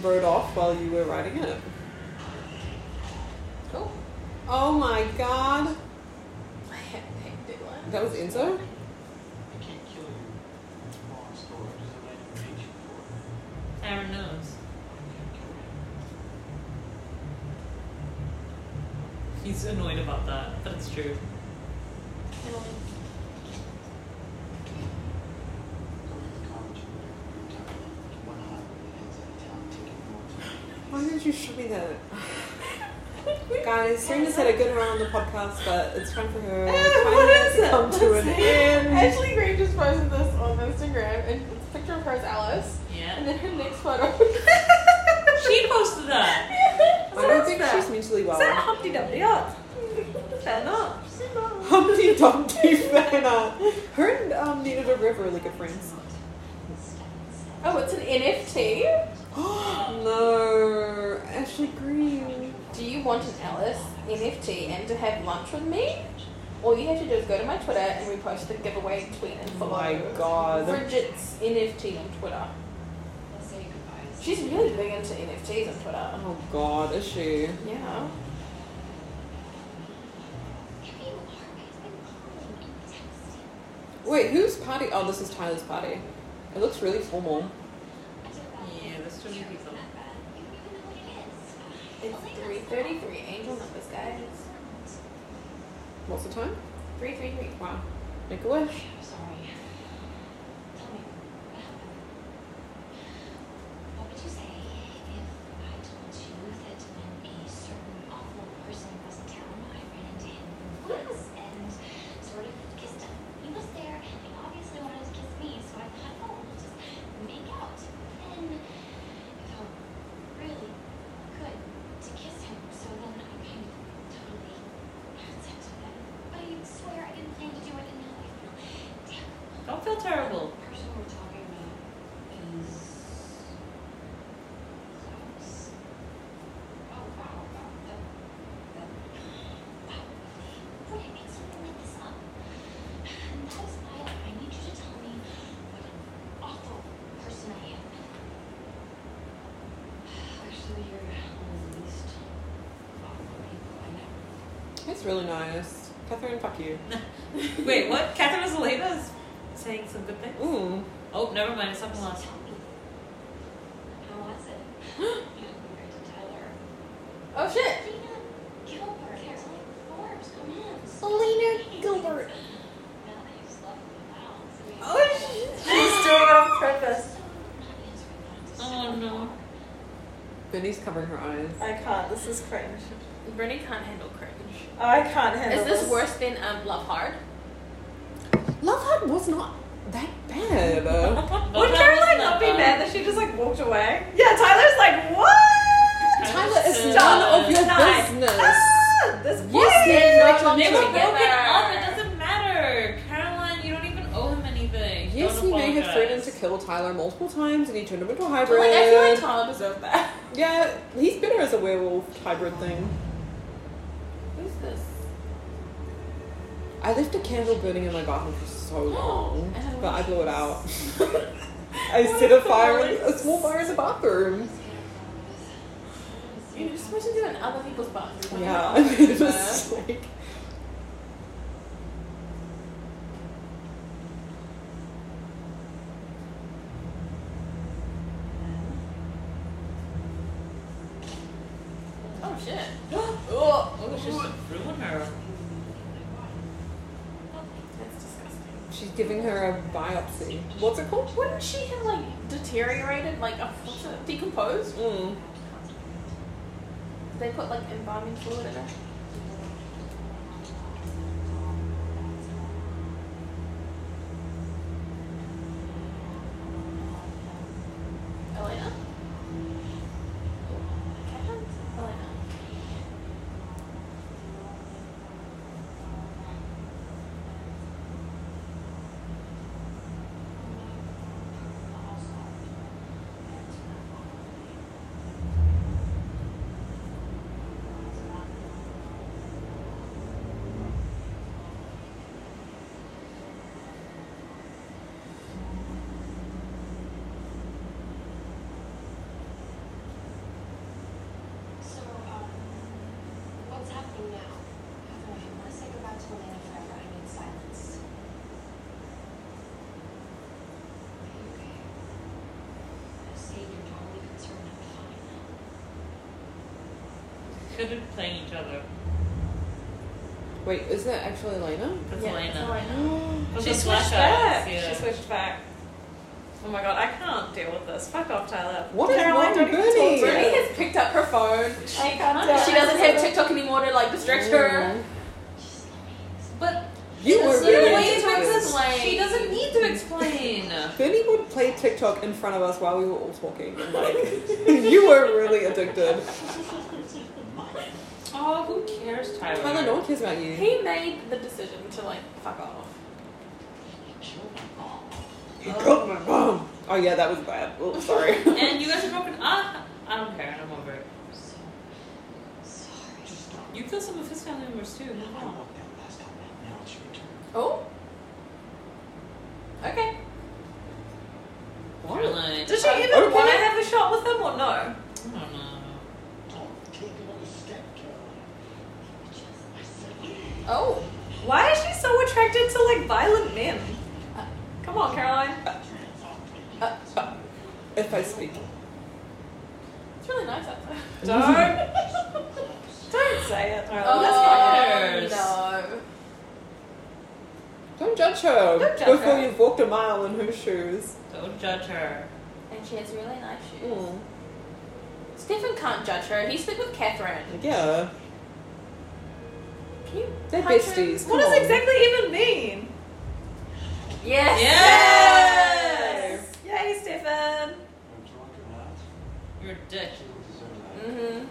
[SPEAKER 1] rode off while you were riding it?
[SPEAKER 3] Cool.
[SPEAKER 1] Oh my god,
[SPEAKER 3] I had to take big one.
[SPEAKER 1] that was Enzo.
[SPEAKER 6] They can't kill you. Long story. There's a lady who hates you for it.
[SPEAKER 2] Aaron knows.
[SPEAKER 6] They can't kill you.
[SPEAKER 2] He's annoyed about that, but it's true.
[SPEAKER 1] Why did you show me that? Guys, Serena's had a good run on the podcast, but it's time for her
[SPEAKER 3] Eh, what is
[SPEAKER 1] to
[SPEAKER 3] it? Eh,
[SPEAKER 1] come to an end.
[SPEAKER 3] Ashley Gray just posted this on Instagram, and it's a picture of her as Alice, and
[SPEAKER 2] Yeah.
[SPEAKER 3] then her next photo.
[SPEAKER 2] She posted that.
[SPEAKER 1] I don't think she's mentally well.
[SPEAKER 4] Is that Humpty Dumpty art? Fair not.
[SPEAKER 1] Humpty Dumpty fan art. Her and um, Nina the River are really good friends.
[SPEAKER 3] oh, it's an NFT.
[SPEAKER 1] no, Ashley Green.
[SPEAKER 3] Do you want an Alice NFT and to have lunch with me? All you have to do is go to my Twitter and repost the giveaway tweet and
[SPEAKER 1] Oh
[SPEAKER 3] follow.
[SPEAKER 1] my god.
[SPEAKER 3] Bridget's NFT on Twitter.
[SPEAKER 7] Let's say goodbye.
[SPEAKER 3] She's really big into NFTs on Twitter.
[SPEAKER 1] Oh god, is she?
[SPEAKER 3] Yeah.
[SPEAKER 5] Here you are. I've been calling and texting.
[SPEAKER 1] Wait, whose party? Oh, this is Tyler's party. It looks really formal.
[SPEAKER 5] I don't know.
[SPEAKER 2] Yeah, that's too many people.
[SPEAKER 5] Not bad. You don't even know what it is.
[SPEAKER 3] It's
[SPEAKER 5] Elena,
[SPEAKER 3] 333 angel numbers, guys.
[SPEAKER 1] What's the time?
[SPEAKER 3] 333.
[SPEAKER 1] Wow. Make a wish.
[SPEAKER 7] I'm sorry. Tell me, what happened?
[SPEAKER 5] What would you say if I told you that when a certain awful person was in town, I ran into him once and sort of kissed him? He was there and he obviously wanted to kiss me, so I thought, oh, we'll just make out. And it felt really good to kiss him, so then I kind of totally had sex with him. I swear I didn't plan to do it, and now I feel terrible.
[SPEAKER 2] Don't feel terrible.
[SPEAKER 7] The person we're talking about is close. Oh wow, wow, that, that,
[SPEAKER 5] Wow. Would it make something like this up? And that is why I need you to tell me what an awful person I am.
[SPEAKER 7] actually you're one of the least awful people I know.
[SPEAKER 1] It's really nice. Catherine, fuck you.
[SPEAKER 2] Wait, what? Catherine Zelena is saying some good things.
[SPEAKER 1] Ooh.
[SPEAKER 2] Oh, never mind. It's something else.
[SPEAKER 5] Tell me.
[SPEAKER 7] How was it? Yeah, compared to Tyler.
[SPEAKER 3] Oh shit!
[SPEAKER 5] Lena Gilbert. It's like Forbes. Come in.
[SPEAKER 3] Selena Gilbert.
[SPEAKER 7] Now that you've slept with him out, so we-
[SPEAKER 3] shit! She's doing it on purpose.
[SPEAKER 5] So, not answering that.
[SPEAKER 2] Oh no.
[SPEAKER 1] Benny's covering her eyes.
[SPEAKER 4] I can't. This is cringe.
[SPEAKER 3] Brittany can't handle cringe.
[SPEAKER 4] I can't handle
[SPEAKER 3] Is this worse than um, Love Hard?
[SPEAKER 1] Love Hut was not that bad.
[SPEAKER 4] Would Karen like not be mad that she just like walked away? Yeah, Tyler's like, what?
[SPEAKER 1] Tyler is none of your
[SPEAKER 4] Nine.
[SPEAKER 1] business.
[SPEAKER 4] Ah, this boy.
[SPEAKER 1] Yes,
[SPEAKER 3] Rachel,
[SPEAKER 2] They were
[SPEAKER 3] Together.
[SPEAKER 2] broken up. It doesn't matter. Caroline, you don't even owe him anything.
[SPEAKER 1] Yes,
[SPEAKER 2] Don't
[SPEAKER 1] he may have
[SPEAKER 2] apologize.
[SPEAKER 1] threatened to kill Tyler multiple times, and he turned him into a hybrid.
[SPEAKER 3] But like, I feel like Tyler deserved that.
[SPEAKER 1] yeah, he's better as a werewolf hybrid thing.
[SPEAKER 3] Who's this?
[SPEAKER 1] I left a candle burning in my bathroom for so long,
[SPEAKER 3] Oh.
[SPEAKER 1] but I blew it out. I set a fire, in, a small fire in the bathroom.
[SPEAKER 3] You're just supposed to do it in other people's oh, bathrooms.
[SPEAKER 1] Yeah, I made a mistake.
[SPEAKER 3] Oh shit.
[SPEAKER 2] Oh, it's just ruin her.
[SPEAKER 3] That's disgusting.
[SPEAKER 1] She's giving her a biopsy. What's it called?
[SPEAKER 3] Wouldn't she have like deteriorated, like a, what's it, decomposed?
[SPEAKER 1] Mm.
[SPEAKER 3] They put like embalming fluid in her. Elena? Catherine? Elena.
[SPEAKER 5] So, um, what's happening now? Heather, if you want to say goodbye to Elena forever, I need silence. Are you okay? I see you're totally concerned. I'm fine.
[SPEAKER 2] Could have playing each other.
[SPEAKER 1] Wait, is that actually Elena?
[SPEAKER 2] That's
[SPEAKER 3] Yeah,
[SPEAKER 2] Elena.
[SPEAKER 3] that's Elena.
[SPEAKER 2] That's
[SPEAKER 4] She
[SPEAKER 2] the
[SPEAKER 4] switched
[SPEAKER 2] black
[SPEAKER 4] back.
[SPEAKER 2] eyes, yeah.
[SPEAKER 4] She switched back. Oh my god, I can't deal with this. Fuck off, Tyler.
[SPEAKER 1] What is
[SPEAKER 4] Caroline,
[SPEAKER 1] wrong
[SPEAKER 4] don't
[SPEAKER 1] with
[SPEAKER 4] even talk to
[SPEAKER 1] Bernie?
[SPEAKER 4] me.
[SPEAKER 3] Brittany has picked up her phone.
[SPEAKER 4] I can't.
[SPEAKER 3] She doesn't have TikTok anymore to like distract her.
[SPEAKER 2] But
[SPEAKER 1] You were
[SPEAKER 2] That's
[SPEAKER 1] really
[SPEAKER 2] literally
[SPEAKER 1] into
[SPEAKER 2] what
[SPEAKER 1] this.
[SPEAKER 3] Like,
[SPEAKER 2] she doesn't need to explain.
[SPEAKER 1] Bernie would play TikTok in front of us while we were all talking. and, Like, you were really addicted.
[SPEAKER 2] oh, who cares, Tyler?
[SPEAKER 1] Tyler, no one cares about you.
[SPEAKER 3] He made the decision to like fuck off.
[SPEAKER 1] You killed my mom. Oh yeah, that was bad. Oh, sorry.
[SPEAKER 2] And you guys are broken up. I don't care. I'm over it. You killed some of his family members too. Move
[SPEAKER 6] I
[SPEAKER 2] on.
[SPEAKER 6] want that last comment. Now it's your turn.
[SPEAKER 3] Oh. Okay.
[SPEAKER 2] Caroline.
[SPEAKER 4] Did she even
[SPEAKER 1] Okay.
[SPEAKER 4] want to have a shot with him or no?
[SPEAKER 2] I don't know.
[SPEAKER 6] Don't take another step, Caroline. I said,
[SPEAKER 3] Oh.
[SPEAKER 4] Why is she so attracted to like violent men? Come on, Caroline.
[SPEAKER 1] If I speak,
[SPEAKER 3] It's really nice out there.
[SPEAKER 4] Don't. Don't say it, Tyler.
[SPEAKER 3] Oh,
[SPEAKER 2] that's
[SPEAKER 3] no.
[SPEAKER 1] don't judge her
[SPEAKER 4] Don't judge
[SPEAKER 1] before
[SPEAKER 4] her.
[SPEAKER 1] you've walked a mile in her shoes.
[SPEAKER 2] Don't judge her.
[SPEAKER 3] And she has really nice shoes.
[SPEAKER 1] Mm.
[SPEAKER 3] Stephen can't judge her. He slept with Catherine.
[SPEAKER 1] Yeah,
[SPEAKER 3] Can you
[SPEAKER 1] they're
[SPEAKER 3] punch her?
[SPEAKER 1] besties.
[SPEAKER 4] What
[SPEAKER 1] Come
[SPEAKER 4] does
[SPEAKER 1] on.
[SPEAKER 4] exactly even mean?
[SPEAKER 3] Yes.
[SPEAKER 2] Yes!
[SPEAKER 4] Yay, Stefan.
[SPEAKER 6] I'm drunk or not,
[SPEAKER 2] You're a dick.
[SPEAKER 6] she will deserve that.
[SPEAKER 3] Mm-hmm.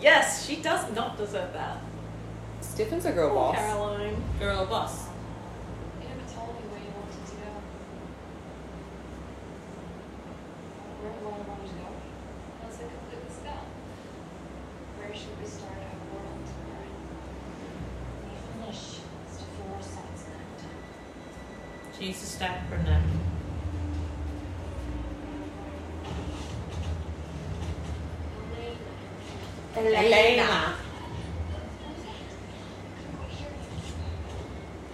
[SPEAKER 4] Yes, she does not deserve that.
[SPEAKER 1] Stephen's a girl boss.
[SPEAKER 4] Caroline.
[SPEAKER 2] Girl boss.
[SPEAKER 5] You never told me where you wanted to go. Where do I want to go? That's a complete spell. Where should we start our world? We finish to four sides that
[SPEAKER 2] She needs to stack her neck.
[SPEAKER 3] Elena.
[SPEAKER 7] "Oh,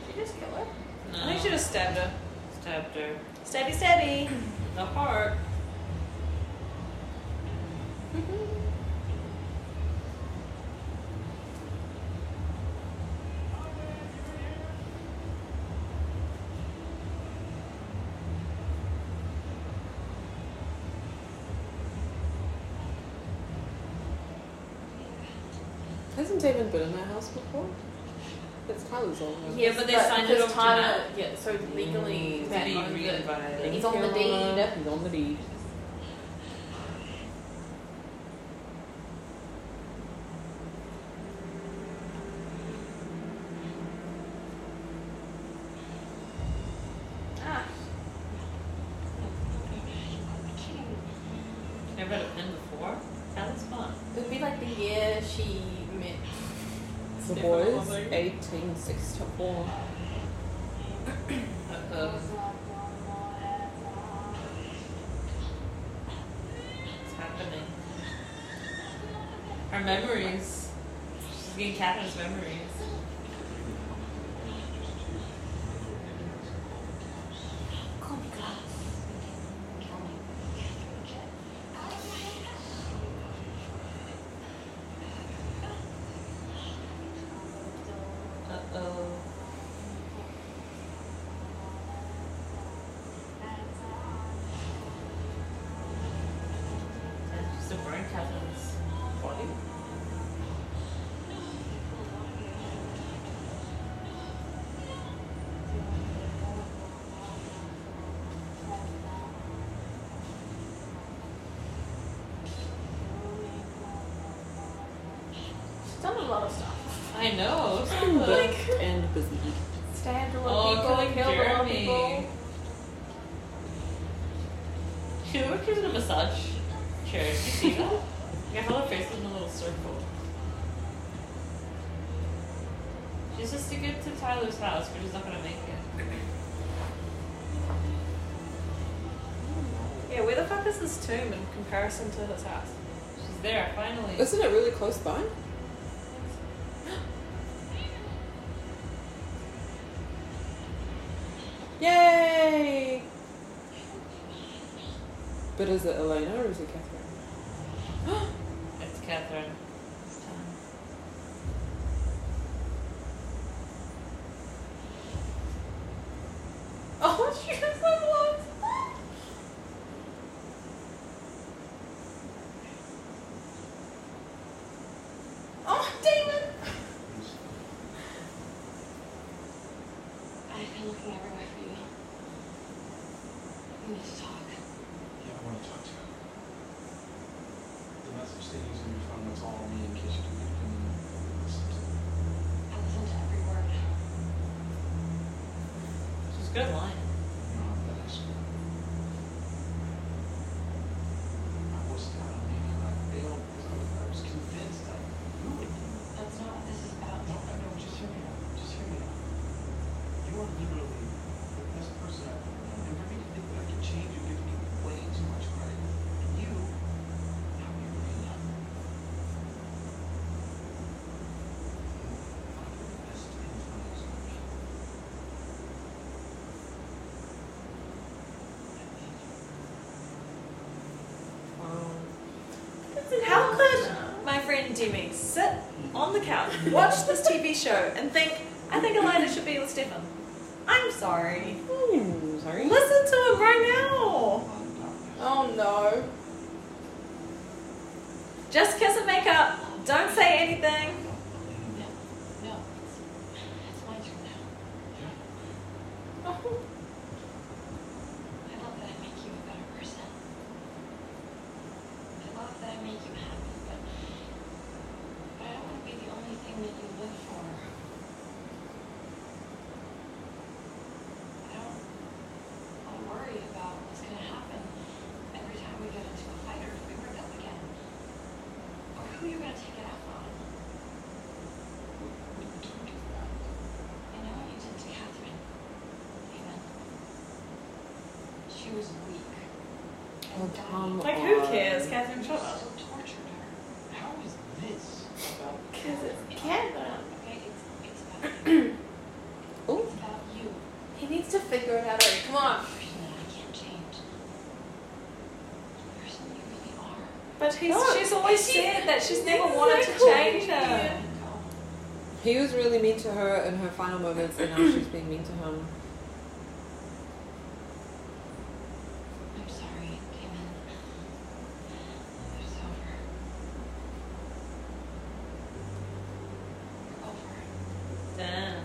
[SPEAKER 3] Did you just kill her?
[SPEAKER 2] No.
[SPEAKER 4] I think she just stabbed her.
[SPEAKER 2] stabbed her.
[SPEAKER 4] Stabby, stabby.
[SPEAKER 2] The heart.
[SPEAKER 1] Hasn't David been in that house before? That's Tyler's old house.
[SPEAKER 2] Yeah, but they signed it
[SPEAKER 3] because
[SPEAKER 2] over to
[SPEAKER 3] Tyler-
[SPEAKER 2] Nat.
[SPEAKER 3] Yeah, so legally
[SPEAKER 2] To
[SPEAKER 3] that
[SPEAKER 2] be
[SPEAKER 3] owns it.
[SPEAKER 2] reinvited.
[SPEAKER 3] He's on the deed.
[SPEAKER 1] He's on the deed.
[SPEAKER 3] Ah.
[SPEAKER 2] Never had a pen before. That was fun.
[SPEAKER 3] It would be like the year she met.
[SPEAKER 1] The
[SPEAKER 3] Stefan
[SPEAKER 1] boys,
[SPEAKER 3] Lombardi.
[SPEAKER 1] 1864.
[SPEAKER 2] Uh-oh. It's happening. Our memories. She's getting Catherine's memories. Uh-oh. That's just a burn Catherine's body.
[SPEAKER 3] She's done a lot of stuff.
[SPEAKER 2] I know.
[SPEAKER 1] Book and busy.
[SPEAKER 3] Stabbed a
[SPEAKER 2] Oh,
[SPEAKER 3] lot
[SPEAKER 2] killing
[SPEAKER 3] of people, killed a lot of
[SPEAKER 2] Jeremy.
[SPEAKER 3] people.
[SPEAKER 2] She looked in a massage chair. Did you see that? Yeah, how her face was in a little circle. She's just to get to Tyler's house, but she's not gonna make it.
[SPEAKER 4] Yeah, where the fuck is this tomb in comparison to his house?
[SPEAKER 2] She's there, finally.
[SPEAKER 1] Isn't it really close by? Yay! But is it Elena or is it Catherine?
[SPEAKER 2] It's Catherine.
[SPEAKER 3] Oh, she has like lots. Oh, Damon!
[SPEAKER 7] I've been looking everywhere for you. We need to talk.
[SPEAKER 6] Yeah, I want to talk to you. The message they use in your phone, that's all me in case you didn't even listen to it.
[SPEAKER 7] I listened to every word.
[SPEAKER 2] She's good at lying.
[SPEAKER 6] You know, I'm bad at school. I was down on me, and I failed because I was, I was convinced I knew it.
[SPEAKER 7] That's not what this is about.
[SPEAKER 6] No, I know, just hear me out, just hear me out. You are literally the best person I've ever known, and for me to think that I can change you gives me way too much credit. And you, now you're me. You're the best influence on me. I need you.
[SPEAKER 4] How could my friend Demi sit on the couch, watch this TV show, and think, I think Elena should be with Stefan? I'm sorry.
[SPEAKER 1] Hmm, sorry.
[SPEAKER 4] Listen to him right now.
[SPEAKER 6] On darkness.
[SPEAKER 3] Oh no.
[SPEAKER 4] Just kiss and make up. Don't say anything.
[SPEAKER 7] No, no, it's, it's my turn now.
[SPEAKER 3] Oh,
[SPEAKER 7] I love that I make you a better person. I love that I make you happy, but, but I don't want to be the only thing that you live for. I don't I worry about what's going to happen every time we get into a fight or if we break up again. Or who you're going to take it out on.
[SPEAKER 6] Don't do that.
[SPEAKER 7] I know what you did to Catherine, Damon. She was weak.
[SPEAKER 1] Oh,
[SPEAKER 7] And
[SPEAKER 1] come
[SPEAKER 7] dying.
[SPEAKER 4] Like, who cares? Catherine,
[SPEAKER 7] You
[SPEAKER 4] shut up.
[SPEAKER 7] still tortured her.
[SPEAKER 6] How is this about
[SPEAKER 3] because it's Kevin.
[SPEAKER 7] Okay, it's, it's about you.
[SPEAKER 1] Ooh.
[SPEAKER 7] It's about you.
[SPEAKER 3] He needs to figure it out already. Come on.
[SPEAKER 7] The person that I can't change. The person you really are.
[SPEAKER 4] But he's,
[SPEAKER 3] No,
[SPEAKER 4] she's always
[SPEAKER 3] she-
[SPEAKER 4] said that she's
[SPEAKER 3] he's
[SPEAKER 4] never
[SPEAKER 3] so
[SPEAKER 4] wanted
[SPEAKER 3] cool.
[SPEAKER 4] to change her.
[SPEAKER 7] Let it go.
[SPEAKER 1] He was really mean to her in her final moments, and now she's being mean to him.
[SPEAKER 7] I'm sorry, Damon. It's over. You're over.
[SPEAKER 2] Damn.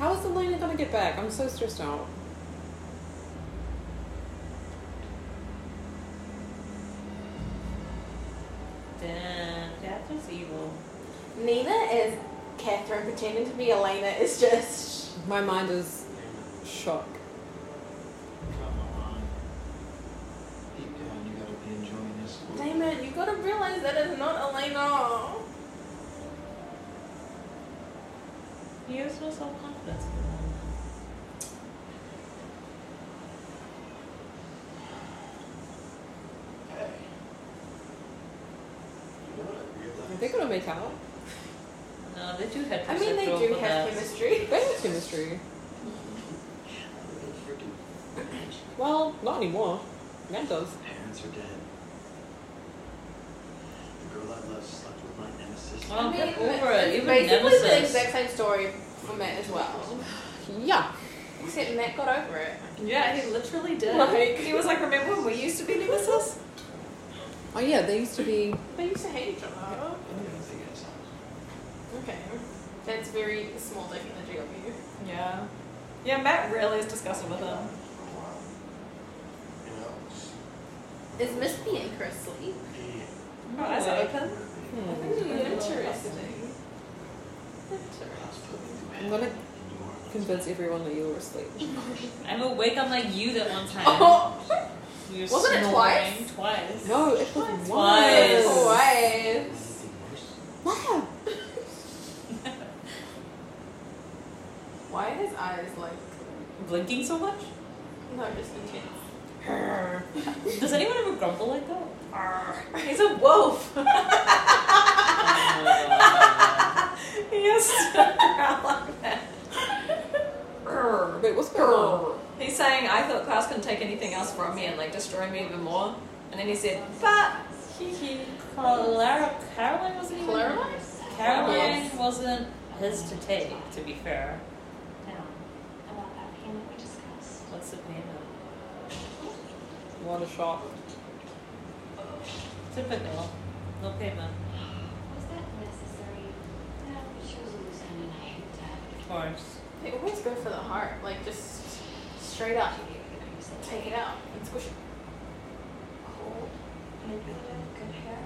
[SPEAKER 1] How is Elena gonna get back? I'm so stressed out.
[SPEAKER 2] Damn. Catherine's evil.
[SPEAKER 3] Nina is Catherine pretending to be Elena is just.
[SPEAKER 1] My mind is shock.
[SPEAKER 6] Come on. Deep down, you gotta be enjoying this.
[SPEAKER 3] is that is not Elena.
[SPEAKER 2] You guys feel self confidence.
[SPEAKER 6] Hey. You know what I realized?
[SPEAKER 1] They're gonna make out.
[SPEAKER 2] No, they do heterosexual.
[SPEAKER 3] I mean, they do
[SPEAKER 2] for
[SPEAKER 3] have
[SPEAKER 2] that.
[SPEAKER 3] chemistry.
[SPEAKER 1] They have chemistry.
[SPEAKER 6] Little freaking
[SPEAKER 1] Well, not anymore. Man does.
[SPEAKER 6] parents are dead. The girl I love slept with my nemesis.
[SPEAKER 2] Well,
[SPEAKER 3] I
[SPEAKER 2] get
[SPEAKER 3] mean,
[SPEAKER 2] over it. Even
[SPEAKER 3] Basically,
[SPEAKER 2] Nemesis.
[SPEAKER 3] the exact same story for Matt as well.
[SPEAKER 1] Yeah.
[SPEAKER 3] Except Matt got over it.
[SPEAKER 4] Yeah, he literally did.
[SPEAKER 3] Like-
[SPEAKER 4] he was like, remember when we used to be nemesis?
[SPEAKER 1] Oh yeah, they used to be.
[SPEAKER 3] They used to hate each other.
[SPEAKER 6] I don't think it's
[SPEAKER 3] Okay. That's very small dick energy of you.
[SPEAKER 4] Yeah. Yeah, Matt really is disgusted with him.
[SPEAKER 6] for a while. You know,
[SPEAKER 3] Is Miss Bianca asleep?
[SPEAKER 6] he
[SPEAKER 4] Oh, eyes are open.
[SPEAKER 6] would be
[SPEAKER 1] Hmm.
[SPEAKER 3] Interesting.
[SPEAKER 6] perhaps put me through
[SPEAKER 1] I'm gonna
[SPEAKER 6] hell in New Orleans.
[SPEAKER 1] convince everyone that you were asleep.
[SPEAKER 2] I'm awake. I'm like you that one time.
[SPEAKER 3] Oh,
[SPEAKER 2] You're
[SPEAKER 3] Wasn't it
[SPEAKER 2] snoring
[SPEAKER 3] twice?
[SPEAKER 2] Twice.
[SPEAKER 1] No, it was once.
[SPEAKER 2] Twice.
[SPEAKER 3] twice.
[SPEAKER 6] Anything worse?
[SPEAKER 1] Wow.
[SPEAKER 3] Why are his eyes like?
[SPEAKER 2] Blinking so much?
[SPEAKER 3] No, just intense.
[SPEAKER 2] Does anyone ever grumble like that?
[SPEAKER 4] He's a wolf. He is around like that.
[SPEAKER 1] Wait, what's going on?
[SPEAKER 4] He's saying, I thought class couldn't take anything else from me and like destroy me even more. And then he said, but hee hee.
[SPEAKER 2] Clara, Caroline wasn't even.
[SPEAKER 3] Clarified?
[SPEAKER 2] Caroline wasn't his to take. To be fair,
[SPEAKER 5] Now, about that payment we discussed.
[SPEAKER 2] what's the name of?
[SPEAKER 1] What a shock.
[SPEAKER 2] it? Typical. No payment.
[SPEAKER 5] Was that necessary? No, it sure was a loose end and I hate that.
[SPEAKER 2] Of course.
[SPEAKER 3] They always go for the heart, like just straight up. Take it out and squish it.
[SPEAKER 5] Cold, and beautiful, good hair.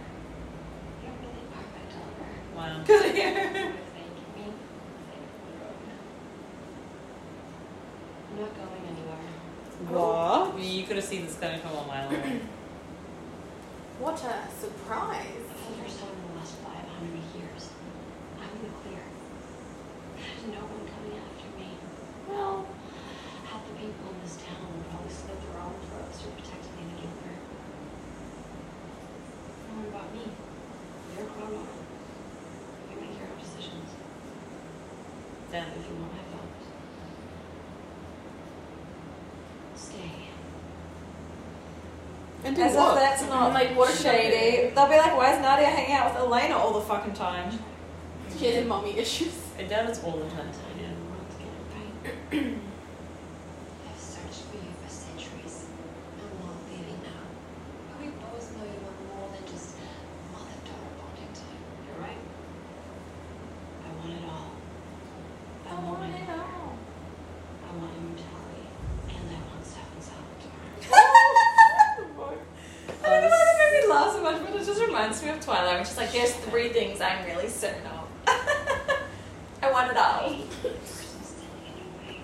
[SPEAKER 5] You're really perfect, Oliver.
[SPEAKER 2] Wow.
[SPEAKER 4] Good hair.
[SPEAKER 5] Thank me.
[SPEAKER 7] I'm not going anywhere.
[SPEAKER 1] What?
[SPEAKER 2] I mean, you could have seen this coming from a mile away.
[SPEAKER 3] What a surprise!
[SPEAKER 7] The thunder's over the last 500 years. I'm in the clear. There's no one coming after me.
[SPEAKER 3] Well,
[SPEAKER 7] Half the people in this town would probably slit their own throats to protect me and Gilbert. Don't worry about me. You're a grown up. You make your own decisions.
[SPEAKER 2] Damn.
[SPEAKER 7] If you want my vote. Stay.
[SPEAKER 1] And do
[SPEAKER 4] As if
[SPEAKER 1] what?
[SPEAKER 4] that's not
[SPEAKER 3] Like, what a
[SPEAKER 4] shady. They'll be like, why is Nadia hanging out with Elena all the fucking time?
[SPEAKER 3] kid and mommy issues.
[SPEAKER 2] I doubt it's all the time.
[SPEAKER 7] I know the world to get it right. I've searched for you for centuries. I'm not leaving now. But we both know you want more than just mother-daughter bonding time. You're right. I want it all. I want it.
[SPEAKER 3] all.
[SPEAKER 7] I want immortality, and I want Stefan Salvatore.
[SPEAKER 4] I don't know why that made me laugh so much, but it just reminds me of Twilight, which is like, there's three things I'm really certain of. I want it all.
[SPEAKER 7] Person standing in your way.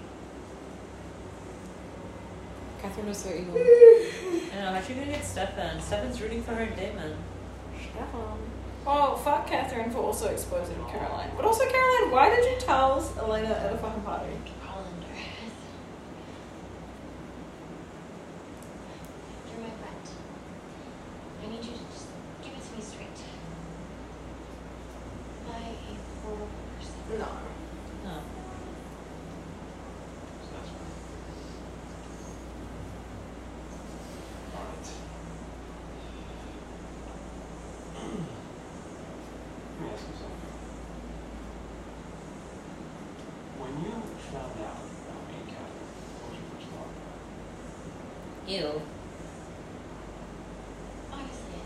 [SPEAKER 1] Catherine is so evil.
[SPEAKER 2] I know. How's she gonna get Stefan? Stefan's rooting for her and Damon.
[SPEAKER 4] Well, Oh, fuck Catherine for also exposing Caroline. But also, Caroline, why did you tell Elena at a fucking party?
[SPEAKER 7] All under. You're my friend.
[SPEAKER 5] I need you to just give it to me straight. My horrible person.
[SPEAKER 3] No.
[SPEAKER 2] No.
[SPEAKER 6] So that's right. All right. Let me ask you something. When you found out about me and Catherine, what was your first thought?
[SPEAKER 2] Ew.
[SPEAKER 5] Honestly,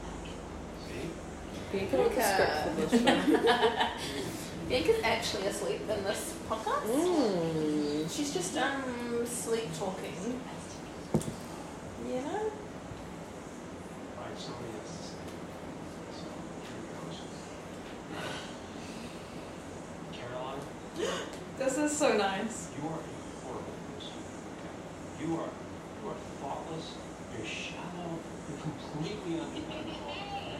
[SPEAKER 5] I thought it
[SPEAKER 6] See?
[SPEAKER 1] Bianca wrote the script for this show.
[SPEAKER 3] Bianca's actually asleep in this podcast.
[SPEAKER 1] Mm.
[SPEAKER 3] She's just um sleep talking.
[SPEAKER 5] best to be.
[SPEAKER 3] You know?
[SPEAKER 6] Like somebody else to say. it. So, here goes. Caroline,
[SPEAKER 4] This is so nice.
[SPEAKER 6] you are a horrible person. okay? You are, you are thoughtless, you're shallow, you're completely uncomfortable.
[SPEAKER 5] Hey, hey,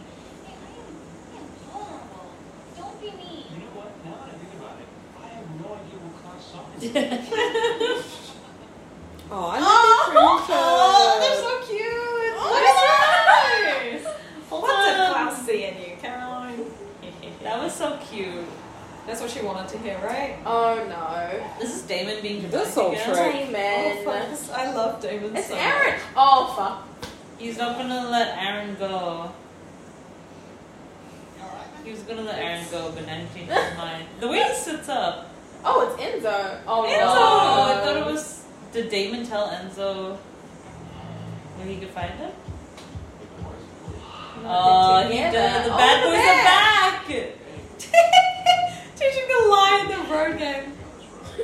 [SPEAKER 5] I am
[SPEAKER 6] sorry.
[SPEAKER 1] Oh, I love
[SPEAKER 4] they're
[SPEAKER 1] oh,
[SPEAKER 4] so cute. Look at those. Hold
[SPEAKER 2] What's a
[SPEAKER 4] on. classy in you, Caroline? that was so cute. That's what she wanted to hear, right?
[SPEAKER 3] Oh no.
[SPEAKER 2] This is Damon being Jamaican.
[SPEAKER 1] This old
[SPEAKER 2] again.
[SPEAKER 1] trick.
[SPEAKER 3] Hey man.
[SPEAKER 4] Oh, fuck, this- I love David
[SPEAKER 3] it's
[SPEAKER 4] so
[SPEAKER 3] Aaron. Oh fuck.
[SPEAKER 2] He's not gonna let Aaron go.
[SPEAKER 6] You all right, man?
[SPEAKER 2] He was gonna let Aaron go, but then he changed his mind. The way he sits up.
[SPEAKER 3] Oh, it's Enzo. Oh
[SPEAKER 2] Enzo!
[SPEAKER 3] no.
[SPEAKER 2] I thought it was. Did Damon tell Enzo where he could find him? Oh, he did. The
[SPEAKER 3] together. Oh,
[SPEAKER 2] bad
[SPEAKER 3] the
[SPEAKER 2] boys are
[SPEAKER 3] bear.
[SPEAKER 2] back! Teaching the lion the road game.
[SPEAKER 6] You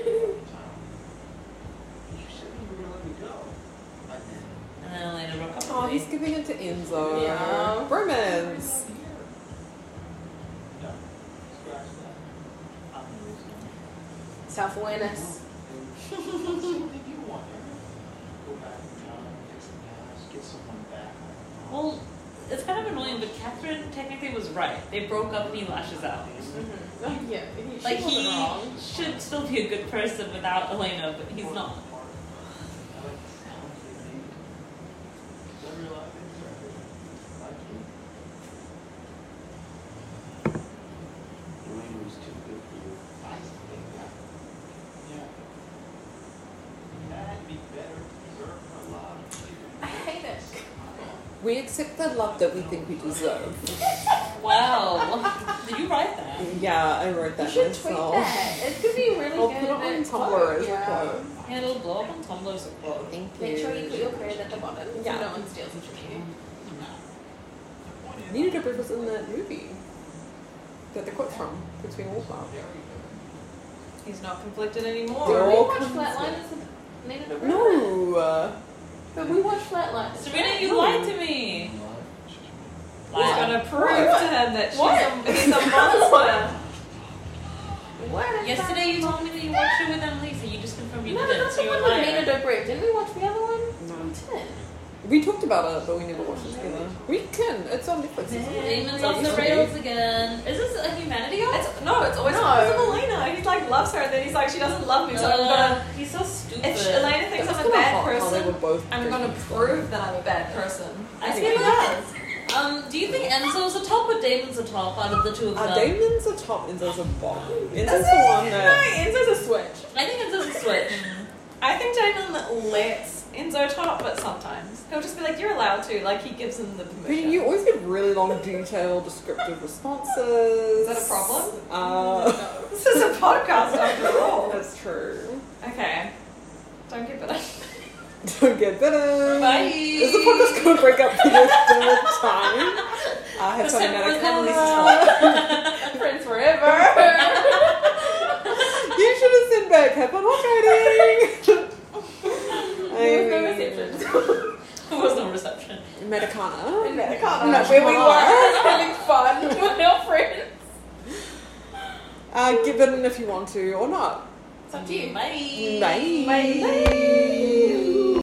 [SPEAKER 6] said you were gonna let me go. I did.
[SPEAKER 2] And then Elena broke up. with
[SPEAKER 1] Oh,
[SPEAKER 2] me.
[SPEAKER 1] he's giving it to Enzo.
[SPEAKER 3] Yeah.
[SPEAKER 1] Romance.
[SPEAKER 6] No, scratch that. I'm the reason.
[SPEAKER 3] Self awareness.
[SPEAKER 6] If you want, go back in time, fix the past, get someone back.
[SPEAKER 2] Well, it's kind of annoying, but Catherine technically was right. They broke up and he lashes out.
[SPEAKER 3] yeah. He, she
[SPEAKER 2] Like
[SPEAKER 3] wasn't
[SPEAKER 2] he
[SPEAKER 3] wrong.
[SPEAKER 2] should still be a good person without Elena, but he's not.
[SPEAKER 6] I like the sound they made. Does that realize it's right? Like you. Elaine was too good for you. I think that. Yeah. That'd be better to deserve her love.
[SPEAKER 3] I hate it.
[SPEAKER 1] We accept the love that we think we deserve.
[SPEAKER 2] Wow, did you write that?
[SPEAKER 1] Yeah, I wrote
[SPEAKER 3] You
[SPEAKER 1] that
[SPEAKER 3] should tweet
[SPEAKER 1] myself.
[SPEAKER 3] that. It could be really
[SPEAKER 1] I'll
[SPEAKER 3] good.
[SPEAKER 1] put it on
[SPEAKER 3] as a
[SPEAKER 1] Tumblr as
[SPEAKER 3] quote,
[SPEAKER 1] a quote.
[SPEAKER 2] Yeah, it'll blow up on Tumblr as a quote.
[SPEAKER 1] Thank you.
[SPEAKER 3] Make sure you put your credit at the bottom
[SPEAKER 1] Yeah.
[SPEAKER 3] so no one steals it from you.
[SPEAKER 1] Nina Dobrev was in that movie that the quote from between all of them.
[SPEAKER 4] He's not conflicted anymore.
[SPEAKER 1] They're
[SPEAKER 3] we
[SPEAKER 1] all
[SPEAKER 3] watched
[SPEAKER 1] comes
[SPEAKER 3] Flatliners with Nina Dobrev.
[SPEAKER 1] No, uh,
[SPEAKER 3] But we watched Flatliners.
[SPEAKER 2] Serena, you lied to me.
[SPEAKER 4] He's
[SPEAKER 2] Lied.
[SPEAKER 4] gonna prove
[SPEAKER 1] What?
[SPEAKER 4] to him that she's
[SPEAKER 1] What?
[SPEAKER 4] a, he's a monster.
[SPEAKER 3] What is that?
[SPEAKER 2] Yesterday you told me that you watched it with Emily, so you just confirmed you
[SPEAKER 3] No,
[SPEAKER 2] didn't.
[SPEAKER 3] not
[SPEAKER 2] So
[SPEAKER 3] the
[SPEAKER 2] you're a
[SPEAKER 3] one with Nina
[SPEAKER 2] liar.
[SPEAKER 3] Dobrev. Didn't we watch the other one? We
[SPEAKER 1] no.
[SPEAKER 3] didn't.
[SPEAKER 1] We talked about it, but we never watched it together. We can. It's on Netflix. Isn't it?
[SPEAKER 2] Damon's off the rails again. Is this a humanity off?
[SPEAKER 4] It's, no, it's always
[SPEAKER 3] No.
[SPEAKER 4] because of Elena. He like loves her, and then he's like, she doesn't love me, so I'm
[SPEAKER 2] Uh,
[SPEAKER 4] gonna.
[SPEAKER 2] he's so stupid.
[SPEAKER 4] If she- Elena
[SPEAKER 1] It
[SPEAKER 4] thinks
[SPEAKER 1] was
[SPEAKER 4] I'm a
[SPEAKER 1] kinda
[SPEAKER 4] bad
[SPEAKER 1] hot how they were
[SPEAKER 4] person,
[SPEAKER 1] both
[SPEAKER 4] I'm gonna
[SPEAKER 1] drinking.
[SPEAKER 4] prove that I'm a bad person.
[SPEAKER 2] I
[SPEAKER 4] That's
[SPEAKER 2] feel
[SPEAKER 4] what he
[SPEAKER 2] like-
[SPEAKER 4] does.
[SPEAKER 2] Um, do you think Enzo's a top or Damon's a top out of the two of them?
[SPEAKER 1] Are Damon's a top, Enzo's a bottom? Enzo's
[SPEAKER 3] That's
[SPEAKER 1] the one that.
[SPEAKER 3] No, Enzo's a switch.
[SPEAKER 2] I think Enzo's a switch.
[SPEAKER 4] I think Damon lets Enzo top, but sometimes he'll just be like, "You're allowed to." Like he gives him the
[SPEAKER 1] Peter,
[SPEAKER 4] permission.
[SPEAKER 1] you always give really long, detailed, descriptive responses. Is
[SPEAKER 4] that a problem?
[SPEAKER 1] Uh,
[SPEAKER 4] this is a podcast after all.
[SPEAKER 1] that's true.
[SPEAKER 4] Okay, don't get bitter.
[SPEAKER 1] Don't get bitter.
[SPEAKER 2] Bye.
[SPEAKER 1] Is the podcast going to break up for the third time? I have
[SPEAKER 2] The
[SPEAKER 1] something that I
[SPEAKER 2] simple
[SPEAKER 1] can
[SPEAKER 2] is
[SPEAKER 1] release.
[SPEAKER 3] Friends forever.
[SPEAKER 1] You should have sent back hyperlocating.
[SPEAKER 3] There's no reception.
[SPEAKER 2] There was no reception.
[SPEAKER 1] Medicana.
[SPEAKER 3] In Medicana,
[SPEAKER 1] Not
[SPEAKER 3] where we
[SPEAKER 1] sure.
[SPEAKER 3] were having fun with our friends.
[SPEAKER 1] Uh, give it in if you want to or not.
[SPEAKER 3] It's up to you.
[SPEAKER 2] Bye.
[SPEAKER 1] Bye.